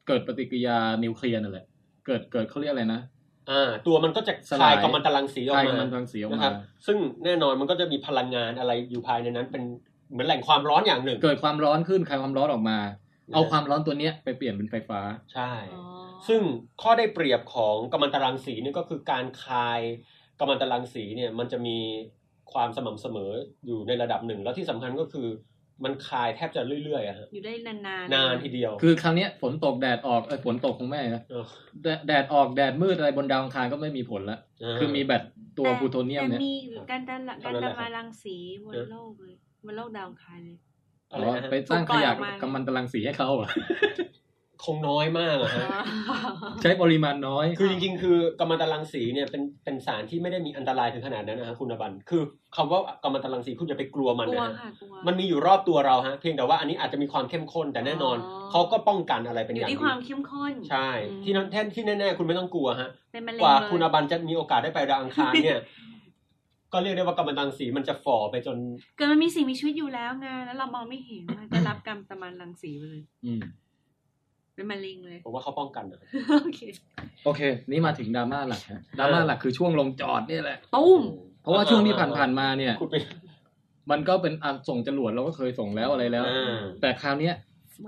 เกิดปฏิกิริยานิวเคลียร์นั่นแหละเกิดเกิดเขาเรียกอะไรนะ อ่าตัวมันก็จะ ส คลา ลาย ยกัมมันตรังสีออก ใช่ มา มันรังสีออก นะค มา รับซึ่งแน่นอนมันก็จะมีพลังงานอะไรอยู่ภายในนั้นเป็นเหมือนแหล่งความร้อนอย่างหนึ่ง เกิดความร้อนขึ้นคลายความร้อนออกมา เอาความร้อนตัวเนี้ยไปเปลี่ยนเป็นไฟฟ้า ใช่ ซึ่งข้อได้เปรียบของกัมมันตรังสีเนี่ยก็คือการคายกัมมันตรังสีเนี่ยมันจะมีความสม่ำเสมออยู่ในระดับหนึ่ง แล้วที่สำคัญก็คือมันคายแทบจะเรื่อยๆอะฮะ อยู่ได้นาน นานทีเดียว คือคราวเนี้ยฝนตกแดดออกเอ้ยฝนตกคงไม่นะ เออ แดดแดดออกแดดมืดอะไรบนดาวอังคารก็ไม่มีผลละคือมีแบตตัวพลูโทเนียมเนี่ย แต่มีการดันละการดันมารังสีบนโลกเลยบนโลกดาวอังคารเลย ะไรนะฮะ ไปสร้างขยะ ถูกปล่อยออกมา กำมันตรังสีให้เขาเหรอ คงน้อยมากอะฮะ ใช้ปริมาณน้อย คือจริงๆ คือกัมมันตรังสีเนี่ยเป็นเป็นสารที่ไม่ได้มีอันตรายถึงขนาดนั้นนะฮะคุณอบันคือคำว่ากัมมันตรังสีคุณอย่าไปกลัวมัน กลัว นะฮะ ค่ะกลัว มันมีอยู่รอบตัวเราฮะเพียงแต่ว่าอันนี้อาจจะมีความเข้มข้นแต่แน่นอน อ๋อ เขาก็ป้องกันอะไรเป็น อ อยู่ ย่าง ที่ ดี ความเข้มข้น ใช่ ที่นั่นแท่นที่แน่ๆคุณไม่ต้องกลัวฮะ เป็นมะเร็ง กว่า เลย คุณอบันจะมีโอกาสได้ไปดาวอังคารเนี่ย ก็เรียกได้ว่ากำมะถันสีมันจะฝ่อไปจน เกิดมันมีสิ่งมีชีวิตอยู่แล้วไงแล้วเรามองไม่เห็น มันจะรับกรรมตะมันรังสีไปเลย อืม เป็นมะเร็งเลย ผมว่าเขาป้องกันนะ โอเค โอเค นี่มาถึงดราม่าหลักฮะดราม่าหลักคือช่วงลงจอดเนี่ยแหละ ปุ้ม เพราะว่าช่วงที่ผ่านๆมาเนี่ย คุณไป มันก็เป็นอันส่งจรวดเราก็เคยส่งแล้วอะไรแล้ว อ่า แต่คราวเนี้ย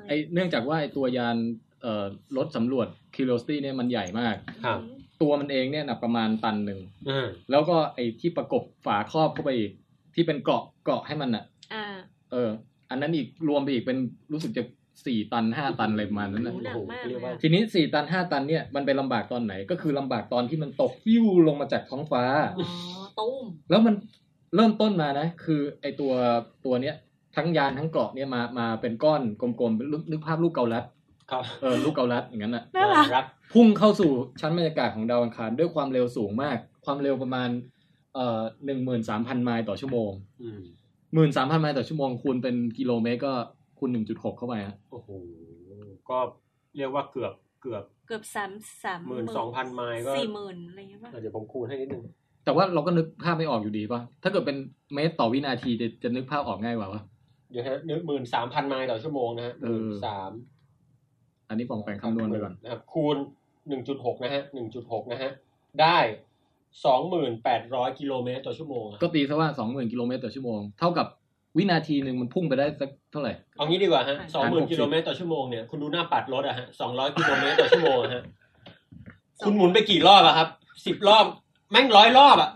ไอเนื่องจากว่าไอตัวยานเอ่อรถสำรวจ Curiosity เนี่ยมันใหญ่มาก ครับ ตัวมันเองเนี่ยหนักประมาณตันหนึ่ง อ่า แล้วก็ไอที่ประกบฝาครอบเข้าไปอีกที่เป็นเกราะเกราะให้มันอะ อ่า เออ อันนั้นอีกรวมไปอีกเป็นรู้สึกจะสี่ตันห้าตันอะไรประมาณนั้น ห นะ นูหนักมากเลยอะ ทีนี้สี่ตันห้าตันเนี่ยมันเป็นลำบากตอนไหน ก็คือลำบากตอนที่มันตกยิ้วลงมาจากท้องฟ้า อ๋อตุ้ม แล้วมันเริ่มต้นมานะ คือไอตัวตัวเนี้ยทั้งยานทั้งเกราะเนี่ยมามาเป็นก้อนกลมๆนึกนึกภาพลูกเกาลัด ครับ เออลูกเกาลัดอย่างนั้นอะ น่ารัก รัก พุ่งเข้าสู่ชั้นบรรยากาศของดาวอังคารด้วยความเร็วสูงมาก ความเร็วประมาณเอ่อหนึ่งหมื่นสามพันไมล์ต่อชั่วโมง อืม หมื่นสามพันไมล์ต่อชั่วโมงคูณเป็นกิโลเมตรก็คูณหนึ่งจุดหกเข้าไปฮะ โอ้โหก็เรียกว่าเกือบเกือบ เกือบสามสาม 12,000ไมล์ก็ สี่หมื่นอะไรอย่างเงี้ยป่ะ อ่ะเดี๋ยวผมคูณให้นิดนึง แต่ว่าเราก็นึกภาพไม่ออกอยู่ดีป่ะ ถ้าเกิดเป็นเมตรต่อวินาทีจะจะนึกภาพออกง่ายกว่าวะ เดี๋ยวฮะหมื่นสามพันไมล์ต่อชั่วโมงนะฮะ เออ สาม อันนี้ปองแปลงคำนวณไปก่อน นะครับคูณ 1.6 นะฮะ 1.6 นะฮะ ได้ 2,800 กิโลเมตรต่อชั่วโมงอะ ก็ตีซะว่าสองหมื่นกิโลเมตรต่อชั่วโมง เท่ากับวินาทีหนึ่งมันพุ่งไปได้สักเท่าไหร่ เอางี้ดีกว่าฮะ หาร60 20,000 กิโลเมตรต่อชั่วโมงเนี่ย คุณดูหน้าปัดรถอะฮะ 200 กิโลเมตรต่อชั่วโมงอะฮะ คุณหมุนไปกี่รอบอะครับ 10 รอบ แม่งร้อยรอบอะ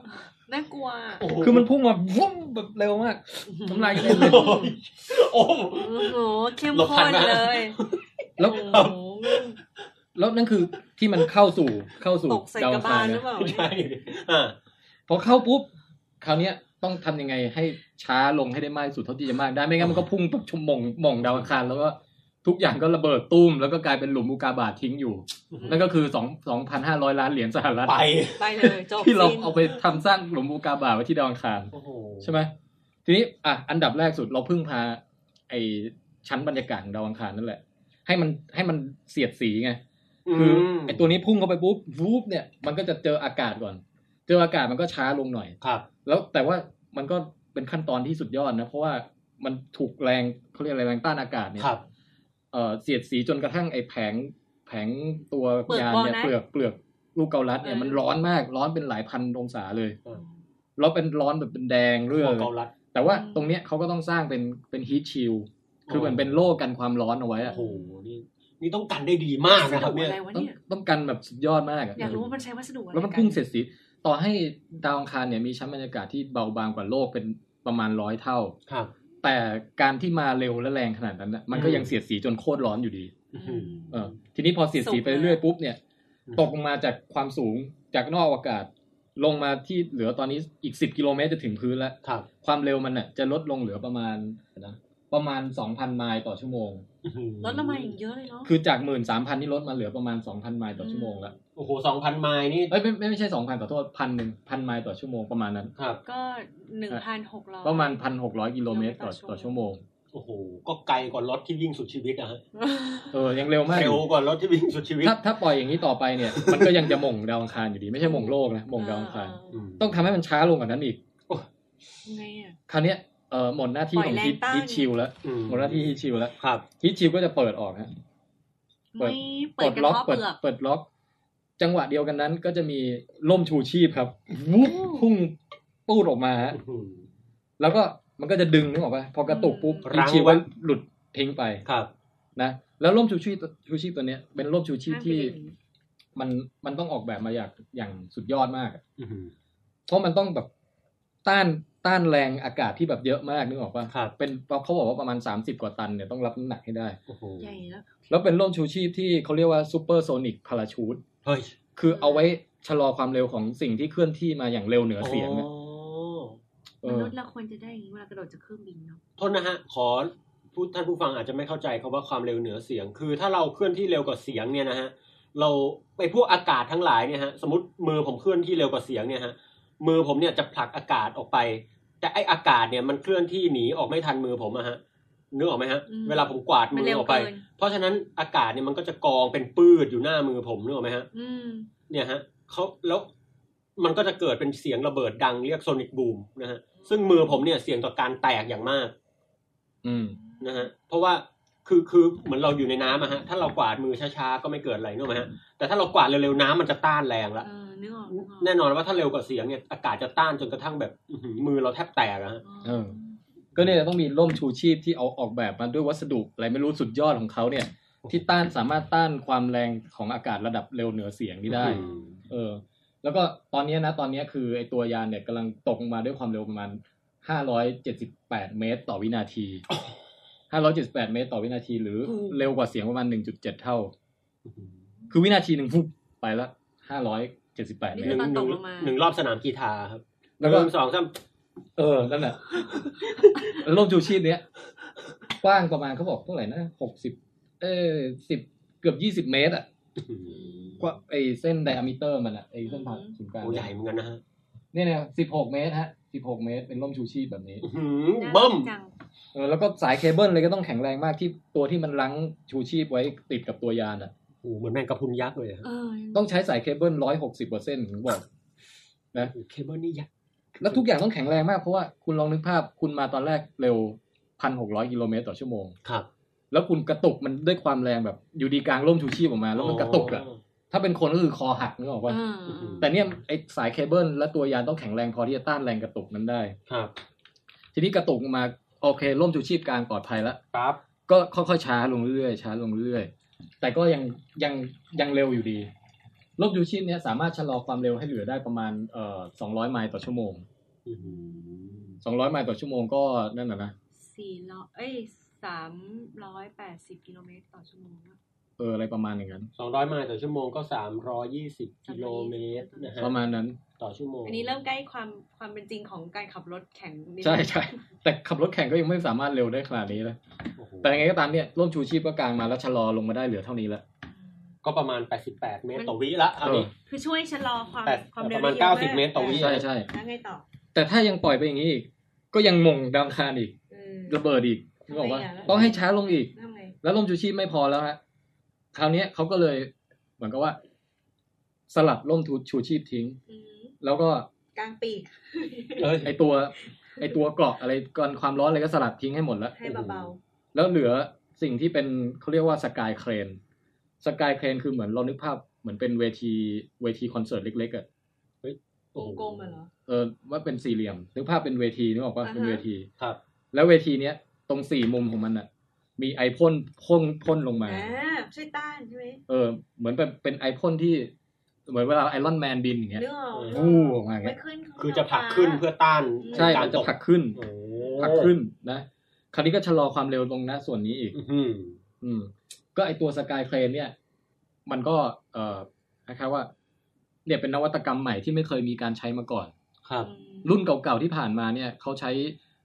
น่ากลัว โโห คือมันพุ่งมา วุ้มแบบเร็วมากน้ำลายกระเด็นเลย โอ้โหโอ้โห โอ้โหเข้ม หลบทั ข้ น น มาก เลย แล้ว โอ้โห แล้วนั่นคือที่มันเข้าสู่เข้าสู่ ตกใส่ ดาว กระอังคา บาล ร หรื นะ อเปล่า ไม่ใช่อ่า พอเข้าปุ๊บคราวเนี้ยต้องทำยังไงให้ช้าลงให้ได้มากที่สุดเท่าที่จะมากได้ไม่งั้นมันก็พุ่งตกชมมองมองดาวอังคารแล้วก็ทุกอย่างก็ระเบิดตุ้มแล้วก็กลายเป็นหลุมอุกาบาตทิ้งอยู่ นั่นก็คือสองสองพันห้าร้อยล้านเหรียญสหรัฐ ไป ไปเลยจบ ที่เรา สิ้น เอาไปทำสร้างหลุมอุกาบาตไว้ที่ดาวอังคาร โอ้โห ใช่ไหมทีนี้อ่ะอันดับแรกสุดเราพึ่งพา ไอชั้นบรรยากาศของดาวอังคารนั่นแหละ ให้มันให้มันเสียดสีไง คือ ม ไอตัวนี้พุ่งเข้าไปปุ๊บวูบเนี่ยมันก็จะเจออากาศก่อน เจออากาศมันก็ช้าลงหน่อย ครับ แล้วแต่ว่ามันก็เป็นขั้นตอนที่สุดยอดนะ เพราะว่ามันถูกแรงเขาเรียกอะไรแรงต้านอากาศเนี่ย ครับ เอ่อเสียดสีจนกระทั่งไอแผงแผงตัวยานเนี่ย ะ เปลือกเปลือกลูกเกาลัดเนี่ยมันร้อนมากร้อนเป็นหลายพันองศาเลย อืม แล้วเป็นร้อนแบบเป็นแดงเรื่อ หัวย เกาลัด แต่ว่าตรงเนี้ยเขาก็ต้องสร้างเป็นเป็นฮีทชิลคือเหมือนเป็นโล่กันความร้อนเอาไว้อะ โอ้โห นี่นี่ต้องกันได้ดีมาก วั นะ ส ครั ดุ บเนี่ย อะไรวะ ต้อง เนี่ย ต้องกันแบบสุดยอดมากอะ อยากรู้ว่ามันใช้วัสดุอะไร แล้วมันพุ่งเสียดสีต่อให้ดาวอังคารเนี่ยมีชั้นบรรยากาศที่เบาบางกว่าโลกเป็นประมาณร้อยเท่า ครับ แต่การที่มาเร็วและแรงขนาดนั้นน่ะมันก็ยังเสียดสีจนโคตรร้อนอยู่ดี อืม เออทีนี้พอเสียดสีไปเรื่อยๆปุ๊บเนี่ย อืม ตกลงมาจากความสูงจากนอกอากาศ ลงมาที่เหลือตอนนี้อีกสิบกิโลเมตรจะถึงพื้นแล้ว ครับ ความเร็วมันน่ะจะลดลงเหลือประมาณนะประมาณ 2,000 ไมล์ต่อชั่วโมง ลดละมาอย่างเยอะเลยเนาะ คือจาก 13,000 นี่ลดมาเหลือประมาณ 2,000 ไมล์ต่อชั่วโมงแล้ว โอ้โหสองพันไมล์นี่ เอ้ยไม่ไม่ไม่ใช่ 2,000 ขอโทษพันหนึ่งพันไมล์ต่อชั่วโมงประมาณนั้น ครับ ก็หนึ่งพันหกร้อย ประมาณ 1,600 กิโลเมตรต่อ ต่ ต่ อ อ ชั่ ชั่ ว ว โม โม ง ง โอ้โห ก็ไกลกว่ารถที่วิ่งสุดชีวิตนะฮะ เออ ยังเร็วมากอ เร็ว ยู่ กว่ารถที่วิ่งสุดชีวิต ถ้าถ้าปล่อยอย่างนี้ต่อไปเนี่ย มันก็ยังจะหม่งดาวอังคารอยู่ดีไม่ใช่หม่งโลกนะหม่งดาวอังคาร อืม ต้องทำให้มันช้าลงกว่านั้นอีก เออไงอะ คราวเนี้ยเออหมดหน้าที่ขอปล่องยแรง ฮิต ต้าน ฮิตชิลแล้ว อืม หมดหน้าที่ฮิตชิลแล้ว ครับ ฮิตชิลก็จะเปิดออกฮะ เปิด ไม่เปิดกระ ล็อก เพาะเป เปิด ลือก เปิดล็อก จังหวะเดียวกันนั้นก็จะมีล่มชูชีพครับวุบพุ่งปูดออกมาฮะ อืม แล้วก็มันก็จะดึงนึกออกปะพอกระตุกปุ๊บ รั้ ฮิตงชิล ไว้ ก็หลุดทิ้งไป ครับ นะแล้วล่มชูชีพชูชีพตัวเนี้ยเป็นล่มชูชีพ ห้ามไป ที่ ดึง มันมันต้องออกแบบมาอย่างอย่างสุดยอดมากอะ อืม เพราะมันต้องแบบต้านต้านแรงอากาศที่แบบเยอะมากนึกออกปะ ครับ เป็นเขาบอกว่าประมาณ 30 กว่าตันเนี่ยต้องรับน้ำหนักให้ได้ โอ้โห ใหญ่แล้ว แล้วเป็นร่มชูชีพที่เขาเรียกว่าซูเปอร์โซนิกพาราชูต เฮ้ย คือเอาไว้ชะลอความเร็วของสิ่งที่เคลื่อนที่มาอย่างเร็วเหนือเสียงเนี่ย โอ้ เอ ม อ นุษย์เราควรจะได้อย่างนี้เวลากระโดดจากเครื่องบินเนาะ โทษนะฮะ ขอผู้ท่านผู้ฟังอาจจะไม่เข้าใจคำว่าความเร็วเหนือเสียง คือถ้าเราเคลื่อนที่เร็วกว่าเสียงเนี่ยนะฮะ เราไปพวกอากาศทั้งหลายเนี่ยฮะ สมมติมือผมเคลื่อนที่เร็วกว่าเสียงเนี่ยฮะ มือผมเนี่ยจะผลักอากาศออกไป แต่ไออากาศเนี่ยมันเคลื่อนที่หนีออกไม่ทันมือผมอะฮะ นึกออกไหมฮะ เวลาผมกวาด มั มื น อ เร็ว ออกไป เกิน เพราะฉะนั้นอากาศเนี่ยมันก็จะกองเป็นปืดอยู่หน้ามือผมนึกออกไหมฮะ อืม เนี่ยฮะเขาแล้วมันก็จะเกิดเป็นเสียงระเบิดดังเรียกโซนิกบูมนะฮะซึ่งมือผมเนี่ยเสี่ยงต่อการแตกอย่างมาก อืม นะฮะเพราะว่าคือคือเหมือนเราอยู่ในน้ำอะฮะถ้าเรากวาดมือช้าๆก็ไม่เกิดอะไรนึกออกไหมฮะแต่ถ้าเรากวาดเร็วๆน้ำมันจะต้านแรงละ เออนึกออกกก แน่นอนว่าถ้าเร็วกว่าเสียงเนี่ยอากาศจะต้านจนกระทั่งแบบอื้อหือมือเราแทบแตกอะฮะ เออ ก็เนี่ยต้องมีร่มชูชีพที่เอาออกแบบมาด้วยวัสดุอะไรไม่รู้สุดยอดของเขาเนี่ย ที่ต้านสามารถต้านความแรงของอากาศระดับเร็วเหนือเสียงนี้ได้ อืม เออ แล้วก็ตอนเนี้ยนะ ตอนเนี้ยคือไอตัวยานเนี่ยกำลังตกลงมาด้วยความเร็วประมาณ 578 เมตรต่อวินาที 578 เมตรต่อวินาที หรือเร็วกว่าเสียงประมาณ 1.7 เท่า คือวินาทีหนึ่งฟุบไปละ 578 เม นี่ ตร ตอนตกลงมา หนึ่งรอบสนามกีฬาครับห แล้วก็ นึ่งสองสาม เออ นั่นแหละแล้วร่มชูชีพเนี้ยกว้างประมาณเขาบอกเท่าไหร่นะ 60 เออ10 เกือบ 20 เมตรอ่ะกว่าไอเส้นไดอะมิเตอร์มันอ่ะไอเส้นผ่านศูนย์กลาง โอ้ใหญ่เหมือนกันนะฮะ เนี่ยเนี่ย16 เมตรฮะ 16 เมตร เป็นร่มชูชีพแบบนี้ อื้อหือ น่ารัก เบิ้ม จัง เออแล้วก็สายเคเบิลเลยก็ต้องแข็งแรงมากที่ตัวที่มันรั้งชูชีพไว้ติดกับตัวยานอ่ะ โอ้โหเหมือนแมงกะพรุนยักษ์เลยอะ เออ ต้องใช้สายเคเบิลร้อยหกสิบกว่าเส้นถึงบอก โอ้โหเคเบิลนี่ยักษ์ แล้วทุกอย่างต้องแข็งแรงมากเพราะว่าคุณลองนึกภาพคุณมาตอนแรกเร็วพันหกร้อยกิโลเมตรต่อชั่วโมง ครับ แล้วคุณกระตุกมันด้วยความแรงแบบอยู่ดีกลางร่มชูชีพออกมา แล้วมันกระตุกอ่ะถ้าเป็นคนก็คือคอหักนึกออกว่า เออ แต่เนี่ยไอสายเคเบิลและตัวยานต้องแข็งแรงพอที่จะต้านแรงกระตุกนั้นได้ ครับ ทีนี้กระตุกมาโอเคร่มชูชีพกลางปลอดภัยแล้ว ครับ ก็ค่อยๆช้าลงเรื่อยๆช้าลงเรื่อยๆแต่ก็ยังยังยังเร็วอยู่ดีรถยูชิปเนี้ยสามารถชะลอความเร็วให้เหลือได้ประมาณเอ่อ200 ไมล์ต่อชั่วโมง 200 ไมล์ต่อชั่วโมงก็นั่นน่ะนะ สี่ร้อยเอ้ยสามร้อยแปดสิบกิโลเมตรต่อชั่วโมงอะ เอออะไรประมาณอย่างนั้น สองร้อยไมล์ต่อชั่วโมงก็สามร้อยี่สิบกิโลเมตรนะฮะ ประมาณนั้น ต่อชั่วโมง อันนี้เริ่มใกล้ความความเป็นจริงของการขับรถแข่งนิดนึง ใช่ใช่แต่ขับรถแข่งก็ยังไม่สามารถเร็วได้ขนาดนี้เลย โอ้โห แต่ยังไงก็ตามเนี่ยร่มชูชีพก็กลางมาแล้วชะลอลงมาได้เหลือเท่านี้ละ ก็ประมาณแปดสิบแปดเมตรต่อวิละคราวนี้ คือช่วยชะลอความ แปด ความเร็ว ประมาณ ได้ยอะ เก้าสิบเมตรต่อวิ ใช่ใช่ แล้วไงต่อ แต่ถ้ายังปล่อยไปอย่างนี้อีกก็ยังมงดังคารอีก เออ ระเบิดอีกนึกออกว่า ทำไมอ่ะ ต้องให้ช้าลงอีก ทำไง แล้วร่มชูชีพไม่พอแล้วฮะคราวเนี้ยเขาก็เลยเหมือนกับว่า สลัดร่มชูชีพทิ้ง อืม แล้วก็ กลางปีก เอ้ย ไอตัว ไอตัวเกราะอะไรกันความร้อนอะไรก็สลัดทิ้งให้หมดแล้ว ให้เบา แล้วเหลือสิ่งที่เป็นเขาเรียกว่าสกายเครนสกายเครนคือเหมือนเรานึกภาพเหมือนเป็นเวทีเวทีคอนเสิร์ตเล็กๆอะ ๆวงกลมอะเหรอ เออว่าเป็นสี่เหลี่ยม นึกภาพเป็นเวทีนึกออกว่า อ่าฮะ เป็นเวที ครับ แล้วเวทีเนี้ยตรงสี่มุมของมันอะมีไอพ่นพ่นพ่นลงมา อ่าช่วยต้านใช่ไหม เออ เหมือนเป็นเป็นไอพ่นที่ เหมือนเวลาไอรอนแมนบินอย่างเงี้ย เรื่องเอา เออ วู้ออกมาอย่าง ไม่ เงี้ย ขึ้นข้างน คือจะผลักขึ้นเพื่อต้าน ใช่ กา มั ร น ต จะ ก ผลักขึ้น โอ้โห ผลักขึ้นนะ คราวนี้ก็ชะลอความเร็วลงนะส่วนนี้อีก อื้อหือ อืมก็ไอตัวสกายเครนเนี่ย มันก็เอ่อคล้ายๆว่า เนี่ยเป็นนวัตกรรมใหม่ที่ไม่เคยมีการใช้มาก่อน ครับ รุ่น รุ่นเก่าๆที่ผ่านมาเนี่ยเขาใช้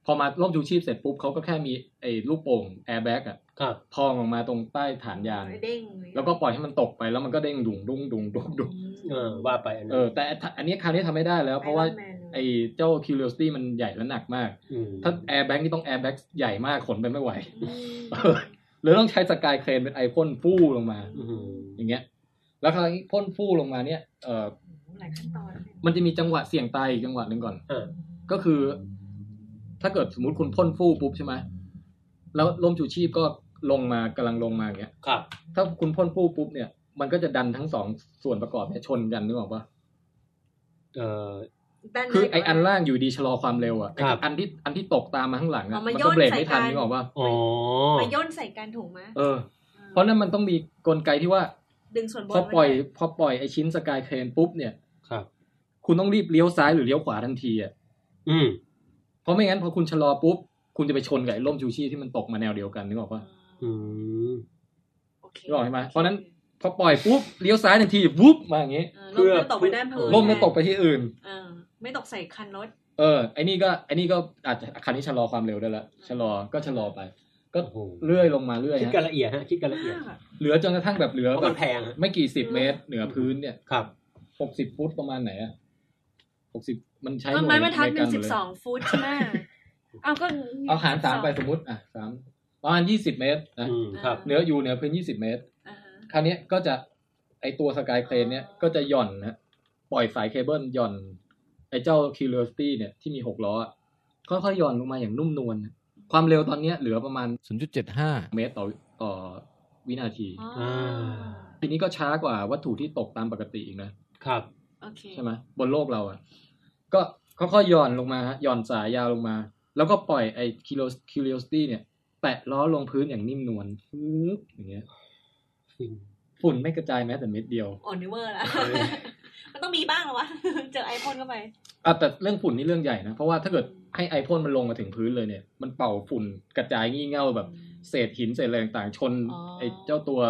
พอมาร่มชูชีพเสร็จปุ๊บเขาก็แค่มีไอ้ลูกโป่งแอร์แบ็กอะ ครับ พองออกมาตรงใต้ฐานยาง เด้งเย แล้วก็ปล่อยให้มันตกไปแล้วมันก็เด้งดุงดุงดุงดุงดุง เออว่าไปอัน เอ นั้น อแต่อันนี้คราวนี้ทำไม่ได้แล้ว เพราะว่า ไอรอนแมนเลย ไอ้เจ้า curiosity มันใหญ่และหนักมาก ม ถ้าแอร์แบ็กนี่ต้องแอร์แบ็กใหญ่มากขนไปไม่ไหว อืม เออ เลยต้องใช้สกายเครนเป็นไอพ่นฟู่ลงมา อื้อหือ อย่างเงี้ย แล้วคราวนี้พ่นฟู่ลงมาเนี่ย เออ หลายขั้นตอนเลย มันจะมีจังหวะเสี่ยงตายอีกจังหวะหนึ่งก่อน อ่ะ ก็คือ ถ้าเกิดสมมติคุณพ่นฟู่ปุ๊บใช่ไหม แล้วลมจูชีพก็ลงมากำลังลงมาอย่างเงี้ย ครับ ถ้าคุณพ่นฟู่ปุ๊บเนี่ย มันก็จะดันทั้งสองส่วนประกอบเนี่ยชนกันนึกออกปะ เออ ด้านหน้า คือไออันล่างอยู่ดีชะลอความเร็วอะ ครับ อันที่อันที่ตกตามมาข้างหลัง อ๋ อะ อมัน ก็ ย่น เบรก ใส่ ไม่กัทัน น นึกออกปะ อ๋อ มันย่นใส่กันถูกไหม เออ เพราะนั้นมันต้องมีกลไกที่ว่า ดึงส่วนบน พอปล่อย ไว้ พอปล่อยไอชิ้นสกายเครนปุ๊บเนี่ย ครับ คุณต้องรีบเลี้ยวซ้ายหรือเลี้ยวขวาทันทีอะ อืม เพราะไม่งั้นพอคุณชะลอปุ๊บ คุณจะไปชนกับไอ้ร่มชูชีพที่มันตกมาแนวเดียวกันนึกออกปะ อืม โอเค นึกออกไหมเพราะนั้น พอปล่อยปุ๊บเลี้ยวซ้ายทันทีวุ๊บมาอย่างงี้ เออร่มไม่ตกไปด้านพื้น ร่มไม่ตกไปที่อื่น เออไม่ตกใส่คันรถ เออไอ้นี่ก็ไอ้นี่ก็อาจจะคันนี้ชะลอความเร็วได้ละชะลอก็ชะลอไป ก็ โอ้โห เลื่อยลงมาเรื่อย คิดกัน ฮะ ละเอียดฮะ คิดกันละเอียด เหลือจนกระทั่งแบบเหลือ เพราะ แบ มั บ นแพงฮะ ไม่กี่สิบเมตร เหนือพื้นเนี่ย ครับ หกสิบฟุตประมาณไหนอะหกสิบมันใช้ห มัน น่ว ไม้ ย บรรทัดห ใน นึ่ กางรหม สิบดเลย สองฟุตใช่ ไหมเอาก็ เอาหารสามไปสมมติอ่ะสามประมาณยี่สิบเมตรนะ อืม ครับ เหนืออยู่เหนือพื้นยี่สิบเมตร อ่าฮะ คราวเนี้ยก็จะไอตัวสกายเครนเนี่ย อ๋อ ก็จะหย่อนนะปล่อยสายเคเบิลหย่อน ไอเจ้า Curiosity เนี่ยที่มีหกล้ออะค่อยๆหย่อนลงมาอย่างนุ่มนวลนะความเร็วตอนเนี้ยเหลือประมาณ 0.75 เมตรต่อต่อวินาที อ๋อ อ่า ทีนี้ก็ช้ากว่าวัตถุที่ตกตามปกติอีกนะครับ โอเค ใช่ไหมบนโลกเราอะ่ะ ก็ค่อยๆหย่อนลงมาฮะหย่อนสายยาวลงมา แล้วก็ปล่อยไอ Curios- Curiosity เนี่ยแตะล้อลงพื้นอย่างนิ่มนวลฟื๊บอย่างเงี้ยฝุ่นไม่กระจายแม้แต่เม็ดเดียว อ่อนนิเวอร์ละ มันต้องมีบ้างเหรอวะ เจอไอพ่นเข้าไป อ่ะแต่เรื่องฝุ่นนี่เรื่องใหญ่นะ เพราะว่าถ้าเกิดให้ไอพ่นมันลงมาถึงพื้นเลยเนี่ย มันเป่าฝุ่นกระจายงี่เง่าแบบ เศษหินเศษอะไรต่างๆ ชน อ๋อ ไอเจ้าตัว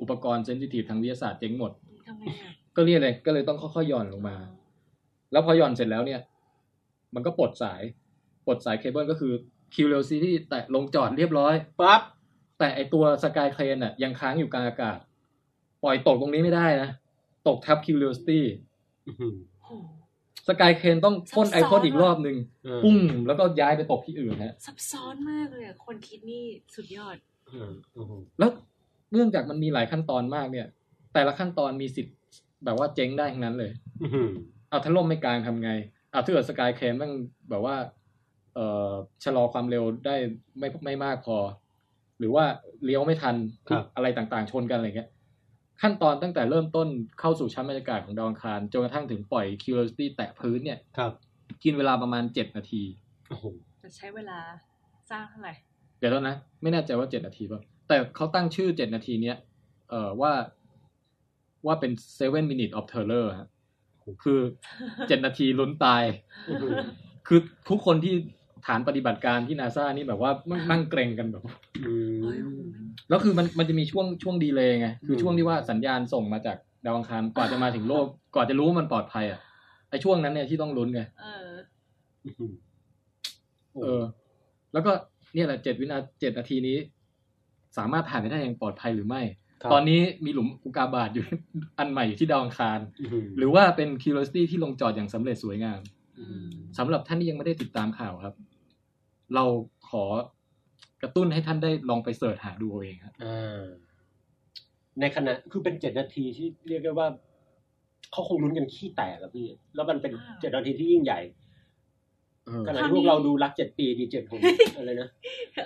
อุปกรณ์เซนซิทีฟทางวิทยาศาสตร์เจ๊งหมด ทำไงอ่ะ ก็เรียกเลยก็เลยต้องค่อยๆหย่อนลงมา แล้วพอหย่อนเสร็จแล้วเนี่ย มันก็ปลดสายปลดสายเคเบิลก็คือ Curiosity แตะลงจอดเรียบร้อย ปั๊บ แต่ไอตัวสกายเครนอ่ะยังค้างอยู่กลางอากาศ ปล่อยตกตรงนี้ไม่ได้นะตกทับ Curiosity อื้อหือ โอ้โห สกายเครนต้องพ่น ซั ไอบ ซ้อน พ่นอีก อะ รอบหนึ่ง เออ ปุ้มแล้วก็ย้ายไปตกที่อื่นฮะ ซับซ้อนมากเลยอะคนคิดนี่สุดยอด เออโอ้โห แล้วเนื่องจากมันมีหลายขั้นตอนมากเนี่ย แต่ละขั้นตอนมีสิทธิ์แบบว่าเจ๊งได้ทั้งนั้นเลย อื้อหือ เอาถ้าล่มไม่กลางทำไงเอาถ้าเกิดสกายเคมต้องแบบว่าเอ่อชะลอความเร็วได้ไม่ไม่มากพอ หรือว่าเลี้ยวไม่ทันอะไรต่างๆ ชนกันอะไรเงี้ย ขั้นตอนตั้งแต่เริ่มต้นเข้าสู่ชั้นบรรยากาศของดาวอังคารจนกระทั่งถึงปล่อย curiosity แตะพื้นเนี่ย ครับ กินเวลาประมาณเจ็ดนาที โอ้โห จะใช้เวลาสร้างเท่าไหร่ เดี๋ยวแล้วนะ ไม่แน่ใจว่าเจ็ดนาทีป่ะ แต่เขาตั้งชื่อเจ็ดนาทีเนี้ยเอ่อว่าว่าเป็น seven minute of terror ฮะคือเจ็ดนาทีลุ้นตาย คือทุกคนที่ฐานปฏิบัติการที่นาซานี่แบบว่ามั่งเกรงกันแบบ อืม เฮ้ยโอ้โห แล้วคือมันมันจะมีช่วงช่วงดีเลยไงคืออ ม ช่วงที่ว่าสัญญาณส่งมาจากดาวอังคารกว่อนจะมาถึงโลกกว่อนจะรู้ว่ามันปลอดภัยอ่ะไอช่วงนั้นเนี่ยที่ต้องลุ้นไง เออ เออ แล้วก็เนี่ยแหละเจ็ดวินาเจ็ดนาทีนี้ สามารถผ่านไปได้อย่างปลอดภัยหรือไม่ ครับ ตอนนี้มีหลุมอุกกาบาตอยู่ อันใหม่อยู่ที่ดาวอังคาร อืม หรือว่าเป็น curiosity ที่ลงจอดอย่างสำเร็จสวยงาม อืม สำหรับท่านที่ยังไม่ได้ติดตามข่าวครับ เราขอกระตุ้นให้ท่านได้ลองไปเสิร์ชหาดูเอาเองครับ อ่า ในขณะคือเป็นเจ็ดนาทีที่เรียกได้ว่าเขาคงลุ้นกันขี้แตกอะพี่ แล้วมันเป็น อ่า เจ็ดนาทีที่ยิ่งใหญ่ เออ ขณะที่พวกเราดูรักเจ็ดปีดีเจ็ดหนอะไรนะ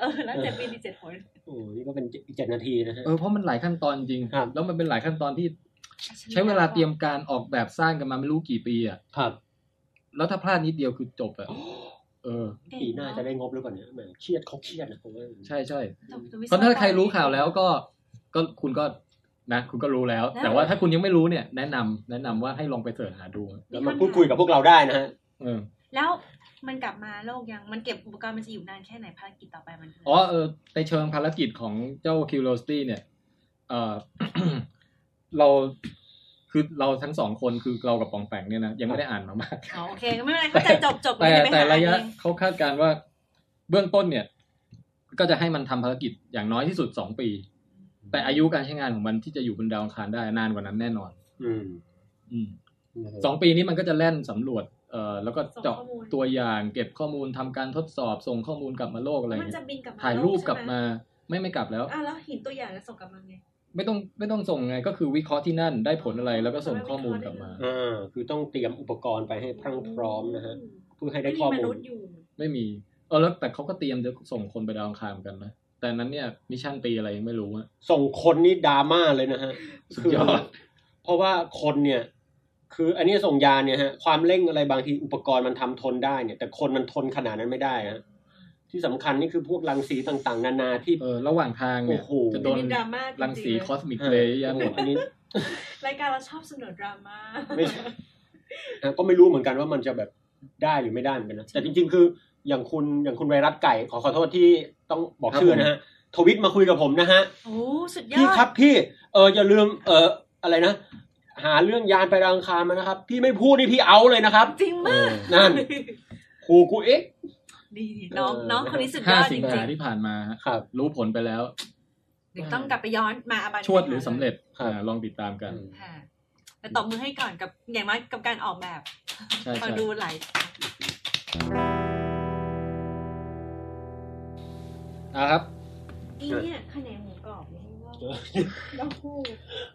เออแล้วเจ็ดปีดีเจ็ดคน โอ้นี่ก็เป็นอีกเจ็ดนาทีนะฮะ เออเพราะมันหลายขั้นตอนจริง ครับ แล้วมันเป็นหลายขั้นตอนที่ ใช้เวลาเตรียมการออกแบบสร้างกันมาไม่รู้กี่ปีอ่ะ ครับ แล้วถ้าพลาดนิดเดียวคือจบอ่ะ เออ ปีหน้าจะได้งบหรือเปล่าเนี่ยแหมเครียดเขาเครียดนะผมว่า ใช่ใช่ แต่แต่วิศวก เพราะถ้าใครรู้ข่าวแล้วก็ ก็คุณก็นะ คุณก็รู้แล้ว แต่ว่าถ้าคุณยังไม่รู้เนี่ย แนะนำแนะนำว่าให้ลองไปเสิร์ชหาดู แล้วมาพูดคุยกับพวกเราได้นะฮะ เออ แล้วมันกลับมาโลกยังมันเก็บอุปกรณ์มันจะอยู่นานแค่ไหนภารกิจต่อไปมันคือ อ๋อเออในเชิงภารกิจของเจ้า Curiosity เนี่ยเออ เราคือเราทั้งสองคนคือเรากับปองแปงเนี่ยนะยังไม่ได้อ่านมามาก อโอเคก็ไม่เป็นไรเข้าใจจบจบ แต่ เดี๋ยวไป แต่ หา ระยะ เอง เขาคาดการณ์ว่าเบื้องต้นเนี่ย ก็จะให้มันทำภารกิจอย่างน้อยที่สุดสองปี แต่อายุการใช้งานของมันที่จะอยู่บนดาวอังคารได้นานกว่านั้นแน่นอน อืม อืมสองปีนี้มันก็จะแล่นสำรวจเอ่อแล้วก็เจาะตัวอย่าง เก็บข้อมูลทำการทดสอบส่งข้อมูลกลับมาโลกอะไร มัน เงี้ จะ ย บินกลับมา ถ่ายรูปกลับ โใช่ไห มาไม่ไม่กลับแล้ว อ้าวแล้วหินตัวอย่างจะส่งกลับมาไง ไม่ต้องไม่ต้องส่งไงก็คือวิเคราะห์ที่นั่นได้ผลอะไรแล้วก็ส่งข้อมูลกลับมา อ่าคือต้องเตรียมอุปกรณ์ไปให้พรั่งพร้อมนะฮะเพื่อให้ได้ข้อ ม มู นุ ล ษย์อยู่ ไม่มีเออแล้วแต่เขาก็เตรียมจะส่งคนไปดาวอังคารกันนะแต่นั้นเนี่ยมิชชั่นปีอะไรยังไม่รู้อะ ส่งคนนี่ดราม่าเลยนะฮะ สุดยอด คืเพราะว่าคนเนี่ย คือ อันนี้ส่งยานเนี่ยฮะความเร่งอะไรบางทีอุปกรณ์มันทำทนได้เนี่ย แต่คนมันทนขนาดนั้นไม่ได้ฮะที่สำคัญนี่คือพวกรังสีต่างๆ นานาที่ เออระหว่างทางเนี่ย โอ้โห จะโดน มีดราม่าจริงๆ รังสีคอสมิกเลเยอะ โอ้ หม โห ด อันนี้ รายการเราชอบเสนอดราม่า ไม่ใช่ อ่ะก็ไม่รู้เหมือนกันว่ามันจะแบบได้หรือไม่ได้เหมือนกันนะแต่จริง ๆ คืออย่างคุณอย่างคุณไวรัสไก่ขอขอโทษที่ต้องบอกชื่อนะฮะทวิตมาคุยกับผมนะฮะ โอ้สุดยอด พี่ครับพี่เอออย่าลืมเอออะไรนะ หาเรื่องยานไปดาวอังคารมานะครับ พี่ไม่พูดนี่พี่เอาเลยนะครับ จริง เอ มาก อ นั่น ครูกูเอ๊ะ ดีๆน้อง เออ น้องคนนี้สุดย ห้า อดจสิง ริ หาง ที่ผ่านมาฮะ ครับ รู้ผลไปแล้ว ๆเดี๋ยวต้องกลับไปย้อนมาอบัน ชวดหรือสำเร็จ ครับ อ่าลองติดตามกัน ค่ะแต่ตบมือให้ก่อนกับอย่างน้อยกับการออกแบบ ใช่ ฟั ใช่ งดูหลาย เอาครับ อีเนี่ยขนงหมูกรอบเนี่ยว่าแล้วคู่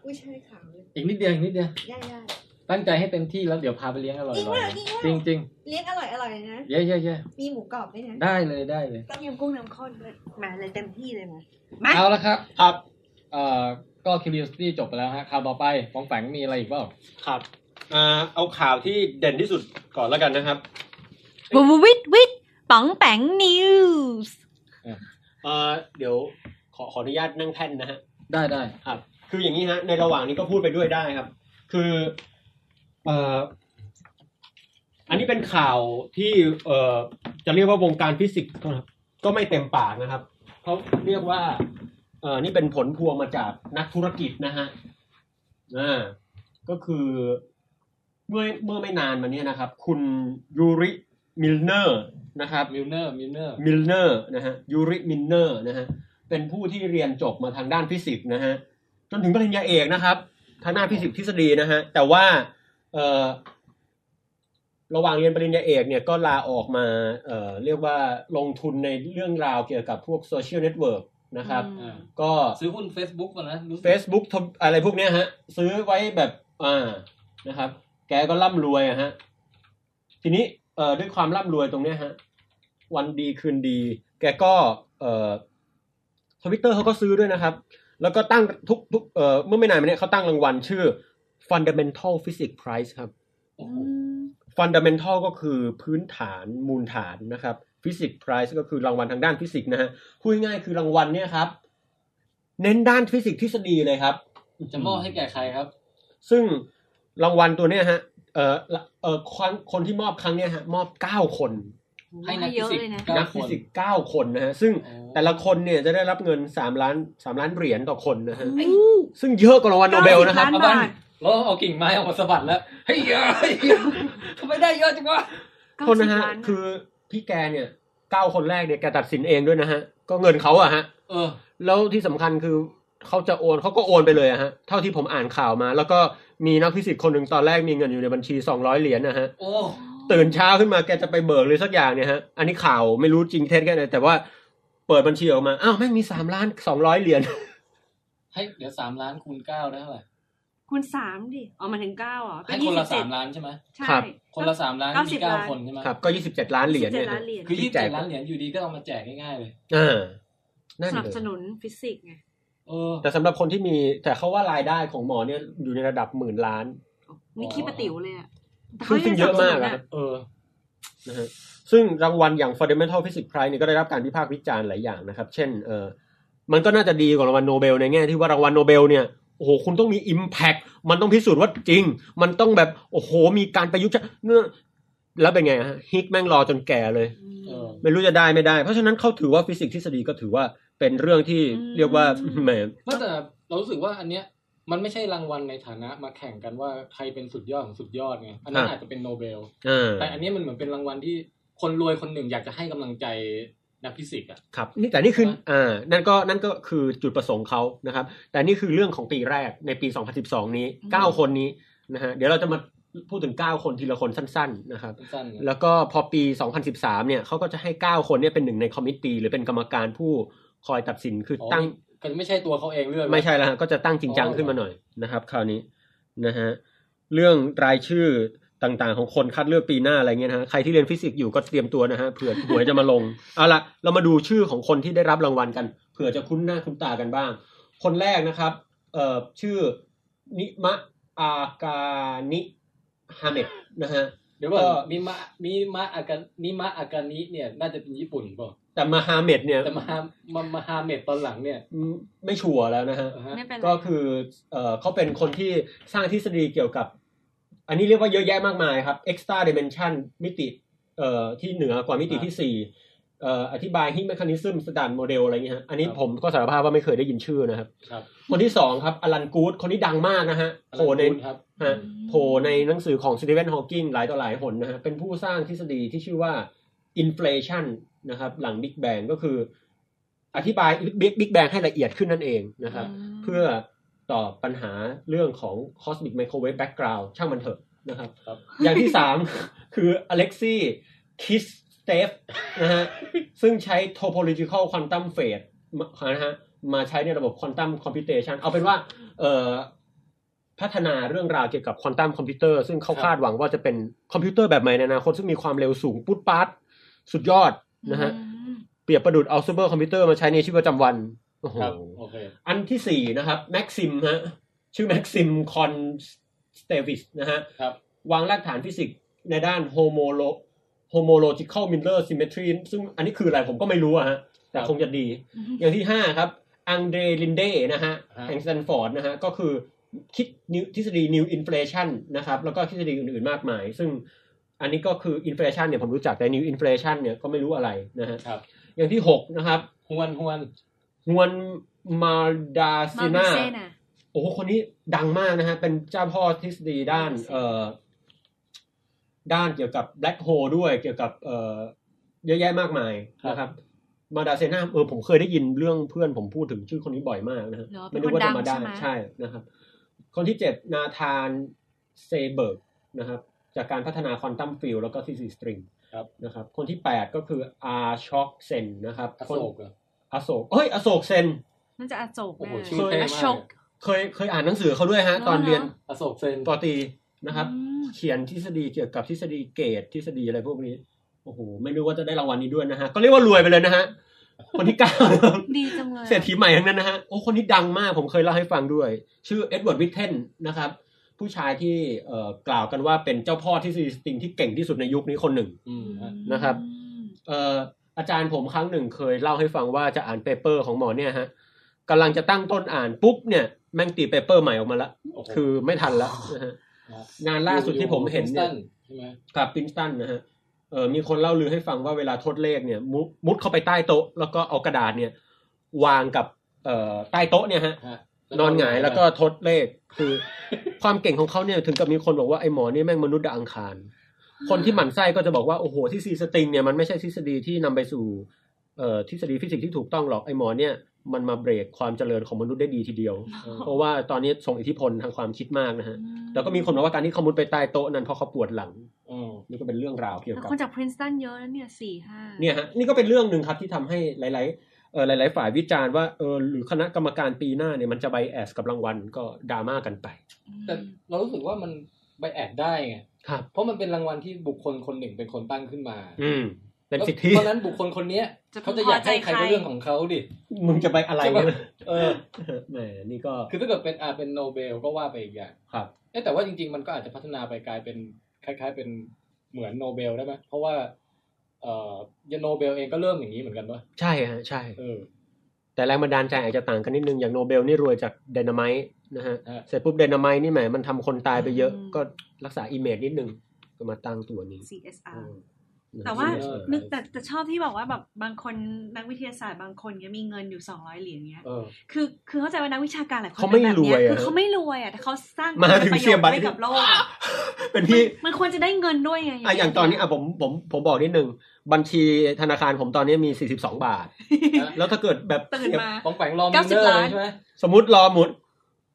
กุ้ยช่ายขาวเลย อีกนิดเดียวอีกนิดเดียว ได้ได้ ตั้งใจให้เต็มที่แล้วเดี๋ยวพาไปเลี้ยงอร่อย จริง ๆ ว่ะจริงว่ะ จริงจริง เลี้ยงอร่อยอร่อยๆนะ เย้เย้เย้ มีหมูกรอบด้วยนะ ได้เลยได้เลย ต้มยำกุ้งน้ำข้นด้วยมาเลยเต็มที่เลยมา เอาละครับ ครับ เอ่อ ก็ curiosity จบไปแล้วฮะ ข่าวต่อไปฟองแฝงมีอะไรอีกเปล่า ครับอ่าเอาข่าวที่เด่นที่สุดก่อนแล้วกันนะครับ วิววิทวิทป๋องแปงนิวส์ เอ่อเดี๋ยวขอขออนุญาตนั่งแท่นนะฮะ ได้ได้ ครับคืออย่างนี้ฮะ ในระหว่างนี้ก็พูดไปด้วยได้ครับ คือเอ่ออันนี้เป็นข่าวที่เอ่อจะเรียกว่าวงการฟิสิกส์ก็ครับก็ไม่เต็มปากนะครับเขาเรียกว่าเอ่อนี่เป็นผลพวงมาจากนักธุรกิจนะฮะอ่าก็คือเมื่อเมื่อไม่นานมาเนี้นะครับ คุณยูริมิลเนอร์นะครับ มิลเนอร์มิลเนอร์ มิลเนอร์นะฮะยูริมิลเนอร์นะฮะเป็นผู้ที่เรียนจบมาทางด้านฟิสิกส์นะฮะจนถึงปริญญาเอกนะครับ ทางด้านฟิสิกส์ทฤษฎีนะฮะแต่ว่าเอ่อระหว่างเรียนปริญญาเอกเนี่ยก็ลาออกมาเอ่อเรียกว่าลงทุนในเรื่องราวเกี่ยวกับพวกโซเชียลเน็ตเวิร์กนะครับ อืม ก็ ซื้อหุ้น Facebook มานะรู้สึก Facebook ทำอะไรพวกเนี้ยฮะ ซื้อไว้แบบอ่านะครับ แกก็ร่ำรวยอะฮะ ทีนี้เอ่อด้วยความร่ำรวยตรงเนี้ยฮะ วันดีคืนดี แกก็เอ่อทวิตเตอร์เขาก็ซื้อด้วยนะครับ แล้วก็ตั้งทุกทุกเอ่อเมื่อไม่นานมาเนี้ยเขาตั้งรางวัลชื่อ Fundamental Physics Prize ครับ โอ้โห Fundamental ก็คือพื้นฐานมูลฐานนะครับ Physics Prize ก็คือรางวัลทางด้านฟิสิกส์นะฮะพูดง่ายๆคือรางวัลเนี่ยครับ เน้นด้านฟิสิกส์ทฤษฎีเลยครับ จะมอบให้แก่ใครครับ ซึ่งรางวัลตัวเนี้ยฮะ เอ่อละเอ่อคนคนที่มอบครั้งเนี้ยฮะ มอบเก้าคน ให้นักฟิสิกส์ ให้เยอะเลยนะ เก้า นัก ค ฟิ น สิกส์เก้าคนนะฮะซึ่ง โอ้ แต่ละคนเนี่ยจะได้รับเงินสามล้านสามล้านเหรียญต่อคนนะฮะ อืม ซึ่งเยอะกว่ารางวัลโนเบลนะครับ ล้า เอาบ้านแล้วเอากิ่งไม้ออกมาสะบัดแล้วเฮ้ยเยอะเฮ้ยเยอะทำไมได้เยอะจังวะ เก้า โทษ สิบ นะฮะ ล้าน คือพี่แกเนี่ยเก้าคนแรกเนี่ยแกตัดสินเองด้วยนะฮะ ก็เงินเขาอะฮะ เออ แล้วที่สำคัญคือเขาจะโอนเขาก็โอนไปเลยอะฮะ เท่าที่ผมอ่านข่าวมา แล้วก็มีนักฟิสิกส์คนหนึ่งตอนแรกมีเงินอยู่ในบัญชีสองร้อยเหรียญนะฮะ โอ้ ตื่นเช้าขึ้นมาแกจะไปเบิกเลยสักอย่างเนี่ยฮะ อันนี้ข่าวไม่รู้จริงเท็จแค่ไหนแต่ว่าเปิดบัญชีออกมา อ้าวแม่งมีสามล้านสองร้อยเหรียญ ให้เดี๋ยวสามล้านคูณเก้าได้เท่าไหร่ คูณสามดิอ๋อมันถึงเก้าอ๋อก็ ให้ ยี่ คน สิ ละ บ สา เจ็ด มล้านใช่ไหม ใช่ ครับ คนละสามล้าน เก้าสิ มี บ เก้า ล้าน คนใช่ไหม ครับ ก็ยี่สิบเจ็ดล้านเหรียญ เจ็ เนี่ ด ย ล้านเหรียญ คือยี่สิบเจ็ดล้านเหรียญอยู่ดีก็เอามาแจกง่ายๆเลย อ่านั่น สนับ เลย สนุนฟิสิกส์ไง เออ แต่สำหรับคนที่มี แต่เขาว่ารายได้ของหมอเนี่ยอยู่ในระดับหมื่นล้าน นี่คิดปะติ๋วเลยอะแต่ ซึ่งซึ่งเยอะมาก สนั อะ บส ค นุ รับ เออ นะฮะซึ่งรางวัลอย่าง Fundamental Physics Prize เนี่ยก็ได้รับการวิพากษ์วิจารณ์หลายอย่างนะครับ เช่นเออมันก็น่าจะดีกว่ารางวัลโนเบลในแง่ที่ว่ารางวัลโนเบลเนี่ยโอ้โหคุณต้องมี Impact มันต้องพิสูจน์ว่าจริง มันต้องแบบโอ้โหมีการประยุกต์ใช้เนื้อแล้วเป็นไงฮะฮิกแม่งรอจนแก่เลย เออ ไม่รู้จะได้ไม่ได้ เพราะฉะนั้นเขาถือว่าฟิสิกส์ทฤษฎีก็ถือว่าเป็นเรื่องที่เรียกว่าแหม ไม่แต่เรารู้สึกว่าอันเนี้ยมันไม่ใช่รางวัลในฐานะมาแข่งกันว่าใครเป็นสุดยอดของสุดยอดไงอันนั้นอาจจะเป็นโนเบล อ่า แต่อันเนี้ยมันเหมือนเป็นรางวัลที่คนรวยคนหนึ่งอยากจะให้กำลังใจนักฟิสิกส์อ่ะ ครับนี่แต่นี่คืออ่านั่นก็นั่นก็คือจุดประสงค์เขานะครับ แต่นี่คือเรื่องของปีแรกในปี 2012 นี้ 9 คนนี้นะฮะเดี๋ยวเราจะมาพูดถึง 9 คนทีละคนสั้นๆนะครับ สั้นๆนะ แล้วก็พอปี 2013 เนี่ยเขาก็จะให้ 9 คนเนี่ยเป็นหนึ่งในคอมมิตตีหรือเป็นกรรมการผู้คอยตัดสินคือ อ๋อ ตั้ง ก็ไม่ใช่ตัวเขาเองเลือกนะ ไม่ใช่แล้วฮะก็จะตั้งจริงจัง อ๋อ ขึ้นมาหน่อยนะครับ คราวนี้นะฮะเรื่องรายชื่อต่างๆ ของคนคัดเลือกปีหน้าอะไรเงี้ยนะฮะใครที่เรียนฟิสิกส์อยู่ก็เตรียมตัวนะฮะเผื่อหวยจะมาลงเอาละเรามาดูชื่อของคนที่ได้รับรางวัลกันเผื่อจะคุ้นหน้าคุ้นตากันบ้าง คนแรกนะครับ เอ่อชื่อนิมะอากานิฮาเมดนะฮะ เดี๋ยวก่อน ก็ มิมะมิมะอากานิมะอากานิเนี่ย น่าจะเป็นญี่ปุ่นเปล่ะ แต่มาฮาเมดเนี่ย แต่มาฮามามาฮาเมดตอนหลังเนี่ย ไม่ชัวร์แล้วนะฮะ อ่าฮะ ไม่เป็นไร ก็คือเอ่อเขาเป็นคนที่สร้างทฤษฎีเกี่ยวกับ อันนี้เรียกว่าเยอะแยะมากมายครับ extra dimension มิติเอ่อที่เหนือกว่ามิติที่สี่เอ่ออธิบายฮิม e ค a นิซึมสแตนโมเดลอะไรเงี้ยฮะอันนี้ผมก็สารภาพว่าไม่เคยได้ยินชื่อนะครับ ครับ คนที่สองครับอลันกูดคนนี้ดังมากนะฮะโผล่ใน อลันกูดครับ ฮะโผล่ในหนังสือของสตีเวนฮอว์กิงหลายต่อหลายหนนะฮะเป็นผู้สร้างทฤษฎีที่ชื่อว่า inflation นะครับ หลัง Big Bang ก็คือ อธิบาย Big Bang ให้ละเอียดขึ้นนั่นเองนะครับ ม เพื่อตอบปัญหาเรื่องของ cosmic microwave background ช่างมันเถอะนะครับ ครับ อย่างที่สาม คืออเล็กซี่คิสเตฟนะฮะซึ่งใช้ topological quantum phase มานะฮะมาใช้ในระบบ quantum computation เอาเป็นว่าเอ่อพัฒนาเรื่องราวเกี่ยวกับควอนตัมคอมพิวเตอร์ซึ่งเขาคาดหวังว่าจะเป็นคอมพิวเตอร์แบบใหม่ในอนาคตซึ่งมีความเร็วสูงปุ๊ดปั๊ดสุดยอดนะฮะ อืม เปรียบประดุดเอาซูเปอร์คอมพิวเตอร์มาใช้ในชีวิตประจำวันโอ้โห ครับโอเค อันที่สี่นะครับแม็กซิมฮะชื่อแม็กซิมคอนสเตวิสนะฮะ ครับ วางรากฐานฟิสิกส์ในด้านโฮโมโลโฮโมโลจิคอลมิลเลอร์ซิมเมทรีซึ่งอันนี้คืออะไรผมก็ไม่รู้อะฮะแต่คงจะดี อย่างที่ห้าครับอังเดรลินเดนะฮะแห่งสแตนฟอร์ดนะฮะก็คือคิดนิวทฤษฎีนิวอินฟลชันนะครับแล้วก็ทฤษฎีอื่นๆมากมาย ซึ่งอันนี้ก็คืออินฟลชันเนี่ยผมรู้จักแต่นิวอินฟลชันเนี่ยก็ไม่รู้อะไรนะฮะ ครับ อย่างที่หกนะครับ ฮวนฮวน ฮวนมาดา มา ซิ พิ นา เซน่ะ โอ้โหคนนี้ดังมากนะฮะ เป็นเจ้าพ่อทฤษฎีด้านเอ่อด้านเกี่ยวกับแบล็ h โฮด้วยเกี่ยวกับเอ่อเยอะแยะมากมายนะครับ มาดาเซนาเออผมเคยได้ยินเรื่องเพื่อนผมพูดถึงชื่อคนนี้บ่อยมากนะฮะ เหรอเป็น ไม่รู้ว่าจะ คนมางดัได้ ใช่ไหม ใช่นะครับ คนที่เจ็ดนาธานเซเบิร์กนะครับ จากการพัฒนาควอนตัมฟิลแล้วก็ทฤษฎีสตริงนะครับ คนที่แปดก็คืออาช็อกเซนนะครับ อ ค โศ น กเหรอ อโศกเอ้ยอโศกเซน น่าจะอโศก โอ้โห แน่ ชื่อเท่มาก อโศก เคยเคยอ่านหนังสือเขาด้วยฮะ ตอนเรียน อโศกเซน ปอตรีนะครับ อืม เขียนทฤษฎีเกี่ยวกับทฤษฎีเกตทฤษฎีอะไรพวกนี้ โอ้โห ไม่รู้ว่าจะได้รางวัลนี้ด้วยนะฮะ ก็เรียกว่ารวยไปเลยนะ ฮะ คนที่เก้า ดีจังเลยอะ เศรษฐีใหม่ทั้งนั้นนะฮะ โอ้ คนนี้ดังมาก ผมเคยเล่าให้ฟังด้วย ชื่อเอ็ดเวิร์ดวิทเทนนะครับ ผู้ชายที่เอ่อกล่าวกันว่าเป็นเจ้าพ่อทฤษฎีสตริงที่เก่งที่สุดในยุคนี้คนหนึ่ง อืมฮะ นะครับ เอ่ออาจารย์ผมครั้งหนึ่งเคยเล่าให้ฟังว่าจะอ่านเปเปอร์ของหมอเนี่ยฮะกำลังจะตั้งต้นอ่านปุ๊บเนี่ยแม่งตีเปเปอร์ใหม่ออกมาละ โโห คือไม่ทันละนะฮะ งานล่าสุดที่ผมเห็นเนี่ย Princeton ใช่ไหม กับปรินสตันนะฮะ เออมีคนเล่าลือให้ฟังว่าเวลาทดเลขเนี่ยมุมุดเข้าไปใต้โต๊ะ แล้วก็เอากระดาษเนี่ย วางกับเอ่อใต้โต๊ะเนี่ยฮะ ฮะ นอนหงายแล้วก็ทดเลขคือ ความเก่งของเขาเนี่ยถึงกับมีคนบอกว่าไอ้หมอนี่แม่งมนุษย์ดาวอังคาร คนที่หมั่นไส้ก็จะบอกว่า โอ้โหที่ซีสตริงเนี่ยมันไม่ใช่ทฤษฎีที่นำไปสู่เอ่อทฤษฎีฟิสิกส์ที่ถูกต้องหรอกไอ้หมอเนี่ยมันมาเบรกความเจริญของมนุษย์ได้ดีทีเดียว เพราะว่าตอนนี้ส่งอิทธิพลทางความคิดมากนะฮะแล้วก็มีคนบอกว่าการที่เขามุดไปใต้โต๊ะนั้นเพราะเขาปวดหลัง อืม นี่ก็เป็นเรื่องราวเกี่ยว แล้ว กับ คนจากพรินซ์ตันเยอะนะเนี่ยสี่ห้า เนี่ยฮะนี่ก็เป็นเรื่องหนึ่งครับที่ทำให้หลาย ๆ เอ่อหลาย ๆ ฝ่ายวิจารณ์ว่าเออหรือคณะกรรมการปีหน้าเนี่ยมันจะไบแอสกับรางวัลก็ดราม่ากันไป แต่เรารู้สึกว่ามันไปแอดได้ไง ครับ เพราะมันเป็นรางวัลที่บุคคลคนหนึ่งเป็นคนตั้งขึ้นมา อืม เป็นสิทธิ เพราะฉะนั้นบุคคลคนเนี้ยเขาจะอยากให้ใครก็เรื่องของเขาดิ มึงจะไปอะไร ใช่ เนี่ย ปะ เออ แหมนี่ก็ คือถ้าเกิดเป็นอาเป็นโนเบลก็ว่าไปอีกอย่าง ครับ เอ๊ะแต่ว่าจริง ๆ มันก็อาจจะพัฒนาไปกลายเป็นคล้าย ๆ เป็นเหมือนโนเบลได้ไหมเพราะว่า เอ่อยาโนเบลเองก็เริ่มอย่างนี้เหมือนกันป่ะ ใช่ฮะใช่ เออ แต่แรงบันดาลใจอาจจะต่างกันนิดนึง อย่างโนเบลนี่รวยจากไดนาไมต์นะฮะ ฮะ เสร็จปุ๊บไดนาไมต์นี่แหมมันทำคนตายไปเยอะ ก็รักษาอิมเมจนิดนึง ก็มาตั้งตัวนี้ CSR แต่ว่า เออ นึกแต่แต่ชอบที่บอกว่าแบบบางคนนักวิทยาศาสตร์บางคนเนี้ยมีเงินอยู่สองร้อยเหรียญเนี้ย เออ คือคือเข้าใจว่านักวิชาการหลายคน เขาไม่ ป็นแบรวบนี้ยอะ คือเขาไม่รวยอ่ะแต่เขาสร้าง มาถึง ประ เชี โย ยร์ชน์ บัตร ให้กับโลกอะ เป็นที่ มันควรจะได้เงินด้วยไง อ่ะอย่างตอนนี้อ่ะผมผมผมบอกนิดนึง บัญชีธนาคารผมตอนนี้มี 42 บาท นะ แล้วถ้าเกิดแบบ ตื่นมา ปองแปงรอม เก้า มิ สิ เน บ อร์ ล้าเลยนใช่ไหม สมมติรอหมุด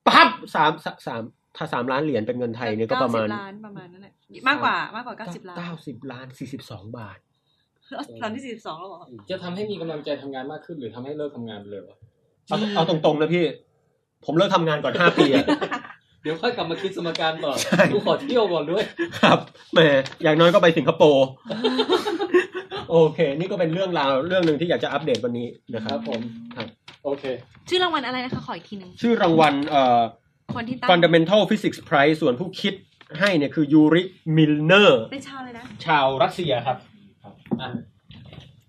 ปั๊บสามสามสามถ้าสามล้านเหรียญเป็นเงินไทยเนี่ยก็ประมาณ 90ล้านประมาณนั้นแหละมากกว่ามากกว่าเก้าสิบล้าน เก้าสิบล้านสี่สิบสองบาท ตอนที่สี่สิบสองแล้วเหรอ จะทำให้มีกำลังใจทำงานมากขึ้นหรือทำให้เลิกทำงานไปเลยวะ เอาเอาตรงๆนะพี่ ผมเลิกทำงานก่อนห้าปีอะ เดี๋ยวค่อยกลับมาคิดสมการต่อกูขอเที่ยวก่อนด้วย ครับแหมอย่างน้อยก็ไปสิงคโป ร์โอเค นี่ก็เป็นเรื่องราวเรื่องหนึ่งที่อยากจะอัปเดตวันนี้นะค ครับ รับผม ครับ โอเค ชื่อรางวัลอะไรนะคะขออีกทีหนึ่ง ชื่อรางวัลเอ่อ คนที่ตั้ง Fundamental Physics Prize ส่วนผู้คิดให้เนี่ยคือยูริมิลเนอร์ เป็นชาวเลยนะ ชาวรัสเซียครับ อ่ะ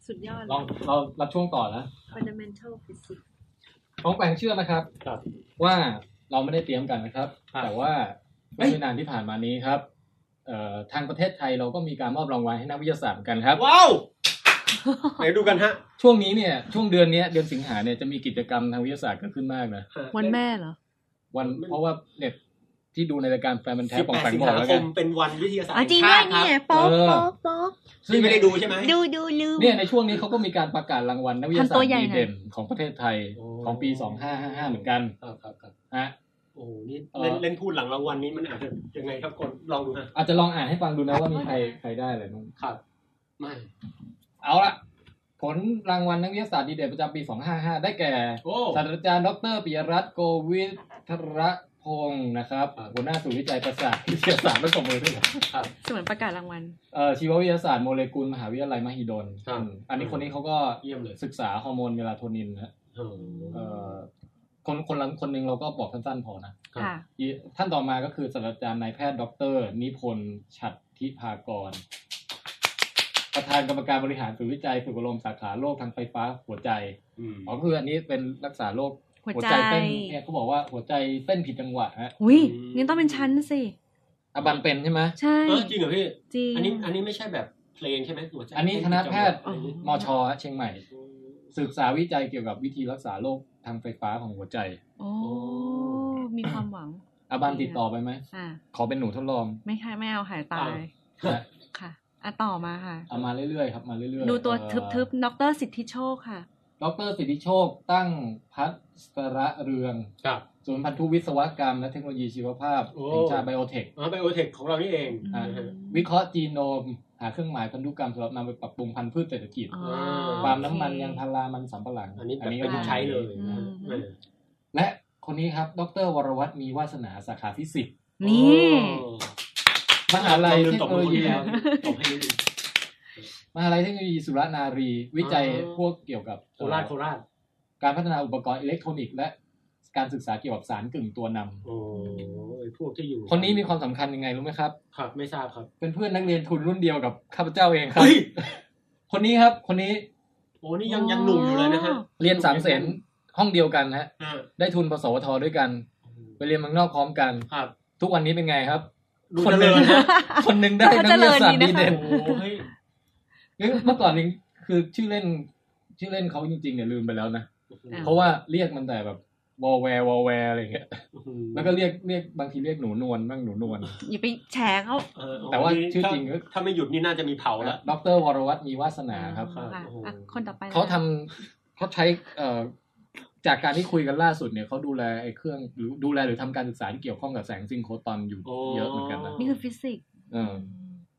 สุดยอดเล ลอง ย เรารับช่วงต่อนะ fundamental physics น้องแปงเชื่อนะครับ ครับ ว่าเราไม่ได้เตรียมกันนะครับ ครับ แต่ว่า เฮ้ เมื่ ย อไม่นานที่ผ่านมานี้ครับเอ่อทางประเทศไทยเราก็มีการมอบรางวัลให้นักวิทยาศาสตร์เหมือนกันครับ ว้าว ไหนดูกันฮะ ช่วงนี้เนี่ยช่วงเดือนเนี้ยเดือนสิงหาเนี่ยจะมีกิจกรรมทางวิทยาศาสตร์เกิดขึ้นมากนะ วันแม่เหรอ วัน มัน เพราะว่าเนี่ยที่ดูในรายการแฟนมันแท้ สิบ ของ แปด แปง สิง บอ หาก แล้ว ค กั ม น เป็นวันวิทยาศาสตร์ อ๋อจริงด้วยเนี่ยโป๊ก เออ โป๊กโป๊ก ซึ่งไม่ได้ดูใช่ไหม ดูดูลืม เนี่ยในช่วงนี้เขาก็มีการประกาศรางวัลนักวิทยาศาสต ทำตัว ร์ ใหญ่ ดี หน่อย เด่นของประเทศไทย โอ้ ของปี 2555 เหมือนกัน ครับครับครับ ฮะ โอ้โหนี่ เออ เล่นเล่นพูดหลังรางวัลนี้มันอาจจะยังไงครับคนลองดูนะ อาจจะลองอ่านให้ฟังดูนะว่ามีใครใครได้อะไรบ้าง ครับไม่ เอาละผลรางวัลนักวิทยาศาสตร์ดีเด่นประจำปี 255 ได้แก่ โอ้ ศาสตราจารย์ดรปิยรัตน์โกวิทรพงศ์นะครับ ครับ หัวหน้าศูนย์วิจัยประสาทวิทยาศาสตร์และสมมือด้วยเหรอ เสมือนประกาศรางวัล เอ่อชีววิทยาศาสตร์โมเลกุลมหาวิทยาลัยมหิดล ครับ อืมอันนี้คนนี้เขาก็ เยี่ยมเลย ศึกษาฮอร์โมนเมลาโทนินนะ โอ้โห เอ่อคนคนละคนหนึ่งเราก็บอกสั้นๆพอนะครับ ค่ะ อีท่านต่อมาก็คือศาสตราจารย์นายแพทย์ดร นิพนธ์ฉัตรทิพากร ประธานกรรมการบริหารศูนย์วิจัยฝึกอบรมสาขาโรคทางไฟฟ้าหัวใจ อืม อ๋อคืออันนี้เป็นรักษาโรค หัวใจ เต้นเนี่ยเขาบอกว่าหัวใจเต้นผิดจังหวะฮะ อุ้ยงั้นต้องเป็นชั้นสิ อบันเป็นใช่ไหม ใช่ เออจริงเหรอพี่ จริง อันนี้อันนี้ไม่ใช่แบบเพลงใช่ไหมหัวใจ อันนี้คณะแพทย์ อะไรอย่างงี้ มอชอฮะเชียงใหม่ ศึกษาวิจัยเกี่ยวกับวิธีรักษาโรคทางไฟฟ้าของหัวใจ โอ้ มีความหวัง อบันติดต่อไปไหม อ่า ขอเป็นหนูทดลอง ไม่ใช่ไม่เอาหายตาย นะ ค่ะอ่ะต่อมาค่ะ เอามาเรื่อยๆครับมาเรื่อยๆ ดูตัว เอ่อ ทึบๆดรสิทธิโชคค่ะ ดรสิทธิโชคตั้งพัสระเรือง ครับ ศูนย์พันธุวิศวกรรม และเทคโนโลยีชีวภาพ โอ้ แห่งชาติไบโอเทค อ๋อไบโอเทคของเรานี่เอง อืม วิเคราะห์จีโนม หาเครื่องหมายพันธุกรรมสำหรับนำไปปรับปรุงพันธุ์พืชเศรษฐกิจ อ๋อ ปาล์ม โอเค น้ำมันยางพารามันสำปะหลัง อันนี้แบบ ก็ ไม่ได้ใช้เลย อืม เออ และคนนี้ครับ ดร วรวัตรมีวาสนาสาขาที่สิบ นี่ โอ้ มหาลัย ลื เท ม ค ตบ โน มื โลยีอคนที่แล้วตบให้นิดนึง มหาลัยเทคโนโลยีสุรนารี วิจัย อ๋อ พวกเกี่ยวกับ โคราชโคราช การพัฒนาอุปกรณ์อิเล็กทรอนิกส์และการศึกษาเกี่ยวกับสารกึ่งตัวนำ โอ้ยพวกที่อยู่ คนนี้มีความสำคัญยังไงรู้ไหมครับ ครับไม่ทราบครับ เป็นเพื่อนนักเรียนทุนรุ่นเดียวกับข้าพเจ้าเองครับ เฮ้ย คนนี้ครับ คนนี้ โอ้นี่ยังยังหนุ่มอยู่เลยนะฮะ เรียนสามเสนห้องเดียวกันนะฮะ อ่า ได้ทุนปสวทด้วยกัน ไปเรียนเมืองนอกพร้อมกัน ครับ ทุกวันนี้เป็นไงครับ ดู คน เจ ห ริ นึ่ง ญนะ คนหนึ่งได้นักวิทยาศาสตร์ดีเด่น โอ้ย เอ้ยเมื่อก่อนนี้คือชื่อเล่นชื่อเล่นเขาจริงๆเนี่ยลืมไปแล้วนะ อ่า เพราะว่าเรียกมันแต่แบบวอลแวร์วอลแวร์อะไรอย่างเงี้ย แล้วก็เรียกเรียกบางทีเรียกหนูนวลบ้างหนูนวล อย่าไปแฉเขา เออ แต่ว่า โนี่ ชื่อจริงก็ ถ้าถ้าไม่หยุดนี่น่าจะมีเผาแล้ว ด็อกเตอร์วรวัตรมีวาสนาครับ ครับ อ่ะ โอ้โห อ่ะคนต่อไป เขาทำเขาใช้เอ่อจากการที่คุยกันล่าสุดเนี่ยเขาดูแลไอ้เครื่องหรือดูแลหรือทำการศึกษาที่เกี่ยวข้องกับแสงซิงโครตอนอยู่ โอ้ เยอะเหมือนกันนะ นี่คือฟิสิกส์ เออ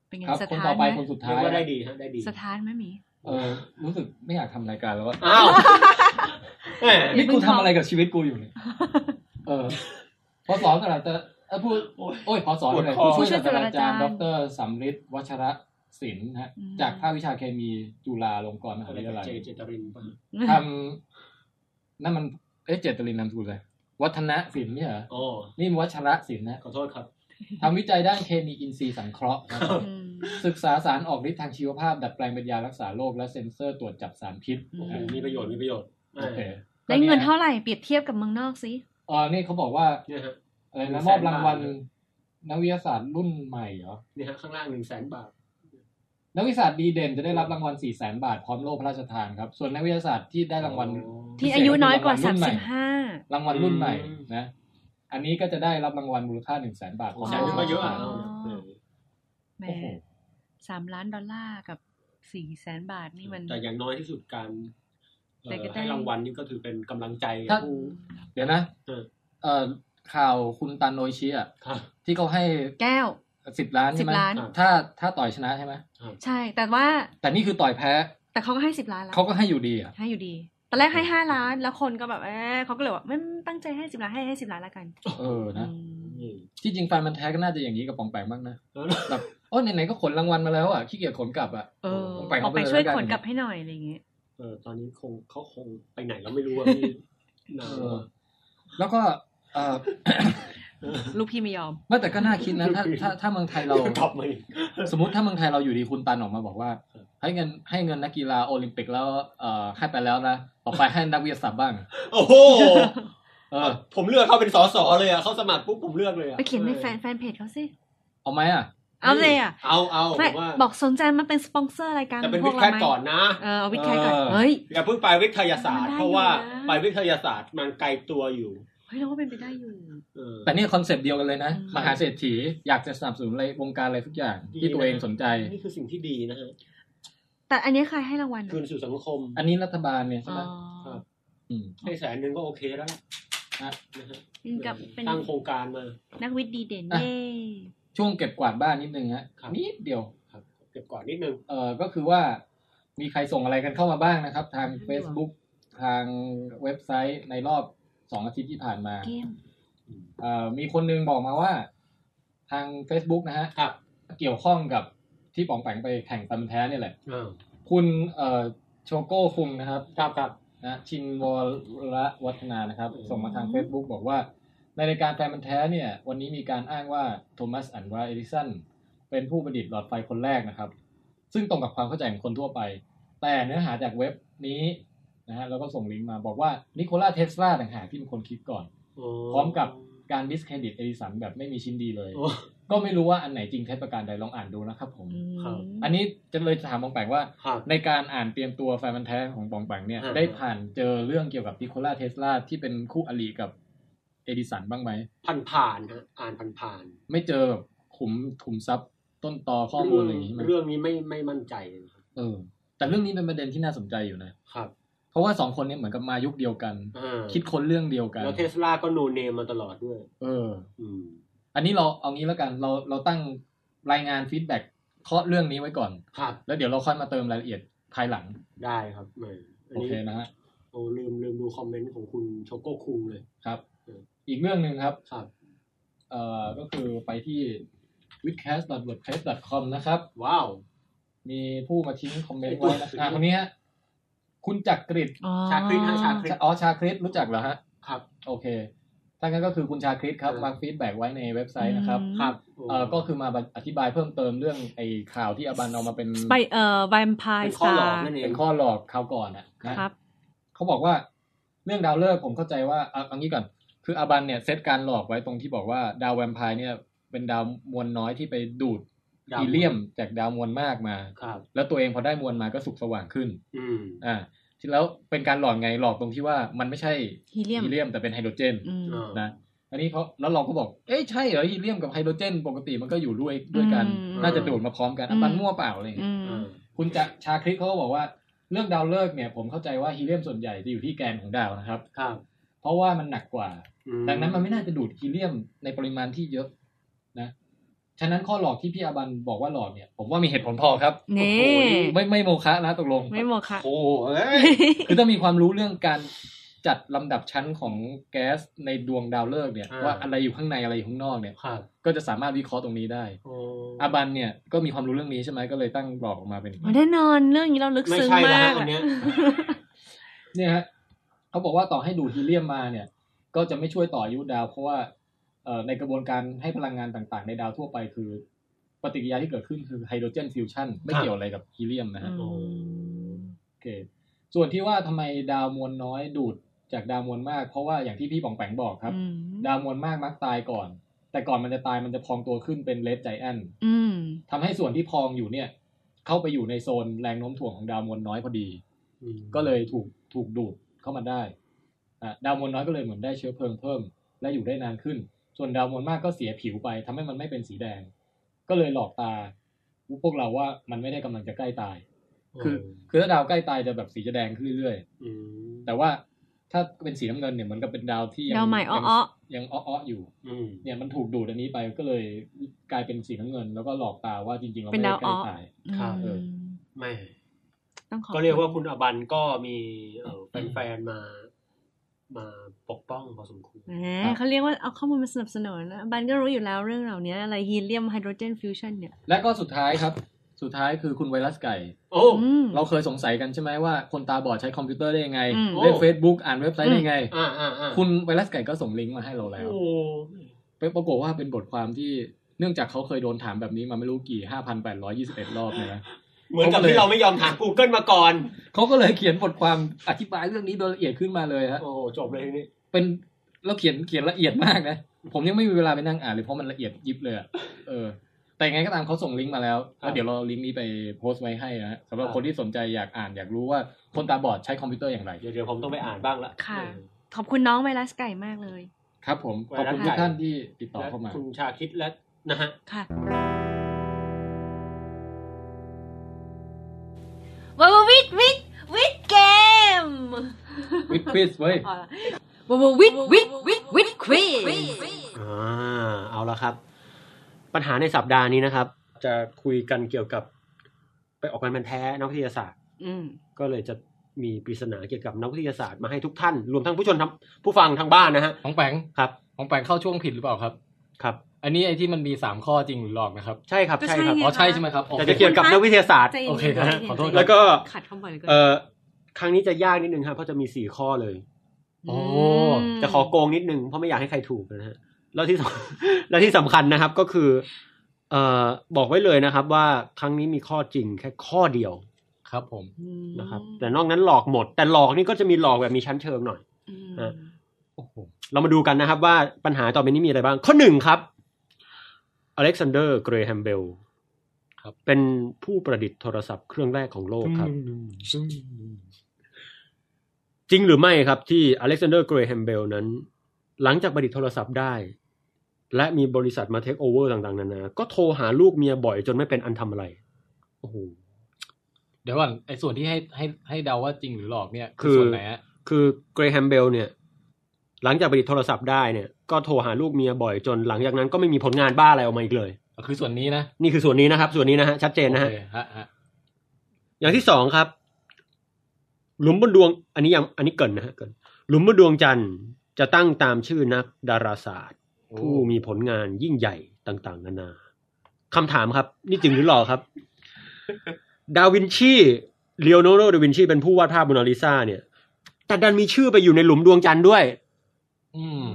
เป็นไง ครับ ส คน ถา ต่ น อ ไห ไป ม คนสุด เรี ท้าย ย กว่าได้ดีฮะได้ดี สถานไหมหมี เออรู้สึกไม่อยากทำรายการแล้วว่า อ้าวแหม นี่กูทำอะไรกับชีวิตกูอยู่เนี่ยเออพอสอนก็อาจจะเออพูด โอ้ย โอ้ยพอสอนเลย ปวดคอ ผู้ช่วยศาสตราจารย์ ผู้ ด ช่วยศาสตราจารย์ รสำริดวัชระศิลป์นะฮะ อืม จากภาควิชาเคมีจุฬาลงกรณ์มหา อะไร วิทยาลัย เจเจตรินป่ะ ทำนั่นมันเอ๊ะเจตลินนามสกุลเลยวัฒนศิลป์เนี่ยเหรอ อ๋อ นี่มันวัชระศิลป์นะ ขอโทษครับ ทำวิจัยด้านเคมีอินทรีย์สังเคราะห์นะครับ อืม ศึกษาสารออกฤทธิ์ทางชีวภาพ ดัดแปลงเป็นยารักษาโรคและเซ็นเซอร์ตรวจจับสารพิษ โอ้โห อ่ะ มีประโยชน์ มีประโยชน์ โอเค ได้เงินเท่าไหร่เปรียบเทียบกับเมืองนอกสิ เออนี่เขาบอกว่า เนี่ยฮะ อะไร หนึ่ นะ งมแสนอบรางวัล บาท นักวิทยาศาสตร์รุ่นใหม่เหรอ เนี่ยฮะ ข้างล่างหนึ่งแสนบาท นักวิทยาศาสตร์ดีเด่นจะได้รับรางวัล4 0 0 0 0 0 บาทพร้อมโล่พระราชทานครับ ส่วนนักวิทยาศาสตร์ที่ได้รางวัล ที่อายุน้อยกว่า พิเศ สา ษ ม ก็ สิ คื บห้า รางวัลรุ่นใหม่ อืม นะ อันนี้ก็จะได้รับรางวัลมูลค่าหนึ่งแสนบาท แสนนึงก็เยอะอ่ะ อ๋อ เออ แหม โอ้โห สามล้านดอลลาร์กับสี่แสนบาทนี่มัน แต่อย่างน้อยที่สุดการเอ่อ แต่ก็ได้ ให้รางวัลนี่ก็ถือเป็นกำลังใจ ถ้า ผู้ เดี๋ยวนะ เออ เอ่อข่าวคุณตันโนอิชิอ่ะ ครับ ที่เขาให้ แก้ว สิบล้านใช่ไหม 10ล้าน ถ้าถ้าต่อยชนะใช่ไหม ใช่ แต่ว่า แต่นี่คือต่อยแพ้ แต่เขาก็ให้สิบล้านแล้ว เขาก็ให้อยู่ดีอ่ะ ให้อยู่ดี ตอนแรกให้ห้าล้าน แล้วคนก็แบบเออเขาก็เลยว่าไม่ตั้งใจให้สิบล้านให้ให้สิบล้านละกัน เออนะ อืม ที่จริงฟันมันแท้ก็น่าจะอย่างนี้กับปองแปงบ้างนะ เออ แบบโอ้ไหนๆก็ขนรางวัลมาแล้วอ่ะขี้เกียจขนกลับอ่ะ เออ ผมไป อ เอา อก ไป ไป เลย ช่วย แล้วกัน ขนกลับให้หน่อยอะไรอย่างเงี้ย เออตอนนี้คงเขาคงไปไหนแล้วไม่รู้อ่ะพี่หนาว เออ แล้วก็เออ ลูกพี่ไม่ยอม ไม่แต่ก็น่าคิดนะถ้าถ้าถ้าเมืองไทยเรา ตอบมาอีก สมมติถ้าเมืองไทยเราอยู่ดีคุณตันออกมาบอกว่า ให้เงินให้เงินนักกีฬาโอลิมปิกแล้วเอ่อให้ไปแล้วนะต่อไปให้นักวิทยาศาสตร์บ้าง โอ้โห เออ ผมเลือกเขาเป็นสสเลยอ่ะเขาสมัครปุ๊บผมเลือกเลยอ่ะ ไปเขียนในแฟนแฟนเพจเขาสิ เอาไหมอ่ะ เอาเลยอ่ะ เอาเอาผ ไม่ มว่า บอกสนใจมาเป็นสปอนเซอร์รายการ แต่เป็น พ วิ วก ทย์ เรา แค่ ไหม ก่อนนะ เออเอาวิทย์แคทก่อน เออ เฮ้ย อย่าเพิ่งไปวิทยาศาสตร์ มันได้ เพราะว่า อยู่นะ ไปวิทยาศาสตร์มันไกลตัวอยู่ เฮ้ยเราก็เป็นไปได้อยู่ เออ แต่นี่คอนเซปต์เดียวกันเลยนะ อืม มหาเศรษฐีอยากจะสนับสนุนอะไรวงการอะไรทุกอย่าง ดี ที่ตัวเอง นะ สนใจ นี่คือสิ่งที่ดีนะฮะ แต่อันเนี้ยใครให้รางวัล คืนสู่สังคม อันนี้รัฐบาลเนี่ยใช่ อ๋อ ไหมม ให้แสนหนึ่งก็โอเคแล้วล่ะ ครับ นะฮะ เป็นกับเป็น ตั้งโครงการมา นักวิทย์ดีเด่น อ่ะ เย่ ช่วงเก็บกวาดบ้านนิดนึงฮะ ครับ นิดเดียว ครับเก็บก่อนนิดนึง เอ่อก็คือว่ามีใครส่งอะไรกันเข้ามาบ้างนะครับ ทาง Facebook ทางเว็บไซต์ในรอบสองอาทิตย์ที่ผ่านมา เกม เอ่อมีคนนึงบอกมาว่าทาง Facebook นะฮะ ครับ เกี่ยวข้องกับที่ป๋องแปงไปแข่งฟันแท้เนี่ยแหละ อ่า คุณเอ่อโชโก้คุงนะครับ ครับครับ นะชินวรวัฒนานะครับ อืม ส่งมาทาง Facebook บอกว่า ในรายการแฟนมันธุ์แท้เนี่ย วันนี้มีการอ้างว่าโทมัสอันวาเอดิสันเป็นผู้ประดิษฐ์หลอดไฟคนแรกนะครับ ซึ่งตรงกับความเข้าใจของคนทั่วไป แต่เนื้อหาจากเว็บนี้นะฮะแล้วก็ส่งลิงก์มาบอกว่านิโคลาเทสลาต่างหากที่เป็นคนคิดก่อน พร้อมกับการดิสเครดิตเอดิสันแบบไม่มีชิ้นดีเลย โอ้ ก็ไม่รู้ว่าอันไหนจริงเท็จประการใดลองอ่านดูนะครับผม อันนี้จะเลยถามบองแปงว่า ครับ ในการอ่านเตรียมตัวแฟนมันธุ์แท้ของบองแปงเนี่ย ฮะ ได้ผ่านเจอเรื่องเกี่ยวกับนิโคลาเทสลาที่เป็นคู่อริกับเอดิสันบ้างไหม ผ่านผ่านๆฮะอ่านผ่านผ่าน ไม่เจอแบบขุมขุมทรัพย์ต้นตอ ๆ ข้อมูลอะไรอย่างนี้ไหม เรื่องนี้ไม่ไม่มั่นใจนะครับ เออ แต่เรื่องนี้เป็นประเด็นที่น่าสนใจอยู่นะ ครับ เพราะว่าสองคนเนี้เหมือนกับมายุคเดียวกัน อ่า คิดค้นเรื่องเดียวกัน แล้วเทสลาก็โนเนมมาตลอดด้วย เออ อืม อันนี้เราเอางี้แล้วกัน เราเราตั้งรายงานฟีดแบ็กเคาะเรื่องนี้ไว้ก่อน ครับ แล้วเดี๋ยวเราค่อยมาเติมรายละเอียดภายหลัง ได้ครับแหมอัน โอ นี้ เคนะฮะ โอ้ลืมลืมดูคอมเมนต์ของคุณโชโกคุงเลย ครับ อีกเรื่องหนึ่งครับ ครับ เอ่อ ก็คือไปที่ w i t c a s t w o r d p r e s s c o m นะครับ ว้าว มีผู้มาทิ้งคอมเมนต์ไว้นะอ่ะคนนี้ฮะคุณจักริด อ๋อ ชาคริสฮะชาคริส อ๋อ ชาคริสรู้จักเหรอฮะ ครับ โอเคถ้างั้นก็คือคุณชาคริสครับ เออ มาฟีดแบ็กไว้ในเว็บไซต์นะครับ ครับ เอ่อ ก็คือมาอธิบายเพิ่มเติมเรื่องไอ้ข่าวที่อบันเอามาเป็น ไปเอ่อแวมไพ เป็นร์ส ข้อ ตา หลอก ร์ นั่นเอง เป็นข้อหลอกคราวก่อนอะนะ ครับ เขาบอกว่าเรื่องดาวเลิกษ์ผมเข้าใจว่าเอาเอางี้ก่อน คืออาบันเนี่ยเซตการหลอกไว้ตรงที่บอกว่าดาวแวมไพร์เนี่ยเป็นดาวมวลน้อยที่ไปดูด ดาวมวล อีเลียมจากดาวมวลมากมา ครับ แล้วตัวเองพอได้มวลมาก็สุกสว่างขึ้น อืม อ่าที่แล้วเป็นการหลอกไงหลอกตรงที่ว่ามันไม่ใช่ ฮีเลียม ฮีเลียมแต่เป็นไฮโดรเจน อืม อ่า นะอันนี้เขาแล้วเราก็บอกเอ้ยใช่เหรอฮีเลียมกับไฮโดรเจน ปกติมันก็อยู่ด้วยด้วยกัน อืม น่าจะดูดมาพร้อมกันอ่ะ อืม มันมั่วเปล่าอะไรอย่าง อื เงี้ย ม อ่า คุณจะชาคริสเขาก็บอกว่าเรื่องดาวฤกษ์เนี่ย ผมเข้าใจว่าฮีเลียมส่วนใหญ่จะอยู่ที่แกนของดาวนะครับ ครับ เพราะว่ามันหนักกว่า อื ดังนั้นมันไม่น่าจะดูดฮีเลียมในปริมาณที่เยอะนะฉะนั้นข้อหลอกที่พี่อาบันบอกว่าหลอกเนี่ย ผมว่ามีเหตุผลพอครับ เน่ ไม่ไม่โมฆะนะตกลง ไม่โมฆะ โอ้เอ้ย คือต้องมีความรู้เรื่องการจัดลำดับชั้นของแก๊สในดวงดาวฤกษ์เนี่ยว่าอะไรอยู่ข้างในอะไรอยู่ข้างนอกเนี่ย ครับ ก็จะสามารถวิเคราะห์ตรงนี้ได้ โอ้ อาบันเนี่ยก็มีความรู้เรื่องนี้ใช่ไหมก็เลยตั้งบอกออกมาเป็น แน่นอนเรื่องนี้เราลึก ไม่ ซึ้ง ใช่แล้ว มา ฮะ ก อันเนี้ย เนี่ยฮะเขาบอกว่าต่อให้ดูดฮีเลียมมาเนี่ย ก็จะไม่ช่วยต่ออายุดาว เพราะว่าเอ่อในกระบวนการให้พลังงานต่างๆ ในดาวทั่วไปคือ ปฏิกิริยาที่เกิดขึ้นคือไฮโดรเจนฟิวชันไม่เกี่ยวอะไรกับฮีเลียมนะฮะ อืม โอเคส่วนที่ว่าทำไมดาวมวลน้อยดูดจากดาวมวลมาก เพราะว่าอย่างที่พี่ปองแปงบอกครับ อืม ดาวมวลมากมักตายก่อน แต่ก่อนมันจะตายมันจะพองตัวขึ้นเป็นเลดไจแอน อืม ทำให้ส่วนที่พองอยู่เนี่ย เข้าไปอยู่ในโซนแรงโน้มถ่วงของดาวมวลน้อยพอดี อืม ก็เลยถูกถูกดูดเข้ามาได้อ่ะดาวมวลน้อยก็เลยเหมือนได้เชื้อเพลิงเพิ่ม และอยู่ได้นานขึ้น ส่วนดาวมวลมากก็เสียผิวไปทำให้มันไม่เป็นสีแดง ก็เลยหลอกตา พวกเราว่ามันไม่ได้กำลังจะใกล้ตาย คือคือถ้าดาวใกล้ตายจะแบบสีจะแดงขึ้นเรื่อย อืม ๆ แต่ว่าถ้าเป็นสีน้ำเงินเนี่ยเหมือนกับเป็นดาวที่ยัง ดาวใหม่อ้อ ยังอ้ออ้ออยู่ อืม เนี่ยมันถูกดูดอันนี้ไปก็เลยกลายเป็นสีน้ำเงิน แล้วก็หลอกตาว่าจริงๆเรา ๆเป็น ไม่ ดา ได้ ว ใกล้อ้อ ตาย อืม เออ ไม่ ต้องขอ ก็เรียกว่าคุณอบันก็มีเอ่อแฟนๆมา มาปกป้องพอสมควร แหมเขาเรียกว่าเอาข้อมูลมาสนับสนุนนะบันก็รู้อยู่แล้วเรื่องเหล่านี้อะไรฮีเลียมไฮโดรเจนฟิวชันเนี่ย และก็สุดท้ายครับ สุดท้ายคือคุณไวรัสไก่ โอ้ อืม เราเคยสงสัยกันใช่ไหมว่าคนตาบอดใช้คอมพิวเตอร์ได้ยังไง อืม เล่น โอ้ Facebook อ่านเว็บไซต์ได้ยังไง อ่าอ่าอ่า คุณไวรัสไก่ก็ส่งลิงก์มาให้เราแล้ว โอ้ ไปปรากฏว่าเป็นบทความที่เนื่องจากเขาเคยโดนถามแบบนี้มาไม่รู้กี่5,821รอบเนี่ยนะ เหมือนกับที่เราไม่ยอมถาม Google มาก่อน เขาก็เลยเขียนบทความอธิบายเรื่องนี้โดยละเอียดขึ้นมาเลยฮะ โอ้จบเลยทีนี่ เป็นแล้วเขียนเขียนละเอียดมากนะ ผมยังไม่มีเวลาไปนั่งอ่านเลยเพราะมันละเอียดยิบเลยอะเออ แต่ยังไงก็ตามเขาส่งลิงก์มาแล้วแล้วเดี๋ยวเราเอาลิงก์นี้ไปโพสต์ไว้ให้นะฮะสำหรับคนที่สนใจอยากอ่านอยากรู้ว่าคนตาบอดใช้คอมพิวเตอร์อย่างไร เดี๋ยวเดี๋ยวผมต้องไปอ่านบ้างละ ค่ะ เออ ขอบคุณน้องไวรัสไก่มากเลย ครับผม ขอบคุณ ไวรัสไก่ ทุกท่านที่ติดต่อ และ เข้ามา คุณชาคิดและนะฮะ ค่ะวาววิทวิทวิทเกม วิดควิสเว้ย วาววิทวิทวิทวิทควี อ่าเอาละครับ ปัญหาในสัปดาห์นี้นะครับ จะคุยกันเกี่ยวกับ ไปออกมันแพ้นักวิทยาศาสตร์ อืม ก็เลยจะมีปริศนาเกี่ยวกับนักวิทยาศาสตร์มาให้ทุกท่าน รวมทั้งผู้ชมทั้งผู้ฟังทางบ้านนะฮะ ของแปง ครับ ของแปงเข้าช่วงผิดหรือเปล่าครับ ครับ อันนี้ไอ้ที่มันมีสามข้อจริงหรือหลอกนะครับ ใช่ครับ ก็ ใช่ ใช่ ครับ ไง อ๋อใช่ใช่ไหมครับโอเคแต่จะเกี่ยวกับนักวิทยาศาสตร์ ใจย็นๆ โอเคนะฮะ ใจย็นๆ ขอโทษครับ แล้วก็ ขัดคำบ่อยเหลย เออครั้งนี้จะยากนิดนึงครับเพราะจะมีสี่ข้อเลย โอ้ จะขอโกงนิดนึงเพราะไม่อยากให้ใครถูกนะฮะแล้วที่สำ แล้วที่สำคัญนะครับก็คือ เอ่อบอกไว้เลยนะครับ ว่าครั้งนี้มีข้อจริงแค่ข้อเดียว ครับผม นะครับ แต่นอกนั้นหลอกหมด แต่หลอกนี่ก็จะมีหลอกแบบมีชั้นเชิงหน่อย นะ โอ้โห เรามาดูกันนะครับว่าปัญหาต่อไปนี้มีอะไรบ้าง ข้อหนึ่งครับอเล็กซานเดอร์เกรแฮมเบล ครับ เป็นผู้ประดิษฐ์โทรศัพท์เครื่องแรกของโลกครับ จริงหรือไม่ครับที่อเล็กซานเดอร์เกรแฮมเบลนั้น หลังจากประดิษฐ์โทรศัพท์ได้ และมีบริษัทมาเทคโอเวอร์ต่างๆนานาก็โทรหาลูกเมียบ่อยจนไม่เป็นอันทำอะไร โอ้โห เดี๋ยวก่อนไอ้ส่วนที่ให้ให้ให้เดาว่าจริงหรือหลอกเนี่ย คือ ส่วนไหนฮะ คือเกรแฮมเบลเนี่ย หลังจากประดิษฐ์โทรศัพท์ได้เนี่ย ก็โทรหาลูกเมียบ่อยจนหลังจากนั้นก็ไม่มีผลงานบ้าอะไรออกมาอีกเลย คือส่วนนี้นะ นี่คือส่วนนี้นะครับ ส่วนนี้นะฮะชัดเจนนะฮะ โอคฮะฮะ อย่างที่สองครับ หลุมบนดวง อันนี้ยังอันนี้เกรินนะฮะเกรินหลุมบนดวงจันทร์จะตั้งตามชื่อนักดาราศาสตร์ ผู้มีผลงานยิ่งใหญ่ต่าง ๆ นานาคำถามครับ นี่จริงหรือหลอกครับ ดาวินชีเลโอนาร์โดดาวินชีเป็นผู้วาดภาพโมนาลิซาเนี่ย แต่ดันมีชื่อไปอยู่ในหลุมดวงจันทร์ด้วย อืม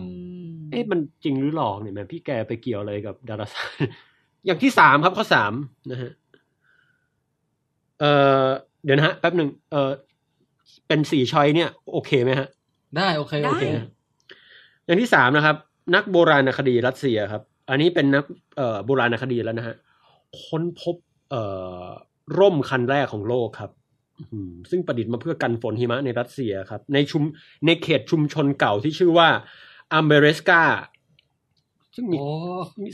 เอ๊ะมันจริงหรือหลอกเนี่ยแม่พี่แกไปเกี่ยวอะไรกับดาราศาสตร์ อย่างที่สามครับข้อสามนะฮะเอ่อเดี๋ยวนะฮะแป๊บหนึ่งเออเป็นสี่ชอยเนี่ย โอเคไหมฮะ ได้โอเคโอเค นะอย่างที่สามนะครับ นักโบราณคดีรัสเซียครับ อันนี้เป็นนักเอ่อโบราณคดีแล้วนะฮะ ค้นพบเอ่อร่มคันแรกของโลกครับอืมซึ่งประดิษฐ์มาเพื่อกันฝนหิมะในรัสเซียครับ ในชุมในเขตชุมชนเก่าที่ชื่อว่าอัมเบเรสกาซึ่งมี โอ้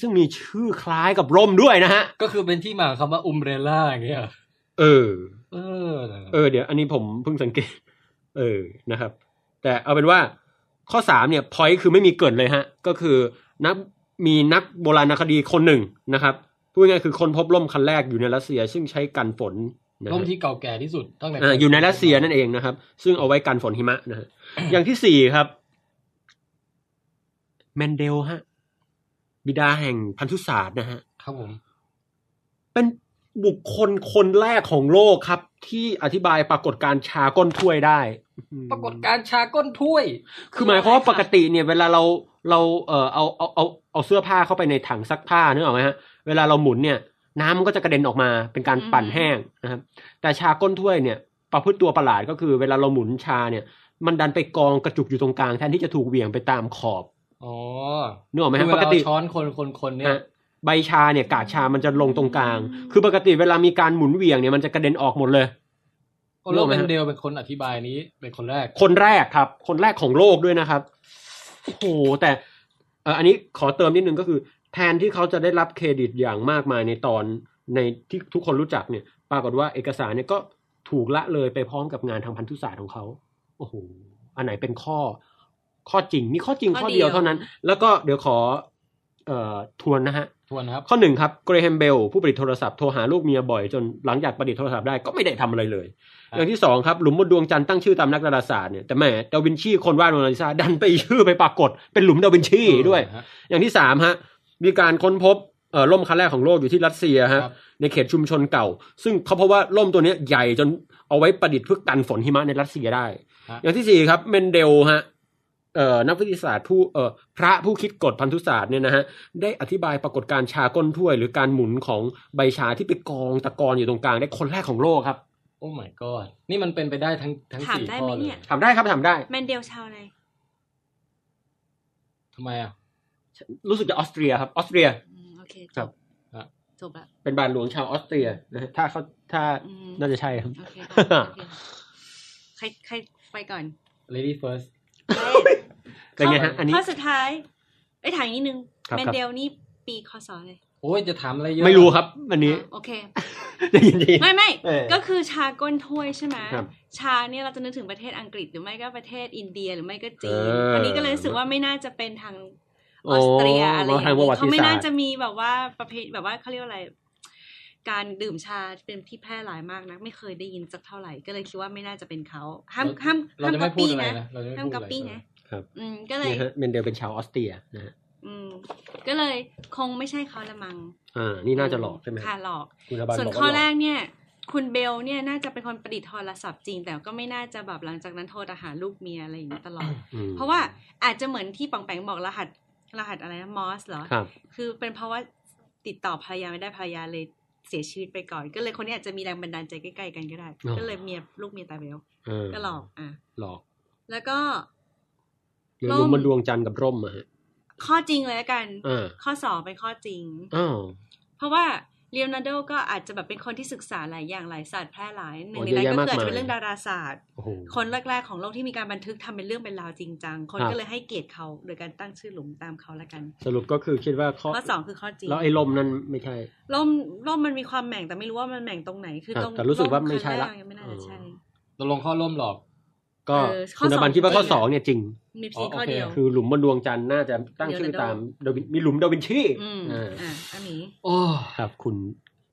ซึ่งมีชื่อคล้ายกับร่มด้วยนะฮะ ก็คือเป็นที่มาของคำว่าอุมเบรล่าอย่างเงี้ยเหรอ เออ เออนะ เออเดี๋ยวอันนี้ผมเพิ่งสังเกต เออนะครับ แต่เอาเป็นว่าข้อสามเนี่ยพอยคือไม่มีเกิดเลยฮะ ก็คือนักมีนักโบราณคดีคนหนึ่งนะครับพูดง่ายๆคือคนพบร่มคันแรกอยู่ในรัสเซีย ซึ่งใช้กันฝนนะฮะ ร่มที่เก่าแก่ที่สุดตั้งแต่ อ่าอยู่ในรัสเซียนั่นเองนะครับ ซึ่งเอาไว้กันฝนหิมะ นะฮะ อย่างที่สี่ครับ แมนเดลฮะ บิดาแห่งพันธุศาสตร์นะฮะ ครับผม เป็นบุคคลคนแรกของโลกครับ ที่อธิบายปรากฏการณ์ชาก้นถ้วยได้ ปรากฏการณ์ชาก้นถ้วย คือหมายความว่าปกติเนี่ย เวลาเราเราเอ่อเอาเอาเอาเอาเสื้อผ้าเข้าไปในถังซักผ้านึกออกไหมฮะ เวลาเราหมุนเนี่ย น้ำมันก็จะกระเด็นออกมาเป็นการ อืม ปั่นแห้งนะครับ แต่ชาก้นถ้วยเนี่ย ประพฤติตัวประหลาดก็คือ เวลาเราหมุนชาเนี่ย มันดันไปกองกระจุกอยู่ตรงกลางแทนที่จะถูกเหวี่ยงไปตามขอบ อ๋อ นึกออกไหม คือ ฮะ เว ป ลาก ติ ช้อนคนคนคนเนี่ย ฮะใบชาเนี่ยกาดชามันจะลงตรงกลาง คือปกติเวลามีการหมุนเหวี่ยงเนี่ยมันจะกระเด็นออกหมดเลย ก็เริ่ม รู้ไหม เป็น ฮะ เดลเป็นคนอธิบายนี้เป็นคนแรก คนแรกครับ คนแรกของโลกด้วยนะครับ โอ้โห แต่เอ่ออันนี้ขอเติมนิดนึงก็คือ แทนที่เขาจะได้รับเครดิตอย่างมากมายในตอนในที่ทุกคนรู้จักเนี่ย ปรากฏว่าเอกสารเนี่ยก็ถูกละเลยไปพร้อมกับงานทางพันธุศาสตร์ของเขา โอ้โห อันไหนเป็นข้อ ข้อจริง มีข้อจริงข้อเดียวเท่านั้น แล้วก็เดี๋ยวขอ เอ่อทวนนะฮะ ทวนครับ ข้อหนึ่งครับเกรแฮมเบลผู้ผลิตโทรศัพท์โทรหาลูกเมียบ่อยจนหลังจากประดิษฐ์โทรศัพท์ได้ก็ไม่ได้ทำอะไรเลย ครับ อย่างที่สองครับหลุมบนดวงจันทร์ตั้งชื่อตามนักดาราศาสตร์เนี่ยแต่แหม่ดาวินชีคนวาดโมนาลิซาดันไปชื่อไปปรากฏเป็นหลุมดาวินชีด้วย ฮะ อย่างที่สามฮะมีการค้นพบเอ่อล่มคันแรกของโลกอยู่ที่รัสเซียฮะ ครับ ในเขตชุมชนเก่า ซึ่งเขาพบว่าล่มตัวเนี้ยใหญ่จนเอาไว้ประดิษฐ์เพื่อกันฝนหิมะในรัสเซียได้ อย่างที่สี่ครับเมนเดลฮะเอ่อนักวิทยาศาสตร์ผู้เอ่อพระผู้คิดกฎพันธุศาสตร์เนี่ยนะฮะได้อธิบายปรากฏการณ์ชาก้นถ้วย หรือการหมุนของใบชาที่ไปกองตะกอนอยู่ตรงกลางได้คนแรกของโลกครับ โอ้ my god นี่มันเป็นไปได้ทั้งทั้ง ถาม สี่ ได้ ข้ ไห อ ม เลย เนี่ย ถามได้ครับถามได้ แมนเดลชาวอะไร ทำไมอ่ะ รู้สึกจะออสเตรียครับออสเตรีย อืมโอเคจ ครับ ฮะ จบละ เป็นบาทหลวงชาวออสเตรียนะฮะถ้าเขาถ้า อืม น่าจะใช่ครับ โอเค ต่อโอเคใครใครไปก่อน lady first เป็นไงฮะอันนี้ ข้อสุดท้ายไอ้ยถามอีกนิดนึง ครับ แมน ครับ เดลนี่ปีคศเลย โอ้ยจะถามอะไรเยอะ ไม่รู้ครับอันนี้ โอเค ได้ยินดี ไม่ ไม่ เออ ก็คือชาก้นถ้วยใช่ไหม ครับ ชาเนี่ยเราจะนึกถึงประเทศอังกฤษหรือไม่ก็ประเทศอินเดียหรือไม่ก็จี เอน อ วันนี้ก็เลยรู้สึกว่าไม่น่าจะเป็นทาง ออสเตรียอะไรอย่าง ทางประวั นี้ ติ เขาไม่ ศา น่า สต จะ ร์ มีแบบว่าประเภทแบบว่าเขาเรียกว่าอะไร การดื่มชาเป็นที่แพร่หลายมากนะไม่เคยได้ยินสักเท่าไหร่ก็เลยคิดว่าไม่น่าจะเป็นเขาห้ามห้าม เราจะห้ามก๊ ไม่ อป พูด ปี้ อะไร นะ นะเราจะไม่ ห้าม พูด ก๊ อะ อป ไร ปี้ ใช่ไหม นะ ครับ อืมก็เลย นี่ฮะเมนเดลเป็นชาวออสเตรียนะฮะ อืม ก็เลยคงไม่ใช่เขาละมัง อ่านี่น่าจะหลอกใช่ไหม ค่ะหลอก คุณระบาล ส่วน บว่า ข้อ หล แร อก กเนี่ย คุณเบลเนี่ยน่าจะเป็นคนประดิษฐ์โทรศัพท์จริง แต่ก็ไม่น่าจะแบบหลังจากนั้นโทรหาลูกเมียอะไรอย่างนี้ตลอด อืม เพราะว่าอาจจะเหมือนที่ปองแปงบอกรหัส รหัสอะไรนะมอสเหรอ ครับ คือเป็นเพราะว่าติดต่อภรรยาไม่ได้ภรรยาเลยเสียชีวิตไปก่อน ก็เลยคนนี้อาจจะมีแรงบันดาลใจใกล้ๆกันก็ได้ อ๋อ ก็เลยเมียลูกเมียตาเบล เออ ก็หลอกอ่ะ หลอก แล้วก็ หรือหร่มลุมบนดวงจันทร์กับร่มอะฮะ ข้อจริงเลยละกัน อ่า ข้อสองเป็นข้อจริง อ้าว เพราะว่าเลโอนาร์โดก็อาจจะแบบเป็นคนที่ศึกษาหลายอย่างหลายศาสตร์แพร่หลายหนึ่ง โอ้ ใน เยอะ นั้น แยะ ก็มากมายคืออาจจะเป็นเรื่องดาราศาสตร์ โอ้โห คนแรกๆของโลกที่มีการบันทึกทำเป็นเรื่องเป็นราวจริงจังคน ครับ ก็เลยให้เกียรติเขาโดยการตั้งชื่อหลุมตามเขาละกัน สรุปก็คือคิดว่าข้อ ข้อสองคือข้อจริง แล้วไอ้ร่มนั่นไม่ใช่ ร่มร่มมันมีความแหม่งแต่ไม่รู้ว่ามันแหม่งตรงไหนคือ ครับ ตรง แต่รู้สึกว่าไม่ใช่ละ ร่มข้างล่างยังไม่น่าจะใช่ เออ ตกลงข้อร่วมหลอก ก็ เออข้อ คุณระบาล สอง คิดว่าข้อ จริงอะ สองเนี่ยจริง มีเพียงข้อเดียว โอเ คือหลุมบนดวงจันทร์น่าจะตั้งชื่อตามดาวินมีหลุมดาวินชี อืม อ่า อ่ะอันนี้ โอ้ ครับ คุณ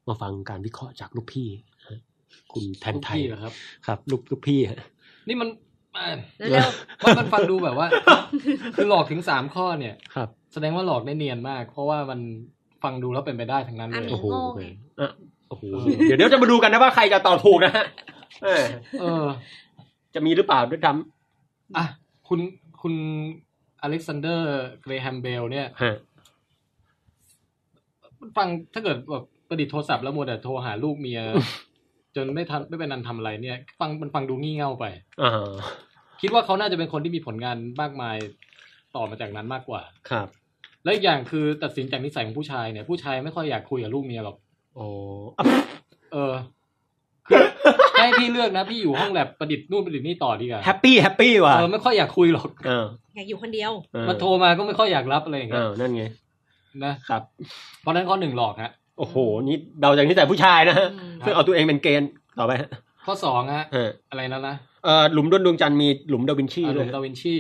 มาฟังการวิเคราะห์จากลูกพี่นะฮะคุณแทนไทย ลูกพี่เหรอครับ ครับ ลูกลูกพี่ฮะ นี่มันอ่ะ แล้วเร็ว มันมันฟังดูแบบ ว่า คือหลอกถึงสามข้อเนี่ย ครับ แสดงว่าหลอกได้เนียนมาก เพราะว่ามันฟังดูแล้วเป็นไปได้ทั้งนั้น อัน เลย นี้ โโห โง่ไง อ่ะโอ้โหเดี๋ยวเดี๋ยวจะมาดูกันนะว่าใครจะตอบถูกนะฮะเออ เออ จะมีหรือเปล่าด้วยซ้ อ่ะ คุณคุณอเล็กซานเดอร์เกรแฮมเบลเนี่ย ำฮะ ฟังถ้าเกิดแบบประดิษฐ์โทรศัพท์แล้วมัวแต่โทรหาลูกเมีย จนไม่ทันไม่เป็นนันทำอะไรเนี่ย ฟังมันฟังดูงี่เง่าไป อ่า คิดว่าเขาน่าจะเป็นคนที่มีผลงานมากมายต่อมาจากนั้นมากกว่า ครับ และอีกอย่างคือตัดสินจากนิสัยของผู้ชายเนี่ยผู้ชายไม่ค่อยอยากคุยกับลูกเมียหรอก โอ้อ่ะเออคือให้พี่เลือกนะ พี่อยู่ห้องแลบประดิษฐ์นู่นประดิษฐ์นี่ต่อดีกว่า แฮปปี้แฮปปี้ว่ะ เออไม่ค่อยอยากคุยหรอก เออ อยากอยู่คนเดียว เออ มาโทรมาก็ไม่ค่อยอยากรับอะไรอย่าง เอ เงี้ย อนั่นไง นะครับ เพราะฉะนั้นข้อหนึ่งหลอกฮะ โอ้โห นี่เดาจากนี่แต่ผู้ชายนะฮะ อืม ซึ่งเอาตัวเองเป็นเกณฑ์ต่อไปฮะ ข้อสองฮะ เออ อะไรแล้วนะ เอ่อหลุมดวนดวงจันทร์มีหลุมดาวินชี อา ด้ ร ว ม ย ณ์ดาวินชี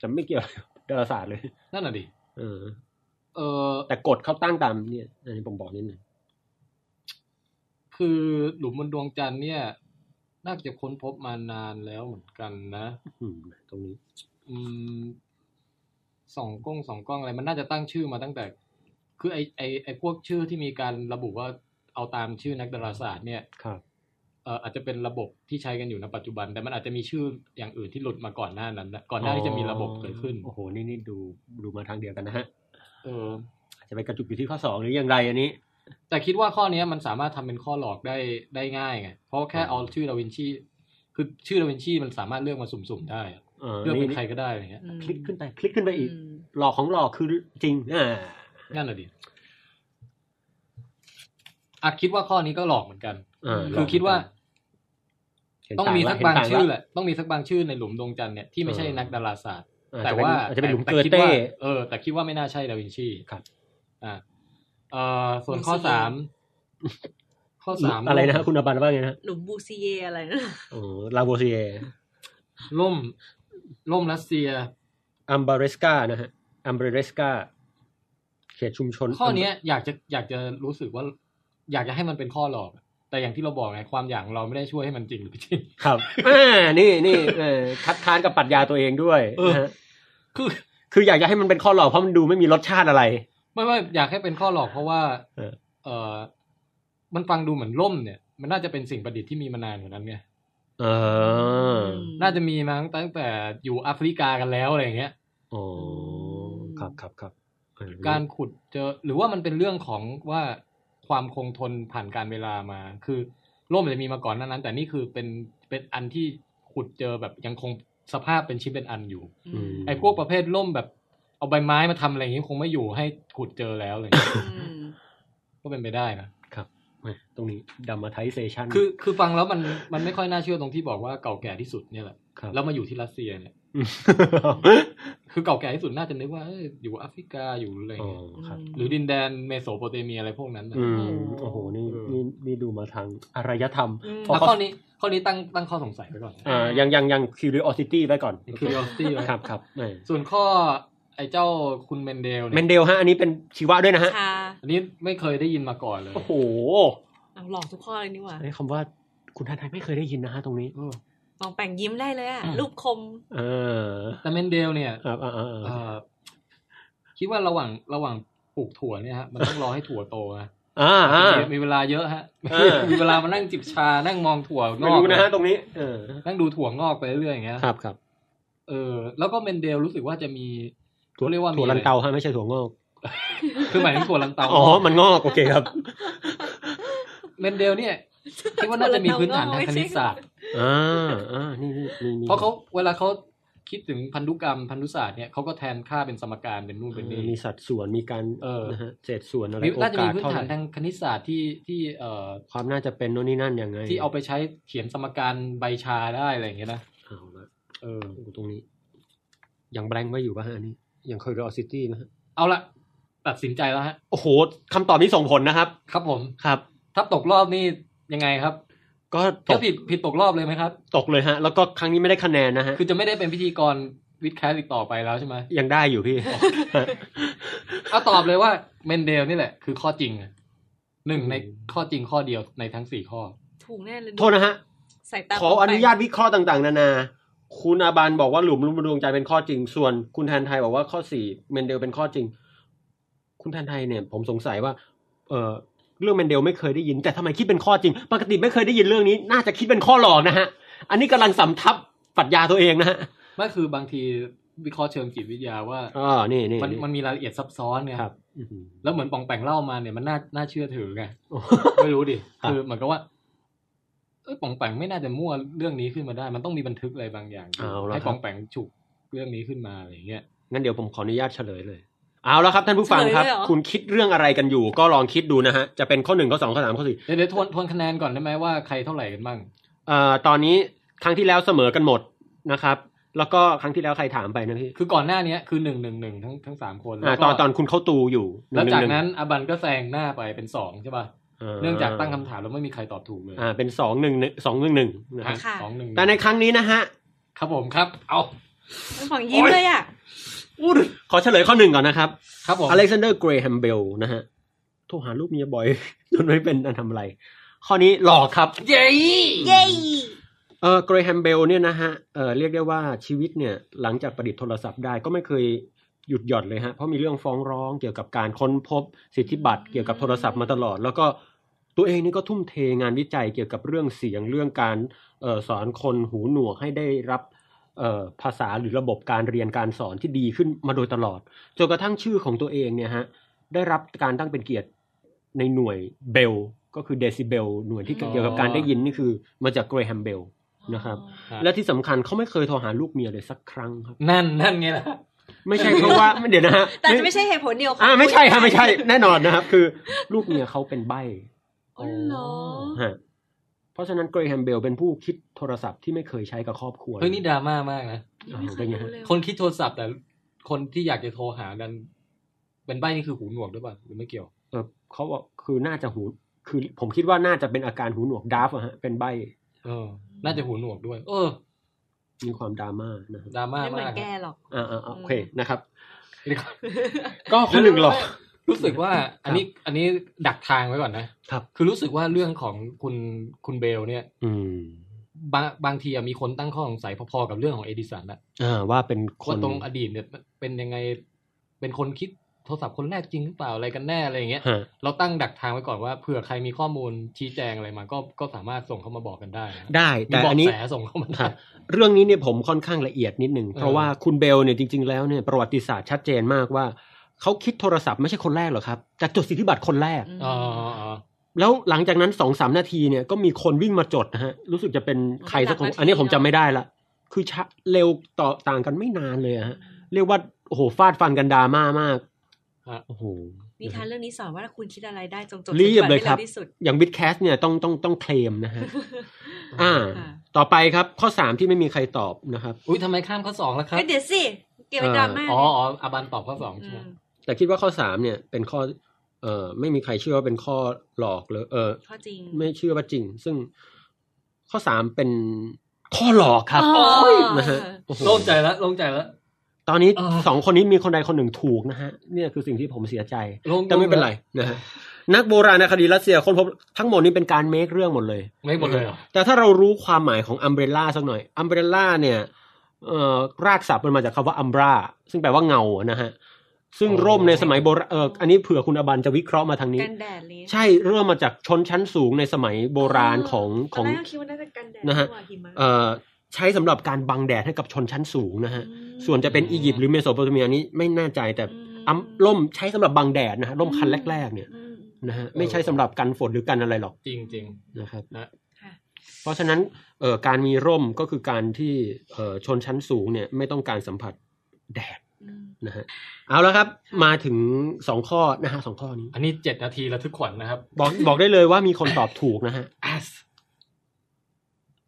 จะไม่เกี่ยวดาราศาสตร์เลย นั่นน่ะดิ เออ เออ แต่กฎเขาตั้งตามเนี่ยอันนี้ผมบอกนิดหนึ่ง คือหลุมบนดวงจันทร์เนี่ย น่าจะค้นพบมานานแล้วเหมือนกันนะ อืมตรงนี้ อืมสองกล้องสองกล้องอะไร มันน่าจะตั้งชื่อมาตั้งแต่ คือไอไอไอพวกชื่อที่มีการระบุว่าเอาตามชื่อนักดาราศาสตร์เนี่ย ครับ เอ่ออาจจะเป็นระบบที่ใช้กันอยู่ในปัจจุบัน แต่มันอาจจะมีชื่ออย่างอื่นที่หลุดมาก่อนหน้านั้นนะก่อนหน้าที่จะมีระบบเกิดขึ้น โอ้โห นี่นี่ดูดูมาทางเดียวกันนะฮะ เออ อาจจะไปกระจุกอยู่ที่ข้อสองหรืออย่างไรอันนี้ แต่คิดว่าข้อเนี้ยมันสามารถทำเป็นข้อหลอกได้ได้ง่ายไงเพราะแค่เอาชื่อดาวินชีคือชื่อดาวินชีมันสามารถเลือกมาสุ่มๆได้อะ เออ เลือกเป็น นี่ ใครก็ได้อะไรเงี้ย อืม คลิกขึ้นไป คลิกขึ้นไปอีก อืม หลอกของหลอกคือจริงอ่า นั่นแหละดิอ่ะคิดว่าข้อนี้ก็หลอกเหมือนกัน เหล คื ก อคิดว่า เห็น ต้องมีสัก แล้ บาว ง เห็น ชื่อ แ แหละต้องมีสักบางชื่อในหลุมดวงจันทร์เนี่ยที่ไม่ใช่นักดาราศาสตร์ อ่ แต่ว่า อาจจะเป็นหลุม แต่ เกอ คิด เต้ ว่าเออ แต่คิดว่าไม่น่าใช่ดาวินชี ครับ อ่าเอ่อส่วนข้อสามข้อสาม อะไรนะฮะคุณอบันว่าไงนะฮะ หลุมบูซีเยอะไรนะ โอ้ลาโวเซีย ล่ม ล่มรัสเซีย อัมบาเรสกานะฮะอัมเบเรสกาเขตชุมชน ข้อเนี้ยอยากจะอยากจะรู้สึกว่า อยากจะให้มันเป็นข้อหลอก แต่อย่างที่เราบอกไงความอยากเราไม่ได้ช่วยให้มันจริงหรือไม่จริง ครับอ่านี่นี่เออคัดค้านกับปรัชญาตัวเองด้วย เออ นะฮะ คือ คืออยากจะให้มันเป็นข้อหลอกเพราะมันดูไม่มีรสชาติอะไร ไม่ไม่อยากให้เป็นข้อหลอกเพราะว่า เออ เออมันฟังดูเหมือนล่มเนี่ย มันน่าจะเป็นสิ่งประดิษฐ์ที่มีมานานกว่านั้นไง เออ น่าจะมีมาตั้งแต่อยู่แอฟริกากันแล้วอะไรอย่างเงี้ย อ๋อครับครับครับเออ การขุดเจอหรือว่ามันเป็นเรื่องของว่าความคงทนผ่านการเวลามา คือร่มอาจจะมีมาก่อนหนานั้น แต่นี่คือเป็นเป็นอันที่ขุดเจอแบบยังคงสภาพเป็นชิ้นเป็นอันอยู่ อืม ไอ้พวกประเภทร่มแบบเอาใบไม้มาทำอะไรอย่างงี้คงไม่อยู่ให้ขุดเจอแล้วอะไรอย่างเงี้ย อืม ก็เป็นไปได้นะ แหม่ตรงนี้ดัมมาไทเซชัน คือคือฟังแล้วมันมันไม่ค่อยน่าเชื่อตรงที่บอกว่าเก่าแก่ที่สุดเนี่ยแหละ ครับ แล้วมาอยู่ที่รัสเซียเนี่ย คือเก่าแก่ที่สุดน่าจะนึกว่าเอ้ยอยู่แอฟริกาอยู่อะไรอย่า อ๋ ง อ เงี้ย ครับ หรือดินแดนเมโสโปเตเมียอะไรพวกนั้นน่ะ อืมโอ้โหนี่ เออ นี่นี่ดูมาทางอารยธรรมเพ แล้ว ราะข้ ข้ อ อนี้ข้อนี้ตั้งตั้งข้อสงสัยไว้ก่อน อ่ายังยังยัง curiosity ไว้ก่อน คือ curiosity ไว้ ครับครับเออ ส่วนข้อไอ้เจ้าคุณเมนเดล เม เนี่ย นเดลฮะ อันนี้เป็นชีวะด้วยนะฮะ ค่ะ อันนี้ไม่เคยได้ยินมาก่อนเลย โอ้โห เอาหลอกทุกข้อเลยนี่หว่า ไอ้คำว่าคุณท่านไทยไม่เคยได้ยินนะฮะตรงนี้ เออ ลองแป่งยิ้มได้เลยอะ อืม รูปคม เออ แต่เมนเดลเนี่ย ครับอ่าอ่า เอ่อคิดว่าระหว่างระหว่างปลูกถั่วเนี่ยฮะมันต้องรอให้ถั่วโตนะ อ่าอ่า มีมีเวลาเยอะฮะ อ่ามี มีเวลามานั่งจิบชา นั่งมองถั่วง ไม่ อก รู้นะฮะตรงนี้เออ นั่งดูถั่วงอกไปเรื่อยๆอย่างเงี้ย ครับครับ เออแล้วก็เมนเดลรู้สึกว่าจะมี ถั่ว เขาเรียกว่ามี ถั่วลัอะนไร เตาฮะไม่ใช่ถั่วงอก คือหมายถึงถั่วลันเตา อ๋อมันงอกโอเคครับ เมนเดล เนี่ยคิดว่าน่าจะมีพื้นฐานทางคณิตศาสตร์ อ่าอ่านี่นี่มีมี เพราะเขาเวลาเขาคิดถึงพันธุกรรมพันธุศาสตร์เนี่ยเขาก็แทนค่าเป็นสมการเป็นนู่นเป็น เอ นี่ อมีสัดส่วนมีการ เออ นะฮะเศษส่วนอะไร มี โอ น่าจะมี กาส พื้น เท่าไห ฐาน ร่ ทางคณิตศาสตร์ที่ที่เอ่อ ความน่าจะเป็นโน่นนี่นั่นยังไง ที่เอาไปใช้เขียนสมการใบชาได้อะไรอย่างเงี้ยนะ เอาละ เออ โอ้ตรงนี้ยังแบงค์ไว้อยู่ป่ะฮะอันนี้ยัง curiosity ไหมฮะ เอาละตัดสินใจแล้วฮะ โอ้โหคำตอบนี้ส่งผลนะครับ ครับผม ครับ ถ้าตกรอบนี่ยังไงครับ ก็ต ก็ ก ผิดผิดตกรอบเลยไหมครับ ตกเลยฮะ แล้วก็ครั้งนี้ไม่ได้คะแนนนะฮะ คือจะไม่ได้เป็นพิธีกรวิดแคสอีกต่อไปแล้วใช่ไหม ยังได้อยู่พี่ เอาตอบเลยว่าเมนเดลนี่แหละคือข้อจริงอะหนึ่งในข้อจริงข้อเดียวในทั้งสี่ข้อ ถูกแน่เลย โทษนะฮะ ใส่ตา ขออนุญาตวิเคราะห์ต่าง ๆ นานา คุณอาบานบอกว่าหลุมลุมดวงใจเป็นข้อจริง ส่วนคุณแทนไทยบอกว่าข้อสี่เมนเดลเป็นข้อจริง คุณแทนไทยเนี่ย ผมสงสัยว่า เออเรื่องเมนเดลไม่เคยได้ยิน แต่ทำไมคิดเป็นข้อจริง ปกติไม่เคยได้ยินเรื่องนี้ น่าจะคิดเป็นข้อหลอกนะฮะ อันนี้กำลังสำทับปรัชญาตัวเองนะฮะ ไม่คือบางทีวิเคราะห์เชิงจิตวิทยาว่า อ๋อนี่นี่ มันมันมีรายละเอียดซับซ้อนไง ครับอื้อ หือ แล้วเหมือนปองแปงเล่ามาเนี่ยมันน่าน่าเชื่อถือไง ไม่รู้ดิ ครับ คือเหมือนกับว่าเอ้ยปองแปงไม่น่าจะมั่วเรื่องนี้ขึ้นมาได้ มันต้องมีบันทึกอะไรบางอย่าง เอาละ ให้ ค ปอรับ งแปงฉุกเรื่องนี้ขึ้นมาอะไรอย่างเงี้ย งั้นเดี๋ยวผมขออนุญาตเฉลยเลย เอาแล้วครับท่านผู้ฟังครับ เฉลยเลยเหรอ คุณคิดเรื่องอะไรกันอยู่ ก็ลองคิดดูนะฮะ จะเป็นข้อหนึ่งข้อสองข้อสามข้อสี่ เดี๋ยวเดี๋ยวทวนทวนคะแนนก่อนได้ไหมว่าใครเท่าไหร่กันบ้าง เอ่อตอนนี้ครั้งที่แล้วเสมอกันหมดนะครับ แล้วก็ครั้งที่แล้วใครถามไปนะพี่ คือก่อนหน้าเนี้ยคือหนึ่งหนึ่งหนึ่งทั้งทั้งสามคน อ่า แล้วก็ ตอนตอนคุณเข้าตูอยู่ แล้วจาก หงหง นั้นอบันก็แซงหน้าไปเป็นสองใช่ป่ะเนื่องจากตั้งคำถามแล้วไม่มีใครตอบถูกเลย อ่าเป็นสองหนึ่งหนึ่งสองหนึ่งหนึ่งนะฮะ ค่ะ สองหนึ่ง แต่ในครั้งนี้นะฮะ ครับผมครับ เอา ฝั่งยิ้มเลยอ่ะ อุ๊ยขอเฉลยข้อหนึ่งก่อนนะครับ ครับผม อเล็กซานเดอร์เกรแฮมเบลนะฮะ โทรหาลูกเมียบ่อย จนไม่เป็นอันทำอะไร ข้อนี้หลอกครับ เย้ เย้ เออเกรแฮมเบลเนี่ยนะฮะเออเรียกได้ว่าชีวิตเนี่ย หลังจากประดิษฐ์โทรศัพท์ได้ก็ไม่เคยหยุดหย่อนเลยฮะ เพราะมีเรื่องฟ้องร้องเกี่ยวกับการค้นพบสิทธิบัตรเกี่ยวกับโทรศัพท์มาตลอด แล้วก็ตัวเองนี่ก็ทุ่มเทงานวิจัยเกี่ยวกับเรื่องเสียงเรื่องการเออสอนคนหูหนวกให้ได้รับเอ่อภาษาหรือระบบการเรียนการสอนที่ดีขึ้นมาโดยตลอด จนกระทั่งชื่อของตัวเองเนี่ยฮะได้รับการตั้งเป็นเกียรติในหน่วยเบล ก็คือเดซิเบลหน่วยที่เกี่ยวกับการได้ยินนี่คือมาจากเกรแฮมเบลนะครับ และที่สำคัญเขาไม่เคยโทรหาลูกเมียเลยสักครั้งครับ นั่นนั่นไงล่ะ ไม่ใช่เพราะว่า เดี๋ยวนะฮะ แต่จะไม่ใช่เหตุผลเดียวค่ะ อ่าไม่ใช่ฮะไม่ใช่ แน่นอนนะครับ คือลูกเมียเขาเป็นใบ อ๋อเหรอ ฮะเพราะฉะนั้นเกรแฮมเบลเป็นผู้คิดโทรศัพท์ที่ไม่เคยใช้กับครอบครัว เฮ้ยนี่ดราม่ามากนะ ไม่เคยรู้เลย คนคิดโทรศัพท์แต่คนที่อยากจะโทรหากัน เป็นใบ้นี่คือหูหนวกด้วยป่ะหรือไม่เกี่ยว เออเขาบอกคือน่าจะหูคือ ผมคิดว่าน่าจะเป็นอาการหูหนวกดับอะฮะเป็นใบ เออ น่าจะหูหนวกด้วย เออ มีความดราม่านะครับ ดราม่า ไม่เหมือ มาน ก แกหรอก อ่าอ่าอ่าโอเคนะครับ เดี๋ยวก่อน ก็คนหนึ่งหรอก รู้สึกว่า อันนี้อันนี้ดักทางไว้ก่อนนะครับ คือรู้สึกว่าเรื่องของคุณคุณเบลเนี่ย อืม บางบางทีอะมีคนตั้งข้อสงสัยพอๆกับเรื่องของเอดิสันอะ อ่าว่าเป็นค ว่าน ตรงอดีตเนี่ยเป็นยังไง เป็นคนคิดโทรศัพท์คนแรกจริงหรือเปล่าอะไรกันแน่อะไรอย่างเงี้ย ฮะ เราตั้งดักทางไว้ก่อนว่าเผื่อใครมีข้อมูลชี้แจงอะไรมา ก็ก็สามารถส่งเข้ามาบอกกันได้นะ ได้ มี แต่ เบอก อันนี้ แสส่งเข้ามาได้ ฮะเรื่องนี้เนี่ยผมค่อนข้างละเอียดนิดหนึ่ง เออ เพราะว่าคุณเบลเนี่ยจริง ๆ แล้วเนี่ยประวัติศาสตร์ชัดเจนมากว่าเขาคิดโทรศัพท์ไม่ใช่คนแรกหรอกครับแต่จดสิทธิบัตรคนแรก อ๋ออ๋ออ๋อ แล้วหลังจากนั้นสองสามนาทีเนี่ยก็มีคนวิ่งมาจดนะฮะรู้สึกจะเป็นใครสักคน หลักนาที อันนี้ผมจำไม่ได้ละคือช้าเร็วต่อต่างกันไม่นานเลยอะฮะเรียกว่าโอ้โหฟาดฟันกันดราม่ามากโอ้โห นิทานเรื่องนี้สอนว่าคุณคิดอะไรได้จงจด รีบเลยครับ ให้วที่สุด อย่างบิดแคสเนี่ยต้องต้องต้องเคลมนะฮะอ่า ค่ะ ต่อไปครับข้อสามที่ไม่มีใครตอบนะครับ อุ้ยทำไมข้ามข้อสองแล้วครับ เอ้ยเดี๋ยวสิเกี่ยวกับดราม่า อ๋ออ๋ออาบันตอบข้อสองใช่ไหม ม แต่คิดว่าข้อสามเนี่ยเป็นข้อเอ่อไม่มีใครเชื่อว่าเป็นข้อหลอกหรือเออ ข้อจริง ไม่เชื่อว่าจริง ซึ่งข้อสามเป็นข้อหลอกครับ อ๋อ โอ้ยนะฮะโอ้โห โล่งใจแล้วโล่งใจแล้ว ตอนนี้ เออ สองคนนี้มีคนใดคนหนึ่งถูกนะฮะเนี่ยคือสิ่งที่ผมเสียใจ โล่ง แต่ไม่เป็นไรนะฮะนักโบราณคดีรัสเซียคนพบทั้งหมดนี้เป็นการเมคเรื่องหมดเลย ไม่หมดเลยเหรอ แต่ถ้าเรารู้ความหมายของอัมเบรล่าสักหน่อยอัมเบรล่าเนี่ยเอ่อรากศัพท์มันมาจากคำว่าอัมบรา ซึ่งแปลว่าเงานะฮะ ซึ่งร่มในสมัยโบราณเอออันนี้เผื่อคุณอบันจะวิเคราะห์มาทางนี้ กันแดดลิส ใช่เริ่มมาจากชนชั้นสูงในสมัยโบราณของ ต ข อ อน ง แรกก็คิดว่าน่าจะกันแดด นะฮะ ด้วยหิมะ เอ่อใช้สำหรับการบังแดดให้กับชนชั้นสูงนะฮะ ม ส่วนจะเป็นอียิปต์หรือเมโสโปเตเมียนี้ไม่แน่ใจแต่อัมร่มใช้สำหรับบังแดดนะฮะร่มคันแรก ๆเนี่ย อืม นะฮะไม่ใช่สำหรับกันฝนหรือกันอะไรหรอก จริงจริง นะครับ ค่ะ เพราะฉะนั้นเอ่อการมีร่มก็คือการที่เอ่อชนชั้นสูงเนี่ยไม่ต้องการสัมผัสแดดนะฮะเอาแล้วครับ มาถึงสองข้อนะฮะสองข้อนี้ ๆ อันนี้เจ็ดนาทีระทึกขวัญนะครับ บอกบอกได้เลยว่ามีคนตอบถูกนะฮะ อัส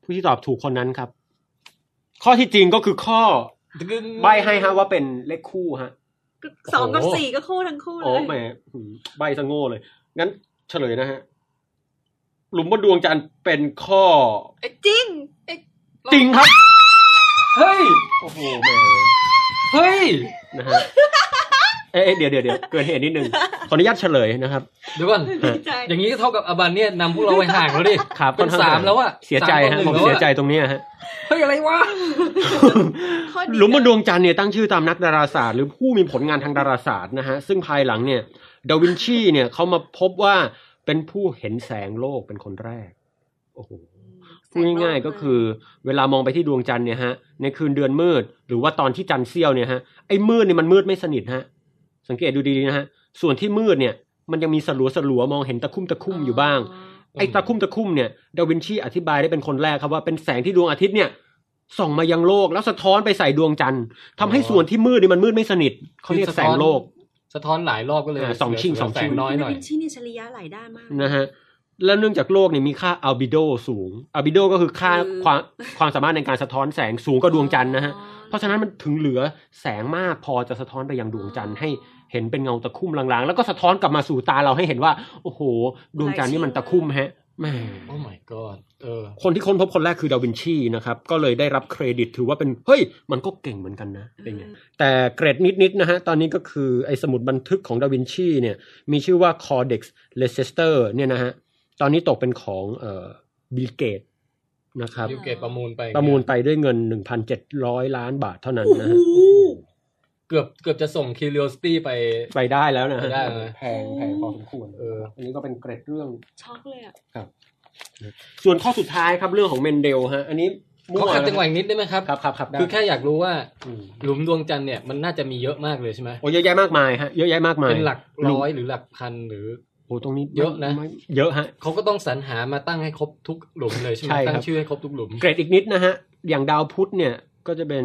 ผู้ที่ตอบถูกคนนั้นครับ ข้อที่จริงก็คือข้อ ดึง ใบให้ฮะว่าเป็นเลขคู่ฮะ ก็สองกับ โอ้โห สี่ก็คู่ทั้งคู่เล โอ้ ย แหมหืมใบสะโง่เลย งั้นเฉลยนะฮะ หลุมบนดวงจันทร์เป็นข้อ เอ้ยจริงเอ้ย จริงครับ เฮ้ย โอ้โหแหม เฮ้ย นะฮะเอ๊ะเอ๊ะเดี๋ยวเดี๋ยวเดี๋ยวเกินเหตุนิดนึงขออนุญาตเฉลยนะครับ เดี๋ยวก่อน ดีใจ อย่างนี้ก็เท่ากับอาบันเนี่ยนำพวกเราไปห่างแล้วดิ ครับ เป็น ค่อข้ง สามแล้วอะ เสียใจ สา ฮะ มต่อหนึ่ง ผม แล้วอะ เสียใจตรงเนี้ยฮะ เฮ้ยอะไรวะ ข้อดี หลุมบนดวงจันทร์เนี่ยตั้งชื่อตามนักดาราศาสตร์หรือผู้มีผลงานทางดาราศาสตร์นะฮะ ซึ่งภายหลังเนี่ยดาวินชีเนี่ยเขามาพบว่าเป็นผู้เห็นแสงโลกเป็นคนแรก โอ้โหพูดง่ายๆก็คือ เวลามองไปที่ดวงจันทร์เนี่ยฮะในคืนเดือนมืด หรือว่าตอนที่จันทร์เสี้ยวเนี่ยฮะไอ้มืดเนี่ยมันมืดไม่สนิทฮะสังเกตดูดีๆนะฮะส่วนที่มืดเนี่ยมันยังมีสลัวสลัวๆมองเห็นตะคุ่มตะคุ่มอยู่บ้าง ไอ้ตะคุ่มตะคุ่มเนี่ยดาวินชีอธิบายได้เป็นคนแรกครับว่าเป็นแสงที่ดวงอาทิตย์เนี่ยส่องมายังโลกแล้วสะท้อนไปใส่ดวงจันทร์ทำให้ อ๋อ ส่วนที่มืดเนี่ยมันมืดไม่สนิทเขาเรียกแสงโลก สะท้อนหลายรอบก็เลย อ่าสองชิ่ง เหลื สองชิ่ง แน้อยหน่อย เป็นชิ้นอิสริยะหลายด้านมาก นะฮะแล้วเนื่องจากโลกเนี่ยมีค่าอัลบิโดสูงอัลบิโดก็คือค่า คือ ความความสามารถในการสะท้อนแสงสูงกว่าดวงจันทร์นะฮะ อ๋อ เพราะฉะนั้นมันถึงเหลือแสงมากพอจะสะท้อนไปยังดวงจันทร์ให้เห็นเป็นเงาตะคุ่มลางๆ แล้วก็สะท้อนกลับมาสู่ตาเราให้เห็นว่า โอ้โห ดวงจันทร์นี่มันตะคุ่มฮะแหม โอ้ my god เออ คนที่ค้นพบคนแรกคือดาวินชีนะครับ ก็เลยได้รับเครดิตถือว่าเป็น เฮ้ย มันก็เก่งเหมือนกันนะเป็นไงแต่เกรดนิด ๆ นะฮะ ตอนนี้ก็คือไอ้สมุดบันทึกของดาวินชีเนี่ยมีชื่อว่า Codex Leicester เนี่ยนะฮะ ตอนนี้ตกเป็นของเอ่อบิลเกตนะครับ บิลเกตประมูลไป ประมูลไปด้วยเงิน 1,700 ล้านบาทเท่านั้นนะฮะ เกือบเกือบจะส่ง curiosity ไป ไปได้แล้วนะฮะ ไปได้แล้วนะ แพงแพงพอสมควร เออ อันนี้ก็เป็นเกรดเรื่อง ช็อกเลยอ่ะ ส่วนข้อสุดท้ายครับเรื่องของเมนเดลฮะ อันนี้มั่ ขอ ว ขัด นะ จังหวะอีกนิดได้ไหมครับ ครับครับครับได้ คือแค่อยากรู้ว่า อืม หลุมดวงจันทร์เนี่ยมันน่าจะมีเยอะมากเลยใช่ไหม โอ้เยอะแยะมากมายฮะเยอะแยะมากมาย เป็นหลักร้อยหรือหลักพันหรือ โอ้ตรงนี้ เยอะนะ ไม่เยอะฮะ เขาก็ต้องสรรหามาตั้งให้ครบทุกหลุมเลยใช่ไหม ใช่ครับ ตั้งชื่อให้ครบทุกหลุม เกรดอีกนิดนะฮะ อย่างดาวพุธเนี่ย ก็จะเป็น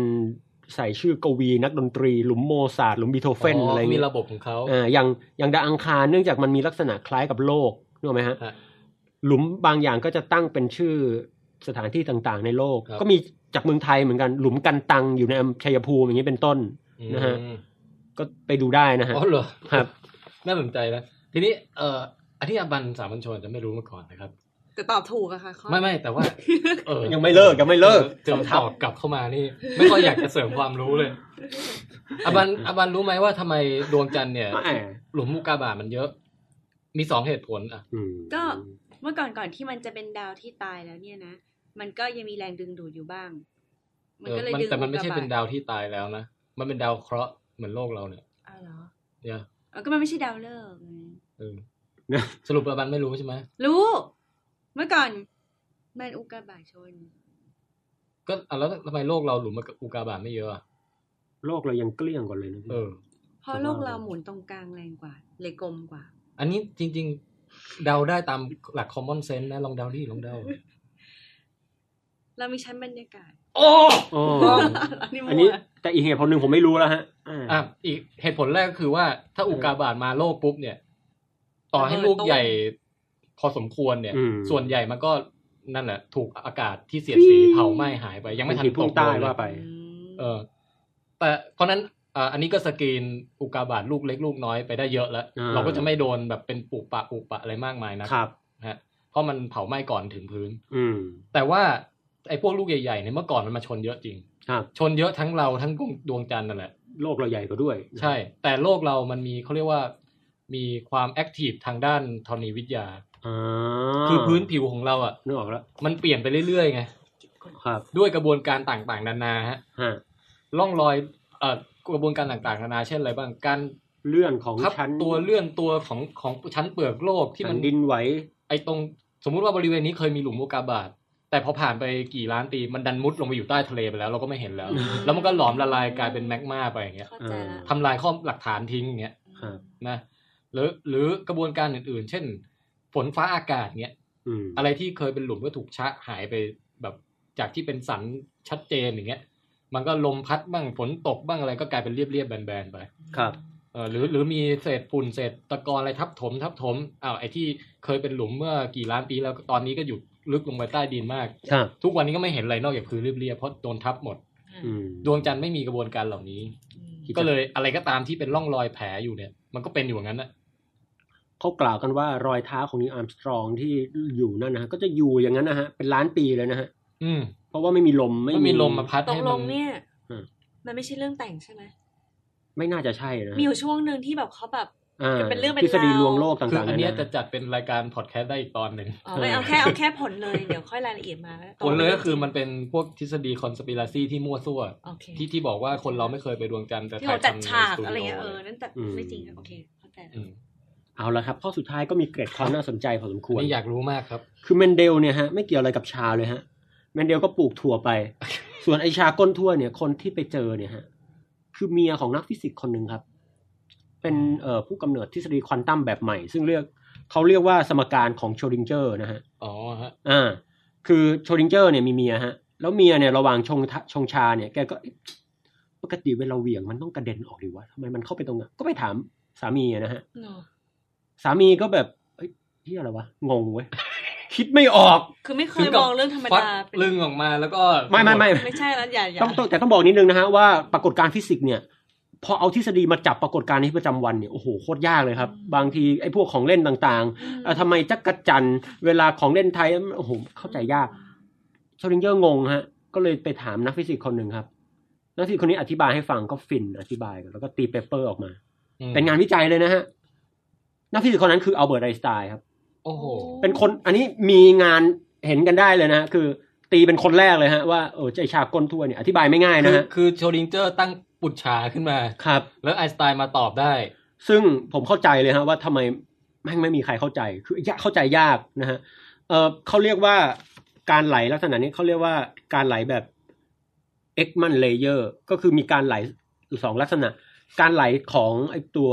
ใส่ชื่อกวีนักดนตรี หลุมโมซาร์ทหลุมบีโธเฟนอะไร มี เงี้ย ระบบของเขา อ่าอย่างอย่างดาวอังคารเนื่องจากมันมีลักษณะคล้ายกับโลกนึกออกไหมฮะ ฮะ หลุมบางอย่างก็จะตั้งเป็นชื่อสถานที่ต่างๆ ในโลก ครับ ก็มีจากเมืองไทยเหมือนกันหลุมกันตังอยู่ในอำชัยภูมิอย่างนี้เป็นต้น นะฮะ อืม ก็ไปดูได้นะฮะ อ๋อเหรอ ครับ น่าสนใจนะทีนี้เอ่ออธิยาบันสามัญชนจะไม่รู้มาก่อนนะครับ แต่ตอบถูกอะค่ะข้อ ไม่ไม่แต่ว่า เออ ยังไม่เลิกยังไม่เลิก เจอตอบกลับเข้ามานี่ ไม่ค่อยอยากจะเสริมความรู้เลยอบันอบันรู้ไหมว่าทำไมดวงจันทร์เนี่ย แหม หลุมมุกาบาตมันเยอะ มีสองเหตุผลอ่ะ อืม ก็เมื่อก่อนก่อนที่มันจะเป็นดาวที่ตายแล้วเนี่ยนะ มันก็ยังมีแรงดึงดูดอยู่บ้าง มันก็เลย เออ ดึง แต่มันไม่ใช่เป็น อุกกาบาต ดาวที่ตายแล้วนะ มันเป็นดาวเคราะห์เหมือนโลกเราเนี่ย อ้าวเหรอ เนี่ย เออก็มันไม่ใช่ดาวฤกษ์ไง เออ นะ สรุปอบันไม่รู้ใช่ไหม รู้ เมื่อก่อนมันอุกกาบาตชน ก็อ่ะแล้วทำไมโลกเราหลุมมันกับอุกาบาตไม่เยอะอะ โลกเรายังเกลี้ยงกว่าเลยนะ เออ เพราะโลกเราหมุนตรงกลางแรงกว่า เลยกลมกว่า อันนี้จริง ๆ เดาได้ตามหลัก common sense นะ ลองเดาดิลองเดา เรามีชั้นบรรยากาศ โอ้ อ๋อ นี่ อันนี้ มัว แต่อีกเหตุผลหนึ่งผมไม่รู้แล้วฮะอ่า อ่ะอีกเหตุผลแรกก็คือว่าถ้าอุกาบาตมาโลกปุ๊บเนี่ย ต่อให้ลูกใหญ่ พอสมควรเนี่ย อืม ส่วนใหญ่มันก็นั่นแหละ ถูกอากาศที่เสียดสีเผาไหม้หายไป ยังไม่ทัน พุ่ ต ง ก ใต้ เลย ว่าไป อืม เออแต่เพราะนั้นอ่าอันนี้ก็สกรีนอุกกาบาตลูกเล็กลูกน้อยไปได้เยอะแล้ว อ่า เราก็จะไม่โดนแบบเป็นปุปะปุปะอะไรมากมายนะครับ ฮะเพราะมันเผาไหม้ก่อนถึงพื้น อืม แต่ว่าไอ้พวกลูกใหญ่ๆเนี่ยเมื่อก่อนมันมาชนเยอะจริง ครับ ชนเยอะทั้งเราทั้งดวงดวงจันทร์นั่นแหละ โลกเราใหญ่กว่าด้วย ใช่ แต่โลกเรามันมีเขาเรียกว่ามีความแอคทีฟทางด้านธรณีวิทยา อ่า คือพื้นผิวของเราอ่ะ นึกออกแล้ว มันเปลี่ยนไปเรื่อยๆไง ครับ ด้วยกระบวนการต่างๆนานาฮะ ฮะ ร่องรอยเอ่อกระบวนการต่างๆนานาเช่นอะไรบ้าง การ เลื่อนของ พับ ชั้น ตัวเลื่อนตัวของของชั้นเปลือกโลกที่ แผ่ มัน นดินไหว ไอตรงสมมุติว่าบริเวณนี้เคยมีหลุมโอกาบาตแต่พอผ่านไปกี่ล้านปีมันดันมุดลงไปอยู่ใต้ทะเลไปแล้ว เราก็ไม่เห็นแล้ว อืม แล้วมันก็หลอมละลายกลายเป็นแมกมาไปอย่างเงี้ย เข้าใจละ ทำลายข้อหลักฐานทิ้งอย่างเงี้ย ครับ นะหรือหรือกระบวนการอื่นๆ เช่น ฝนฟ้าอากาศเงี้ย อืม อะไรที่เคยเป็นหลุมก็ถูกชะหายไปแบบจากที่เป็นสันชัดเจนอย่างเงี้ย มันก็ลมพัดบ้างฝนตกบ้างอะไรก็กลายเป็นเรียบๆแบนๆไป ครับ เออหรือหรือมีเศษฝุ่นเศษตะกอนอะไรทับถมทับถมอ้าวไอ้ที่เคยเป็นหลุมเมื่อกี่ล้านปีแล้วตอนนี้ก็อยู่ลึกลงไปใต้ดินมาก ครับ ทุกวันนี้ก็ไม่เห็นอะไรนอกจากพื้นเรียบๆเพราะโดนทับหมด อืม ดวงจันทร์ไม่มีกระบวนการเหล่านี้ ครับ ก็เลยอะไรก็ตามที่เป็นร่องรอยแผลอยู่เนี่ย มันก็เป็นอยู่อย่างนั้นนะ เขากล่าวกันว่ารอยเท้าของนิวอาร์มสตรองที่อยู่นั่นนะฮะ ก็จะอยู่อย่างนั้นนะฮะ เป็นล้านปีเลยนะฮะ อืม เพราะว่าไม่มีลม ไม่ ไม่มีลมมาพัด ตก ให้ ล มั ง น เนี่ย อืม มันไม่ใช่เรื่องแต่งใช่ไหม ไม่น่าจะใช่นะฮะ มีอยู่ช่วงหนึ่งที่แบบเขาแบบ อ่า เป็นเรื่องเป็น ทฤษฎี ราว ลวงโลกต่างๆ คืออันเนี้ย าา จะจัดเป็นรายการพอดแคสต์ได้อีกตอนหนึ่ง อ๋อไม่เอาแค่เอาแค่ผลเลยเดี๋ยวค่อยรายละเอียดมา ผลเลยก็คือมันเป็นพวกทฤษฎีคอน spiracy ที่มั่วซั่ว โอเค ที่ที่บอกว่าคนเราไม่เคยไปดวงจันทร์แต่ ที่ ถ่า เรา ย จัด ทำใน ฉาก สตูดิโ อะไรเงี้ยเออนั่นแต่ อืม ไม่จริงอะโอเคเข้าใจละ อืม เอาละครับ ข้อสุดท้ายก็มีเกร็ดความน่าสนใจพอสมควร นี่อยากรู้มากครับ คือเมนเดลเนี่ยฮะไม่เกี่ยวอะไรกับชาเลยฮะเมนเดลก็ปลูกถั่วไป ส่วนไอชาก้นทั่วเนี่ย คนที่ไปเจอเนี่ยฮะคือเมียของนักฟิสิกส์คนหนึ่งครับ เป็นเอ่อผู้กำเนิดทฤษฎีควอนตัมแบบใหม่ ซึ่งเรียกเขาเรียกว่าสมการของโชดิงเจอร์นะฮะ อ๋อฮะ อ่าคือโชดิงเจอร์เนี่ยมีเมียฮะ แล้วเมียเนี่ยระหว่างชงทะชงชาเนี่ยแกก็เอ๊ะปกติเวลาเหวี่ยงมันต้องกระเด็นออกดิวะทำไมมันเข้าไปตรงนั้นก็ไปถาม สามีอะนะฮะ เนอะ สามีก็แบบเฮ้ยเหียอะไรวะ งงเว้ย คิดไม่ออก คือไม่เค ถึ ย กับ มองเรื่องธรรม ฟัก ดาเป็น ลึงออกมาแล้วก็ ไม่ไม่ไม่ ไม่ใช่แล้วอย่าอย่า ต้องต้องแต่ต้องบอกนิดนึงนะฮะว่าปรากฏการณ์ฟิสิกส์เนี่ย พอเอาทฤษฎีมาจับปรากฏการณ์ในชีวิตประจำวันเนี่ยโอ้โหโคตรยากเลยครับ บางทีไอ้พวกของเล่นต่าง อืม ๆเอ่อทำไมจักรจันทร์เวลาของเล่นไทยโอ้โหเข้าใจยากชอริงเจอร์งงฮะ ก็เลยไปถามนักฟิสิกส์คนหนึ่งครับ นักฟิสิกส์คนนี้อธิบายให้ฟังก็ฟินอธิบายกันแล้วก็ตีเปเปอร์ออกมา อืม เป็นงานวิจัยเลยนะฮะ นักฟิสิกส์คนนั้นคืออัลเบิร์ตไอน์สไตน์ครับ โอ้โห เป็นคนอันนี้มีงานเห็นกันได้เลยนะ คือตีเป็นคนแรกเลยฮะ ว่าเออไอฉากก้นทั่วยเนี่ยอธิบายไม่ง่าย คื นะ อ ฮะ คือโชลิงเจอร์ตั้งปุจฉาขึ้นมา ครับ แล้วไอน์สไตน์มาตอบได้ ซึ่งผมเข้าใจเลยฮะว่าทำไมแม่งไม่มีใครเข้าใจ คือยากเข้าใจยากนะฮะเออเขาเรียกว่าการไหลลักษณะนี้เขาเรียกว่าการไหลแบบ Ekman layer ก็คือมีการไหลสองลักษณะ การไหลของไอตัว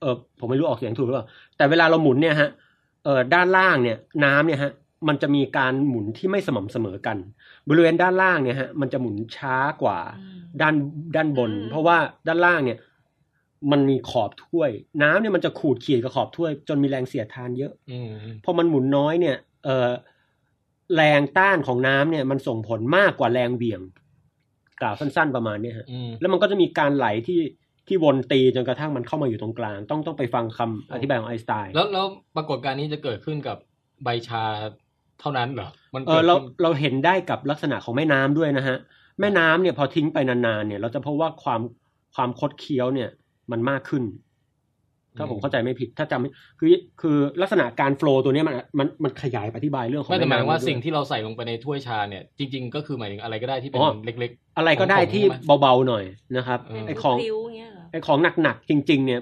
เออผมไม่รู้ออกเสียงถูกหรือเปล่าแต่เวลาเราหมุนเนี่ยฮะเออด้านล่างเนี่ยน้ำเนี่ยฮะมันจะมีการหมุนที่ไม่สม่ำเสมอกัน บริเวณด้านล่างเนี่ยฮะมันจะหมุนช้ากว่า ด้านด้านบน อืม เพราะว่าด้านล่างเนี่ย มันมีขอบถ้วย น้ำเนี่ยมันจะขูดขีดกับขอบถ้วย จนมีแรงเสียดทานเยอะ อืม พอมันหมุนน้อยเนี่ย เออแรงต้านของน้ำเนี่ย มันส่งผลมากกว่าแรงเหวี่ยง กล่าวสั้น ๆประมาณเนี้ยฮะ อืม แล้วมันก็จะมีการไหลที่ที่วนตีจนกระทั่งมันเข้ามาอยู่ตรงกลาง ต้องต้องไปฟังคำอธิบายของไอน์สไตน์ แล้วแล้วปรากฏการณ์นี้จะเกิดขึ้นกับใบชาเท่านั้นเหรอ มัน เอ กิ อ ด เรา ขึ้น เราเห็นได้กับลักษณะของแม่น้ำด้วยนะฮะ แม่น้ำเนี่ยพอทิ้งไปนานๆเนี่ย เราจะพบว่าความความคดเคี้ยวเนี่ย มันมากขึ้น ถ้าผมเข้าใจไม่ผิดถ้าจำไม่คือคือลักษณะการโฟลว์ตัวเนี้ยมันมันมันขยายไปอธิบายเรื่องของ ไม่แต่หมายถึงว่า แน้ำด้ย สิ่งที่เราใส่ลงไปในถ้วยชาเนี่ย จริง ๆ ก็คือหมายถึงอะไรก็ได้ที่เป็ อ๋ น อ เล็ก อะไรก็ได้ที่ ของผมอะ เบาๆหน่อยนะครับ เออ ไอของ พริ้วๆย่างเงี้ยเหรอ ไอของหนักๆจริง ๆ เนี่ย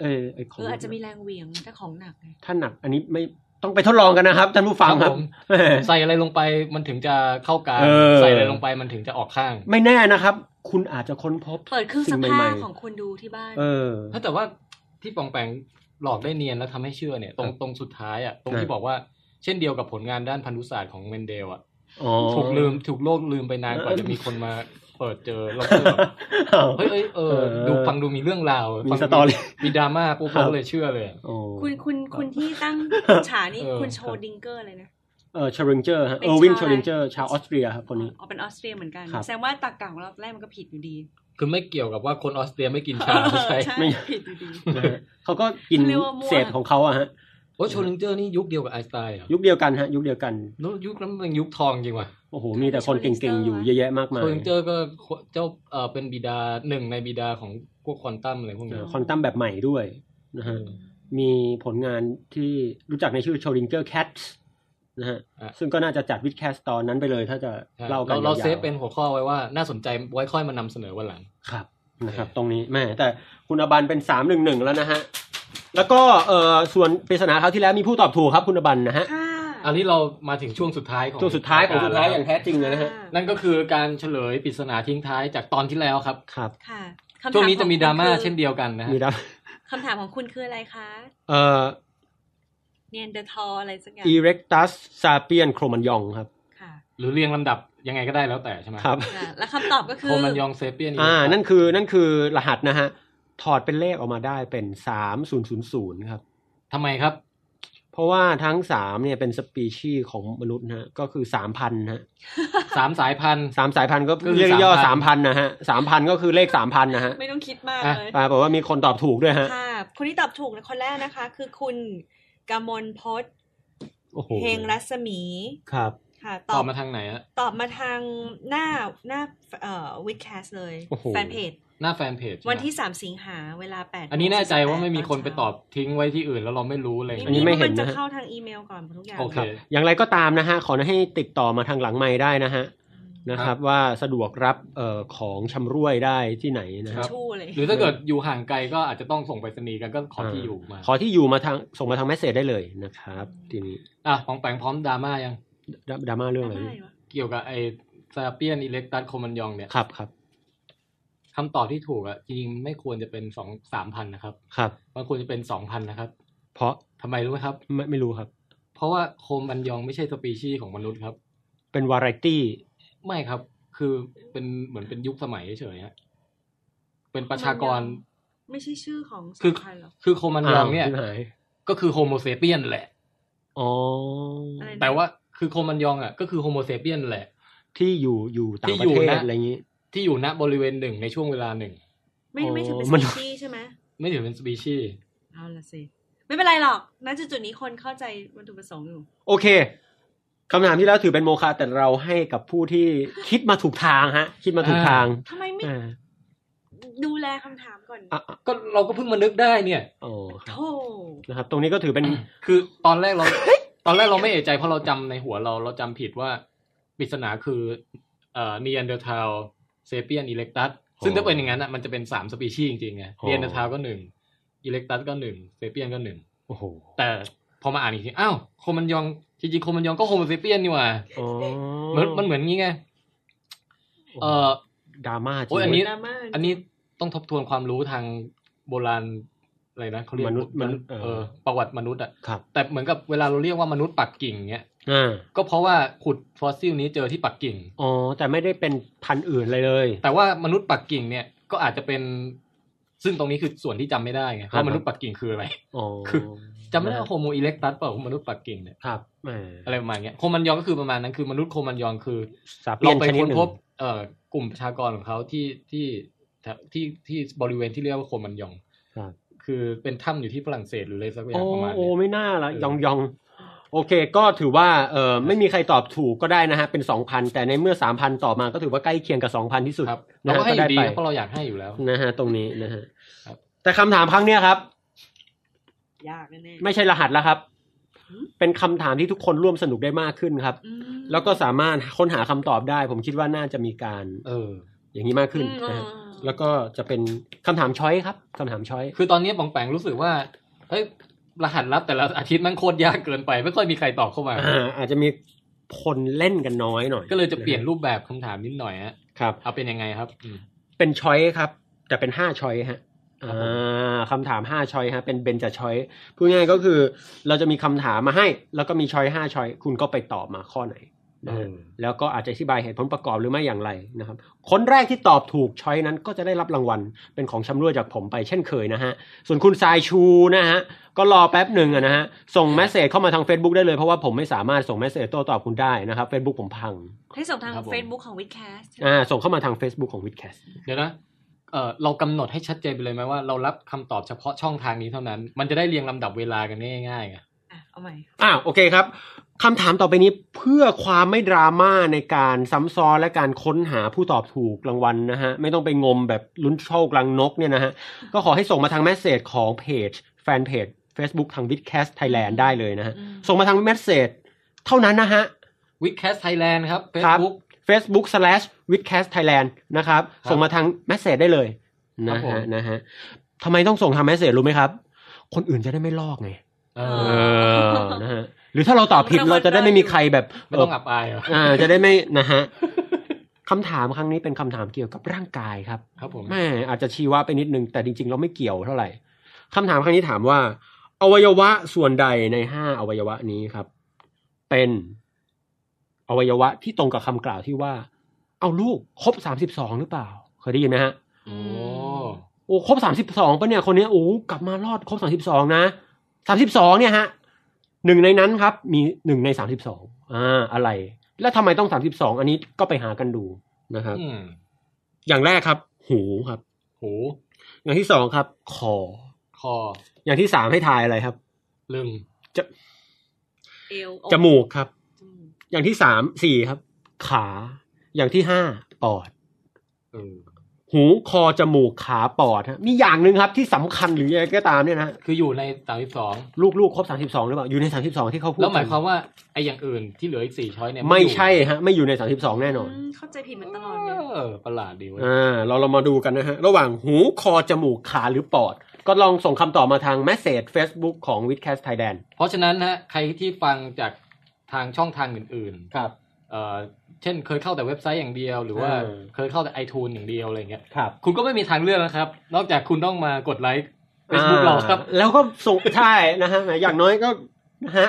เออไอขอ เอง ออาจจะมีแรงเหวี่ยงถ้าของหนักไง ถ้าหนัก อันนี้ไม่ต้องไปทดลองกันนะครับท่านผู้ ๆ ฟังครับ ผม ใส่อะไรลงไปมันถึงจะเข้ากลาง เออ ใส่อะไรลงไปมันถึงจะออกข้าง ไม่แน่นะครับ คุณอาจจะค้นพบ เปิดเครื่องซั สิ่งกผ้า ใหม่ ของคุณดูที่บ้าน ๆเออ ถ้าแต่ว่าที่ปองแปงหลอกได้เนียนแล้วทำให้เชื่อเนี่ย ตรงตรงสุดท้ายอ่ะตรงที่ ครับ บอกว่าเช่นเดียวกับผลงานด้านพันธุศาสตร์ของเมนเดลอ่ะ อ๋อ ถูกลืมถูกโลกลืมไปนานกว่าจะมีคนมาเปิดเจอแล้วก็ แบบ อ้าว เฮ้ยเอ้ยเออ เออ ดูฟังดูมีเรื่องราว มี ฟังดู สตอรี่ มีดราม่าปุ๊บ ครับ เราก็เลยเชื่อเลย โอ้ คุณคุณคุณที่ ตั้งฉานี่ เออ คุณโชดิงเกอร์เลยนะ เออชริงเจอร์ฮะ เป็ เอน อร์วินช ชาวอะไร ริงเจอร์ชาวออสเตรียครับคนนี้ อ๋อเป็นออสเตรียเหมือนกัน ครับ แสดงว่าตากกะของเราแรกมันก็ผิดอยู่ดี คือไม่เกี่ยวกับว่าคนออสเตรียไม่กินชาไม่ใช่ ใช่ ไม่ ผิดอยู่ดี นะฮะเขาก็กิน เขาเรียกว่ามั่ว เศษของเขาอะฮะ โอ้โชลิงเจอร์นี่ยุคเดียวกับไอน์สไตล์เหรอ ยุคเดียวกันฮะ ยุคเดียวกัน แล้วยุคนั้นมันยุคทองจริงว่ะ โอ้โห มีแต่คนเก่งๆ อยู่เยอะแยะมาก โช มาย ลิงเจอร์ก็เจ้าเออเป็นบิดาหนึ่งในบิดาของพวกควอนตัมอะไรพวก เอ นี้ อควอนตัมแบบใหม่ด้วยนะฮะ มีผลงานที่รู้จักในชื่อชริงเจอร์แคทนะฮะ ะ ซึ่งก็น่าจะจัดวิดแคสตอนนั้นไปเลยถ้าจะ ใช่ เล่ากัน เราเรา ย เซฟ วๆ เป็นหัวข้อไว้ว่าน่าสนใจไว้ค่อยมานำเสนอวันหลัง ครับนะครับ โอเค ตรงนี้แม่แต่คุณอบันเป็นสามหนึ่งหนึ่งแล้วนะฮะ แล้วก็เออส่วนปริศนาคราวที่แล้วมีผู้ตอบถูกครับ คุณอบันนะฮะ ค่ะ อันนี้เรามาถึงช่วงสุดท้ายของ ช่วงสุดท้ายของสุดท้ายอย่ารงร แท้จริงเลยนะฮะ แล้วนั่นก็คือการเฉลยปริศนาทิ้งท้ายจากตอนที่แล้วครับ ครับ ค่ะคำถ ช่วงนี้จะมีดราม่า ของคุณคือ เช่นเดียวกันนะฮะ มีดับ คำถามของคุณคืออะไรคะ เอ่อ เนนเดอร์ทออะไรสักอย่าง erectus sapien chromanyon ครับ ค่ะ หรือเรียงลำดับยังไงก็ได้แล้วแต่ใช่ไหม ครับ ค่ะ แล้วคำตอบก็คือ โคมันยองเซเปียน อ่า นั่นคือนั่นคือรหัสนะฮะ ถอดเป็นเลขออกมาได้เป็นสามศูนย์ศูนย์ศูนย์ครับ ทำไมครับ เพราะว่าทั้งสามเนี่ยเป็นสปีชีส์ของมนุษย์นะฮะก็คือสามพันนะฮะ สามสายพันธุ์ สามสายพันธุ์ก็ ก็คือ เรียกย่อสามพัน 3,000 นะฮะสามพันก็คือเลขสามพันนะฮะ ไม่ต้องคิดมาก อ่ะ เลย ปลาบอกว่ามีคนตอบถูกด้วยฮะ ค่ะ คนที่ตอบถูกในคนแรกนะคะ คือคุณกมลพศ โอ้โห เฮงรัศมี ครับ ค่ะ ตอบมาทางไหนฮะ ตอบมาทางหน้าหน้าเอ่อวิดแคสเลย โอ้โห แฟนเพจ หน้าแฟนเพจใช่ไหม วันที่สามสิงหาเวลาแปด อันนี้แน่ใจว่าไม่มีคนไปตอบทิ้งไว้ที่อื่นแล้วเราไม่รู้อะไรอย่าง อั น นี้ นี้ เงี้ย ไม่ ไม่ เห็ เห็ น น นะ จะเข้าทางอีเมลก่อนทุกอย่าง โอเค รับ อย่างไรก็ตามนะฮะ ขอให้ติดต่อมาทางหลังไม้ได้นะฮะ นะครับ ว่าสะดวกรับเอ่อของชำร่วยได้ที่ไหนนะ ค ค รั รับ บ ชู่เลย หรือถ้าเกิดอยู่ห่างไกลก็อาจจะต้องส่งไปรษณีย์กันก็ขอที่อยู่มา ขอที่อยู่มาทางส่งมาทางแมสเซจได้เลยนะครับ ทีนี้ อ่ะของแปงพร้อมดราม่ายัง ดราดราม่าเรื่องอะไร ไม่วะ เกี่ยวกับไอ้ซาเปียนอิเล็กตัสโคมันยองเนี่ย ครับครับ คำตอบที่ถูกอ่ะจริงๆไม่ควรจะเป็นสองสามพันนะครับ ครับ มันควรจะเป็นสองพันนะครับ เพราะ ทำไมรู้ไหมครับ ไม่ไม่รู้ครับ เพราะว่าโคมันยองไม่ใช่สปีชีส์ของมนุษย์ครับ เป็นวาไรตี้ ไม่ครับ คือเป็นเหมือนเป็นยุคสมัยเฉยๆฮะ เป็นประชากร ไม่ใช่ชื่อของ คือ สำคัญหรอก คือโคมันยองเนี่ย าวที่ไหน ก็คือโฮโมเซเปียนแหละ อ๋อ อะไรนะ แต่ว่าคือโคมันยองอ่ะก็คือโฮโมเซเปียนแหละ ที่อยู่อยู่ต่างประเทศอะไรอย่างนี้ ที่อยู่ณบริเวณหนึ่งในช่วงเวลาหนึ่ง ไม่ไม่ถือเป็น มัน สปีชีส์ใช่ไหม ไม่ถือเป็นสปีชีส์ เอาละสิ ไม่เป็นไรหรอกณจุดๆนี้คนเข้าใจวัตถุประสงค์อยู่ โอเคคำถามที่แล้วถือเป็นโมฆะแต่เราให้กับผู้ที่คิดมาถูกทางฮะ คิดมาถูกทาง ทำไมไม่ อ่า ดูแลคำถามก่อน อ่ะอ่ะ ก็เราก็เพิ่งมานึกได้เนี่ย โอ้ครับ โธ่ นะครับ ตรงนี้ก็ถือเป็น คือตอนแรกเรา ตอนแรกเราไม่เอะใจเพราะเราจำในหัวเราเราจำผิดว่าปริศนาคือเอ่อนียนเดอร์ทาวเซเปียนอิเล็กตัสซึ่งถ้าเป็นอย่างนั้นอ่ะมันจะเป็นสามสปีชีส์จริงๆไง โอ้ เนียนเดอร์ทาวก็หนึ่งอิเล็กตัสก็หนึ่งเซเปียนก็หนึ่ง โอ้โห แต่พอมาอ่านอีกทีอ้าวโคมันยองจริงๆโคมันยองก็โฮโมเซเปียนนี่หว่า อ๋อ เหมือนมันเหมือนงี้ไงเอ่อ ดราม่าจริ โอ้ยอัน ง นี้ ดราม่า อันนี้ต้องทบทวนความรู้ทางโบราณอะไรนะเขาเรียก มนุษย์มนุษย์เอ เอ อ อประวัติมนุษย์อ่ะ ครับ แต่เหมือนกับเวลาเราเรียกว่ามนุษย์ปักกิ่งเนี้ย อ่า ก็เพราะว่าขุดฟอสซิลนี้เจอที่ปักกิ่ง อ๋อแต่ไม่ได้เป็นพันธุ์อื่นเลยเลย แต่ว่ามนุษย์ปักกิ่งเนี่ยก็อาจจะเป็น ซึ่งตรงนี้คือส่วนที่จำไม่ได้ไง ครับ ว่ามนุษย์ปักกิ่งคืออะไร อ๋อ คือ จำไม่ได้ว่าโฮโมอิเล็กตัสเปล่ามนุษย์ปักกิ่งเนี่ย ครับแหม อะไรประมาณเนี้ยโคมันยองก็คือประมาณนั้นคือมนุษย์โคมันยองคือ สาเปี เรา ยน ไป ชนิด ค้น หนึ่ พ ง บเอ่อกลุ่มประชากรของเขาที่ที่แถวที่ที่บริเวณที่เรียกว่าโคมันยอง ครับ คือเป็นถ้ำอยู่ที่ฝรั่งเศสหรืออะไรสักอย่า โอ้ งประมาณ โอ้ เนี้ย ไม่น่าละ เออ ยองยองโอเค ก็ถือว่าเออไม่มีใครตอบถูกก็ได้นะฮะเป็นสองพันแต่ในเมื่อสามพันตอบมาก็ถือว่าใกล้เคียงกับสองพันที่สุด ครับ นะ เราก็ให้อ ก็ได้ ยู่ดี ไป เพราะเราอยากให้อยู่แล้ว นะฮะตรงนี้นะฮะ ครับ แต่คำถามครั้งเนี้ยครับ ยากแน่ๆ ไม่ใช่รหัสแล้วครับ เป็นคำถามที่ทุกคนร่วมสนุกได้มากขึ้นครับ อืม แล้วก็สามารถค้นหาคำตอบได้ ผมคิดว่าน่าจะมีการ เออ อย่างนี้มากขึ้น อืม นะฮะ เออ แล้วก็จะเป็นคำถามช้อยครับคำถามช้อย คือตอนนี้ปองแปงรู้สึกว่าเฮ้ยรหัสลับแต่ละอาทิตย์มันโคตรยากเกินไป ไม่ค่อยมีใครตอบเข้ามา อ่าอาจจะมีคนเล่นกันน้อยหน่อย ก็เลยจะเปลี่ยนรูปแบบคำถามนิดหน่อยฮะ ครับ เอาเป็นยังไงครับอืม เป็นช้อยครับ แต่เป็นห้าช้อยฮะ ครับผมอ่าคำถามห้าช้อยฮะเป็นเบนจะช้อยพูดง่ายๆก็คือ เราจะมีคำถามมาให้ แล้วก็มีช้อยห้าช้อยคุณก็ไปตอบมาข้อไหนนะฮะ แล้วก็อาจจะอธิบายเหตุผลประกอบหรือไม่อย่างไรนะครับ คนแรกที่ตอบถูกช้อยนั้นก็จะได้รับรางวัล เป็นของชำร่วยจากผมไปเช่นเคยนะฮะ ส่วนคุณทรายชูนะฮะ ก็รอแป๊บหนึ่งอะนะฮะ ส่งเมสเซจเข้ามาทาง Facebook ได้เลย เพราะว่าผมไม่สามารถส่งเมสเซจโต้ตอบคุณได้นะครับ Facebook ผมพัง ให้ส่งทาง ครับผม Facebook ของ Witcast อ่า ส่งเข้ามาทาง Facebook ของ w i t c a s t เดี๋ยวนะเออเรากำหนดให้ชัดเจนไปเลยไหมว่าเรารับคำตอบเฉพาะช่องทางนี้เท่านั้น มันจะได้เรียงลำดับเวลากันง่ายๆไง อ่ะ เอาใหม่ อ้าวโอเคครับคำถามต่อไปนี้เพื่อความไม่ดราม่าในการซ้ำซ้อนและการค้นหาผู้ตอบถูกรางวัลนะฮะ ไม่ต้องไปงมแบบลุ้นโชคลังนกเนี่ยนะฮะ ก็ขอให้ส่งมาทางแมสเซจของเพจ แฟนเพจ Facebook ทาง w i t c a s t Thailand ได้เลยนะฮะ อืม ส่งมาทางแมสเซจเท่านั้นนะฮะ วิกแคสไทยแลนด์ครับ ครับ Facebook Facebook slash w i t c a s t Thailand นะครับ ครับ ส่งมาทางแมสเซจได้เลย ครั นะ บผม ฮะนะฮะทำไมต้องส่งทางแมสเซจรู้ไหมครับ คนอื่นจะได้ไม่ลอกไง เอ เอ อ เออ นะฮะ หรือถ้าเราตอบผิด เราก็ เราจะได้ไม่มี ได้อยู่ ใครแบบ ไม่ต้อง เอ อับอายเหรอ ออ่า จะได้ไม่ นะฮะ คำถามครั้งนี้เป็นคำถามเกี่ยวกับร่างกายครับ ครับผม แม่อาจจะชี้ว่าไปนิดนึง แต่จริง ๆ เราไม่เกี่ยวเท่าไหร่ คำถามครั้งนี้ถามว่า อวัยวะส่วนใดในห้าอวัยวะนี้ครับ เป็นอวัยวะที่ตรงกับคำกล่าวที่ว่า เอาลูกครบสามสิบสองหรือเปล่า เคยได้ยินไหมฮะ โอ้ โอ้ครบสามสิบสองปะเนี่ยคนเนี้ยโอ้กลับมารอดครบสามสิบสองนะสามสิบสองเนี่ยฮะหนึ่งในนั้นครับ มีหนึ่งในสามสิบสองอ่าอะไร แล้วทำไมต้องสามสิบสองอันนี้ก็ไปหากันดูนะครับ อืม อย่างแรกครับ หูครับ หู อย่างที่สองครับ คอ คอ อย่างที่สามให้ทายอะไรครับ ลึง เอล จมูกครับ จมูก อย่างที่สามสี่ครับ ขา อย่างที่ห้าปอด เออ หูคอจมูกขาปอดฮะมีอย่างหนึ่งครับที่สำคัญหรือยังไงก็ตามเนี่ยนะ คืออยู่ในสามสิบสอง ลูกๆครบสามสิบสองหรือเปล่าอยู่ในสามสิบสองที่เขาพูด แล้วหมาย กัน ความว่าไอ้อย่างอื่นที่เหลืออีกสี่ช้อยเนี่ย ไม่ อยู่ ใช่ฮะ ไม่อยู่ใน 32 แน่นอน อืมเข้าใจผิดมันตลอดเลย เออประหลาดดีเว้ย อ่าเราเรามาดูกันนะฮะ ระหว่างหูคอจมูกขาหรือปอด ก็ลองส่งคำตอบมาทางแมสเซจ Facebook ของ w i t c a s t Thailand เพราะฉะนั้นนะฮะใครที่ฟังจากทางช่องทางอื่น ครับ ๆเอ่อเช่นเคยเข้าแต่เว็บไซต์อย่างเดียว หรือว่า เออ เคยเข้าแต่ iTunes อย่างเดียวอะไรเงี้ย ครับ คุณก็ไม่มีทางเลือกนะครับ นอกจากคุณต้องมากดไลค์ Facebook เราครับ แล้วก็ส่ง ใช่นะฮะแหมอย่างน้อยก็นะฮะ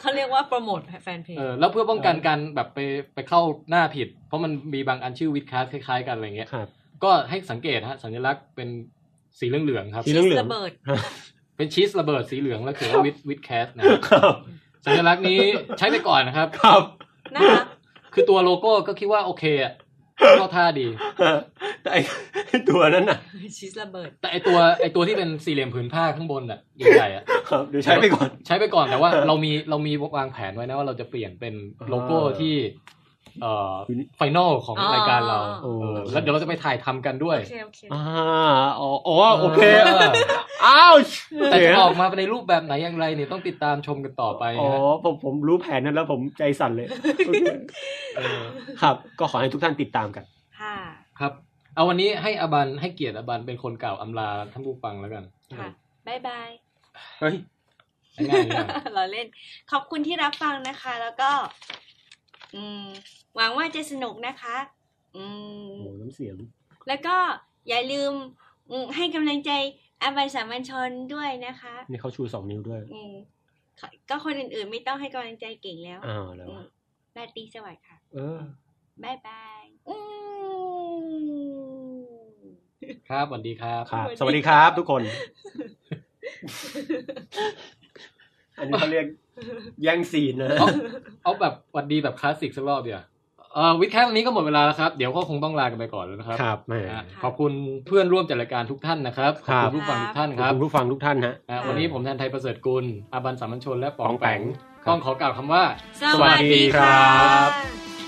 เขาเรียกว่าโปรโมทแฟนเพจ เออแล้วเพื่อป้องกันการแบบไปไปเข้าหน้าผิด เพราะมันมีบางอันชื่อวิดคาสคล้ายๆกันอะไรเงี้ย ครับ ก็ให้สังเกตฮะสัญลักษณ์เป็นสีเหลืองๆครับ สีเหลือง ระเบิด เป็นชีสระเบิดสีเหลืองแล้วเขียนว่าวิดวิดแคสนะ รับ สัญลักษณ์นี้ใช้ไปก่อนนะครับ ครับ นะคะ คือตัวโลโก้ก็คิดว่าโอเคอะก็ท่าดี แต่ไอ้ตัวนั้นน่ะ ชีสระเบิด แต่ไอตัวไอตัวที่เป็นสี่เหลี่ยมผืนผ้าข้างบนอ่ะใหญ่ๆอ่ะ ครับเดี๋ยวใช้ไปก่อน ใช้ไปก่อนแต่ว่า เรามีเรามีวางแผนไว้นะว่าเราจะเปลี่ยนเป็นโลโก้ที่ เอ่อไฟนอลของ อ๋อ รายการเรา โอ้ เออแล้วเดี๋ยวเราจะไปถ่ายทำกันด้วย โอเคโอเค อ่าอ๋ออ๋อโอเค ออ อ้าว แต่จะออกมาในรูปแบบไหนอย่างไรเนี่ยต้องติดตามชมกันต่อไป อ๋อ นะฮะ ผมผมรู้แผนนั้นแล้วผมใจสั่นเลยโอเค เออ ครับ ก็ขอให้ทุกท่านติดตามกัน ค่ะ ครับ เอาวันนี้ให้อบันให้เกียรติอบันเป็นคนกล่าวอำลาท่านผู้ฟังแล้วกัน ค่ะบายบาย เฮ้ย ง่ายๆนะ เรา เล่น ขอบคุณที่รับฟังนะคะ แล้วก็ อืม หวังว่าจะสนุกนะคะ อืม โอ้น้ำเสียง แล้วก็อย่าลืมอืมให้กำลังใจอาบัยสามัญชนด้วยนะคะ นี่เขาชูสองนิ้วด้วย อืมขอก็คนอื่นๆไม่ต้องให้กำลังใจเก่งแล้ว อ้าวแล้ว อืมราตรีสวัสดิ์ค่ะ เออ บายบายอืม ครับสวัสดีครับ ครับ สวัสดีครับทุกคน อันนี้เขาเรียกแย่งซีนนะ เอาเอาแบบหวันดีแบบคลาสสิกสักรอบเดียวเอ่อวิดแคสต์วันนี้ก็หมดเวลาแล้วครับ เดี๋ยวก็คงต้องลากันไปก่อนแล้วนะครับ ครับแหม่ อ่ะขอบคุณเพื่อนร่วมจัดรายการทุกท่านนะครับ ขอบ ครั คุณบผู้ฟังทุกท่านคขอบ รับ คุณผู้ฟังทุกท่านฮะ อ่ะวันนี้ผมแทนไทยประเสริฐกุลอาบันสามัญชนและปอง ปอง แป แป ง ง ต้องขอกล่าวคำว่า สวัสดีครับ